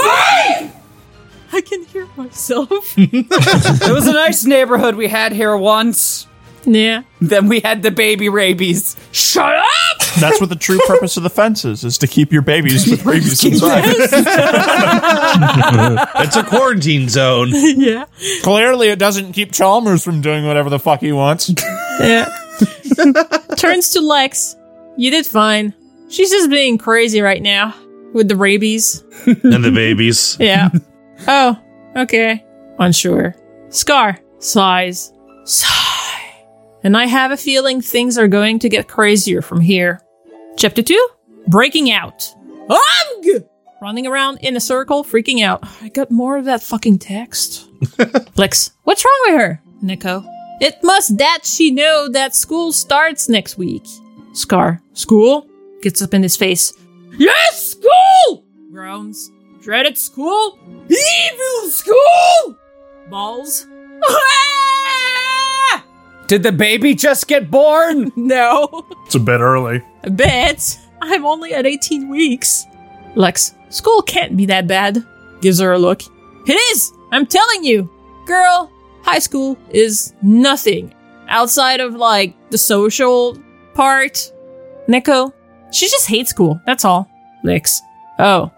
[SPEAKER 5] I can hear myself.
[SPEAKER 1] it was a nice neighborhood we had here once.
[SPEAKER 5] Yeah.
[SPEAKER 1] Then we had the baby rabies. Shut up!
[SPEAKER 14] That's what the true purpose of the fence is, is to keep your babies with rabies inside.
[SPEAKER 17] It's a quarantine zone.
[SPEAKER 5] yeah.
[SPEAKER 14] Clearly, it doesn't keep Chalmers from doing whatever the fuck he wants.
[SPEAKER 5] Yeah. Turns to Lex. You did fine. She's just being crazy right now with the rabies.
[SPEAKER 6] and the babies.
[SPEAKER 5] Yeah. oh, okay. Unsure. Scar sighs. Sigh. And I have a feeling things are going to get crazier from here. Chapter 2 Breaking Out. Ugh! Running around in a circle, freaking out. I got more of that fucking text. Blix, what's wrong with her? Nico. It must that she know that school starts next week. Scar. School? Gets up in his face. Yes, school! Groans. Dreaded school? Evil school! Balls.
[SPEAKER 1] Did the baby just get born?
[SPEAKER 5] No.
[SPEAKER 14] It's a bit early.
[SPEAKER 5] A bit. I'm only at 18 weeks. Lex, school can't be that bad. Gives her a look. It is! I'm telling you! Girl, high school is nothing outside of like the social part. Nico, she just hates school. That's all. Lex, oh.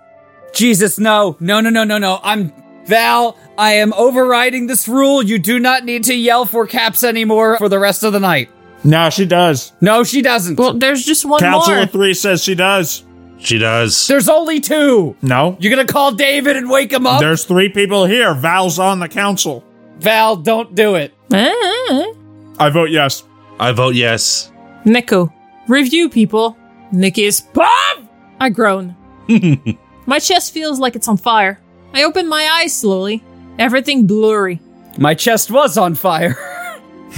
[SPEAKER 1] Jesus, no. No, no, no, no, no. I'm. Val, I am overriding this rule. You do not need to yell for caps anymore for the rest of the night.
[SPEAKER 14] No, she does.
[SPEAKER 1] No, she doesn't.
[SPEAKER 5] Well, there's just one
[SPEAKER 14] Counselor
[SPEAKER 5] more.
[SPEAKER 14] 3 says she does.
[SPEAKER 6] She does.
[SPEAKER 1] There's only two.
[SPEAKER 14] No.
[SPEAKER 1] You're gonna call David and wake him up?
[SPEAKER 14] There's three people here. Val's on the council.
[SPEAKER 1] Val, don't do it.
[SPEAKER 5] Eh?
[SPEAKER 14] I vote yes.
[SPEAKER 6] I vote yes.
[SPEAKER 5] Nico, review people. Nikki is POV! I groan. My chest feels like it's on fire. I open my eyes slowly. Everything blurry.
[SPEAKER 1] My chest was on fire.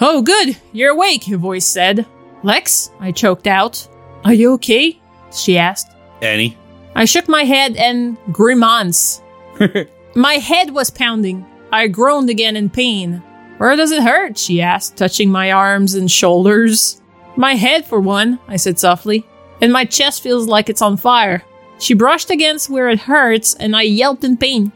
[SPEAKER 5] Oh, good. You're awake, a voice said. Lex, I choked out. Are you okay? She asked.
[SPEAKER 17] Annie.
[SPEAKER 5] I shook my head and grimaced. my head was pounding. I groaned again in pain. Where does it hurt? She asked, touching my arms and shoulders. My head, for one, I said softly, and my chest feels like it's on fire. She brushed against where it hurts, and I yelped in pain.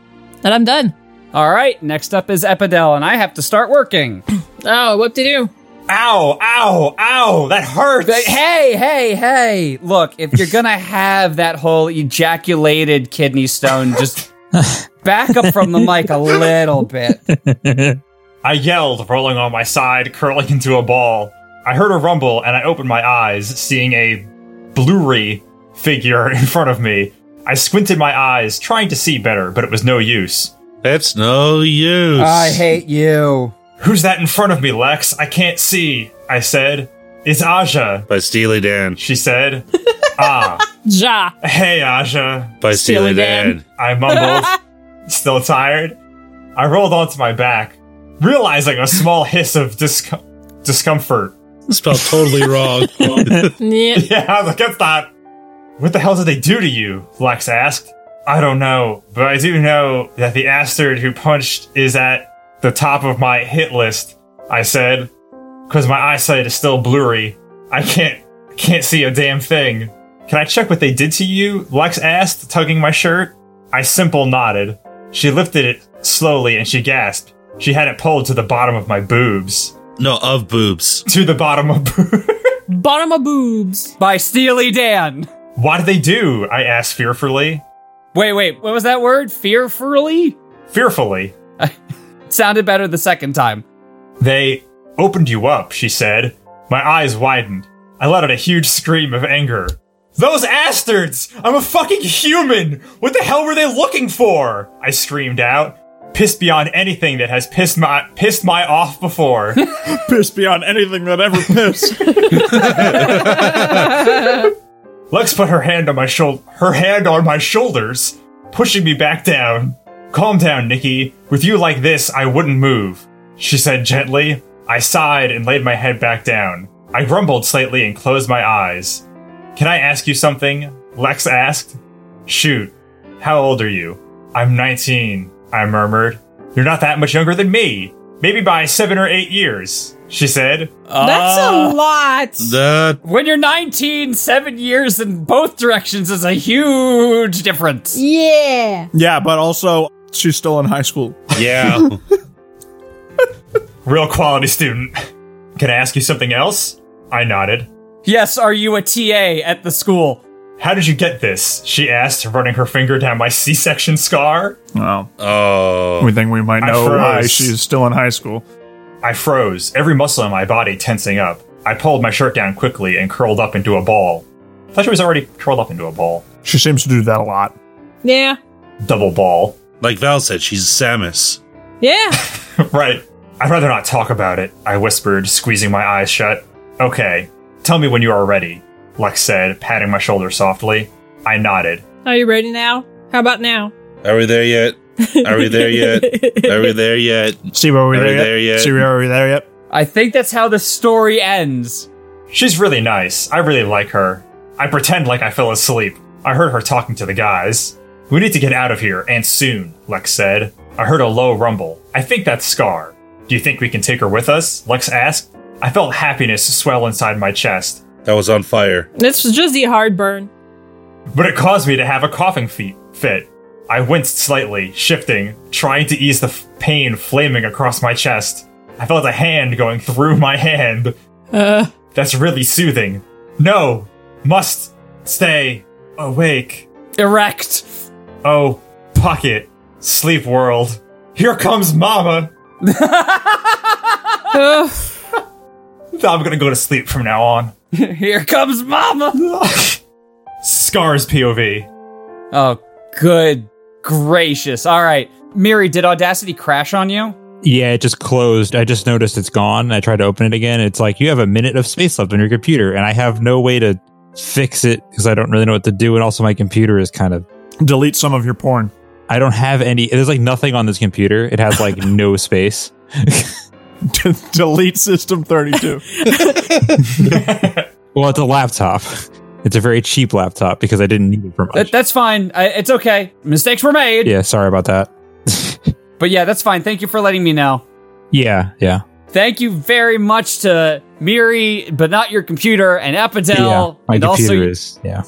[SPEAKER 5] And I'm done.
[SPEAKER 1] All right, next up is Epidel, and I have to start working.
[SPEAKER 5] Oh, what to do?
[SPEAKER 2] Ow, ow, ow, that hurts.
[SPEAKER 1] But hey, hey, hey, look, if you're gonna have that whole ejaculated kidney stone, just back up from the mic a little bit.
[SPEAKER 2] I yelled, rolling on my side, curling into a ball. I heard a rumble and I opened my eyes, seeing a blurry figure in front of me. I squinted my eyes, trying to see better, but it was no use.
[SPEAKER 6] It's no use.
[SPEAKER 1] I hate you.
[SPEAKER 2] Who's that in front of me, Lex? I can't see, I said. It's Aja,
[SPEAKER 6] By Steely Dan.
[SPEAKER 2] she said. ah,
[SPEAKER 5] Ja.
[SPEAKER 2] hey, Aja,
[SPEAKER 6] By Steely,
[SPEAKER 5] Steely Dan.
[SPEAKER 6] Dan.
[SPEAKER 2] I mumbled, still tired. I rolled onto my back, realizing a small hiss of discom- discomfort.
[SPEAKER 17] Spelled totally wrong.
[SPEAKER 5] Yeah.
[SPEAKER 2] Yeah, I was like, that's not. What the hell did they do to you? Lex asked. I don't know, but I do know that the Astrid who punched is at the top of my hit list, I said, because my eyesight is still blurry. I can't can't see a damn thing. Can I check what they did to you? Lex asked, tugging my shirt. I simple nodded. She lifted it slowly and she gasped. She had it pulled to the bottom of my boobs.
[SPEAKER 6] No, of boobs.
[SPEAKER 2] To the bottom of boobs.
[SPEAKER 5] Bottom of boobs.
[SPEAKER 1] By Steely Dan.
[SPEAKER 2] What did they do? I asked fearfully.
[SPEAKER 1] Wait, wait, what was that word? Fearfully?
[SPEAKER 2] Fearfully.
[SPEAKER 1] Sounded better the second time.
[SPEAKER 2] They opened you up, she said. My eyes widened. I let out a huge scream of anger. Those astards! I'm a fucking human! What the hell were they looking for? I screamed out, pissed beyond anything that has pissed my pissed my off before.
[SPEAKER 14] pissed beyond anything that ever pissed.
[SPEAKER 2] Lex put her hand on my shoulder, her hand on my shoulders, pushing me back down. Calm down, Nikki. With you like this, I wouldn't move. She said gently. I sighed and laid my head back down. I grumbled slightly and closed my eyes. Can I ask you something? Lex asked. Shoot. How old are you? I'm 19, I murmured. You're not that much younger than me. Maybe by seven or eight years, she said.
[SPEAKER 6] Ah.
[SPEAKER 1] That's a lot.
[SPEAKER 17] That
[SPEAKER 1] When you're 19, seven years in both directions is a huge difference.
[SPEAKER 5] Yeah.
[SPEAKER 14] Yeah, but also she's still in high school.
[SPEAKER 17] Yeah.
[SPEAKER 2] Real quality student. Can I ask you something else? I nodded.
[SPEAKER 1] Yes, are you a TA at the school?
[SPEAKER 2] How did you get this? She asked, running her finger down my C section scar.
[SPEAKER 14] Well,
[SPEAKER 17] oh.
[SPEAKER 14] we think we might
[SPEAKER 2] I
[SPEAKER 14] know why
[SPEAKER 2] froze.
[SPEAKER 14] she's still in high school.
[SPEAKER 2] I froze, every muscle in my body tensing up. I pulled my shirt down quickly and curled up into a ball. I thought she was already curled up into a ball.
[SPEAKER 14] She seems to do that a lot.
[SPEAKER 5] Yeah.
[SPEAKER 2] Double ball.
[SPEAKER 6] Like Val said, she's Samus.
[SPEAKER 5] Yeah.
[SPEAKER 2] right. I'd rather not talk about it, I whispered, squeezing my eyes shut. Okay, tell me when you are ready, Lex said, patting my shoulder softly. I nodded.
[SPEAKER 5] Are you ready now? How about now?
[SPEAKER 6] Are we there yet? Are we there yet? Are we there yet?
[SPEAKER 14] See where we
[SPEAKER 6] Are
[SPEAKER 14] there,
[SPEAKER 6] we there yet?
[SPEAKER 14] yet? See where we there yet?
[SPEAKER 1] I think that's how the story ends.
[SPEAKER 2] She's really nice. I really like her. I pretend like I fell asleep. I heard her talking to the guys. We need to get out of here, and soon, Lex said. I heard a low rumble. I think that's Scar. Do you think we can take her with us? Lex asked. I felt happiness swell inside my chest,
[SPEAKER 6] That was on fire.
[SPEAKER 5] This was just the heartburn.
[SPEAKER 2] but it caused me to have a coughing fe- fit. I winced slightly, shifting, trying to ease the f- pain flaming across my chest. I felt a hand going through my hand.
[SPEAKER 5] Uh,
[SPEAKER 2] That's really soothing. No, must stay awake.
[SPEAKER 1] Erect.
[SPEAKER 2] Oh, pocket. Sleep world. Here comes mama. I'm gonna go to sleep from now on.
[SPEAKER 1] Here comes Mama.
[SPEAKER 2] Scar's POV.
[SPEAKER 1] oh, good gracious. All right. Miri, did Audacity crash on you?
[SPEAKER 11] Yeah, it just closed. I just noticed it's gone. and I tried to open it again. It's like you have a minute of space left on your computer, and I have no way to fix it because I don't really know what to do. And also, my computer is kind of
[SPEAKER 14] delete some of your porn.
[SPEAKER 11] I don't have any. There's like nothing on this computer. It has like no space.
[SPEAKER 14] Delete system 32.
[SPEAKER 11] Well, it's a laptop. It's a very cheap laptop because I didn't need it for much.
[SPEAKER 1] That, that's fine. I, it's okay. Mistakes were made.
[SPEAKER 11] Yeah, sorry about that.
[SPEAKER 1] But yeah, that's fine. Thank you for letting me know.
[SPEAKER 11] Yeah, yeah.
[SPEAKER 1] Thank you very much to Miri, but not your computer, and Epitel,
[SPEAKER 11] yeah, my
[SPEAKER 1] and
[SPEAKER 11] computer
[SPEAKER 1] also
[SPEAKER 11] is yeah.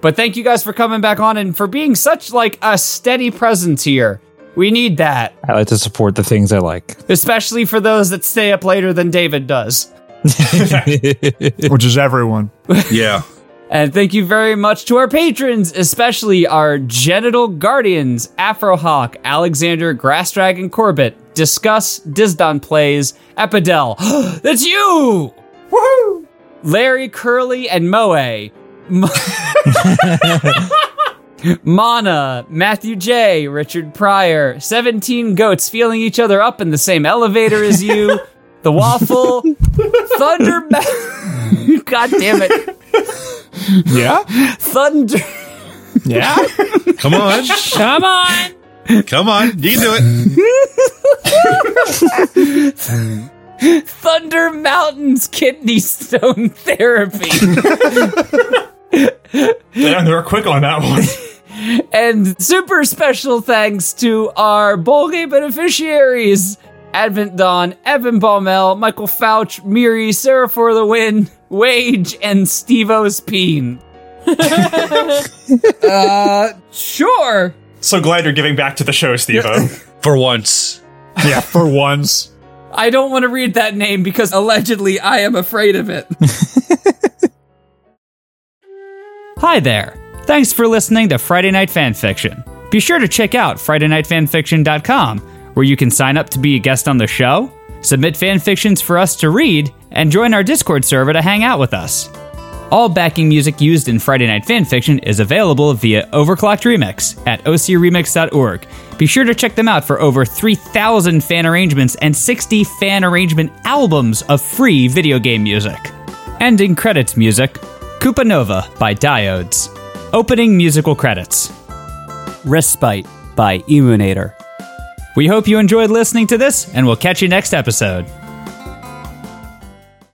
[SPEAKER 1] But thank you guys for coming back on and for being such like a steady presence here. We need that,
[SPEAKER 11] I like to support the things I like.
[SPEAKER 1] especially for those that stay up later than David does.
[SPEAKER 14] Which is everyone.
[SPEAKER 6] Yeah.
[SPEAKER 1] And thank you very much to our patrons, especially our genital guardians, Afrohawk, Alexander, Grass Dragon Corbett, Discuss, Dizdon Plays, Epidel. That's you! Woohoo! Larry Curley and Moe. Mo- Mana, Matthew J, Richard Pryor, 17 goats feeling each other up in the same elevator as you, The Waffle, Thunder Ma- God damn it.
[SPEAKER 14] Yeah?
[SPEAKER 1] Thunder
[SPEAKER 14] Yeah?
[SPEAKER 6] Come on.
[SPEAKER 5] Come on.
[SPEAKER 6] Come on. You can do it.
[SPEAKER 1] Thunder Mountains Kidney Stone Therapy
[SPEAKER 2] Damn, they were quick on that one.
[SPEAKER 1] and super special thanks to our bowl game beneficiaries Advent Dawn, Evan Baumel, Michael Fouch, Miri, Sarah for the win, Wage, and Steve-O's Peen. uh, sure.
[SPEAKER 2] So glad you're giving back to the show, Steve
[SPEAKER 6] For once.
[SPEAKER 14] Yeah, for once.
[SPEAKER 1] I don't want to read that name because allegedly I am afraid of it. Hi there. Thanks for listening to Friday Night Fanfiction. Be sure to check out FridayNightFanfiction.com, where you can sign up to be a guest on the show, submit fanfictions for us to read, and join our Discord server to hang out with us. All backing music used in Friday Night Fanfiction is available via Overclocked Remix at ocremix.org. Be sure to check them out for over 3,000 fan arrangements and 60 fan arrangement albums of free video game music. Ending credits music Koopa Nova by Diodes. Opening musical credits Respite by Emunator. We hope you enjoyed listening to this, and we'll catch you next episode.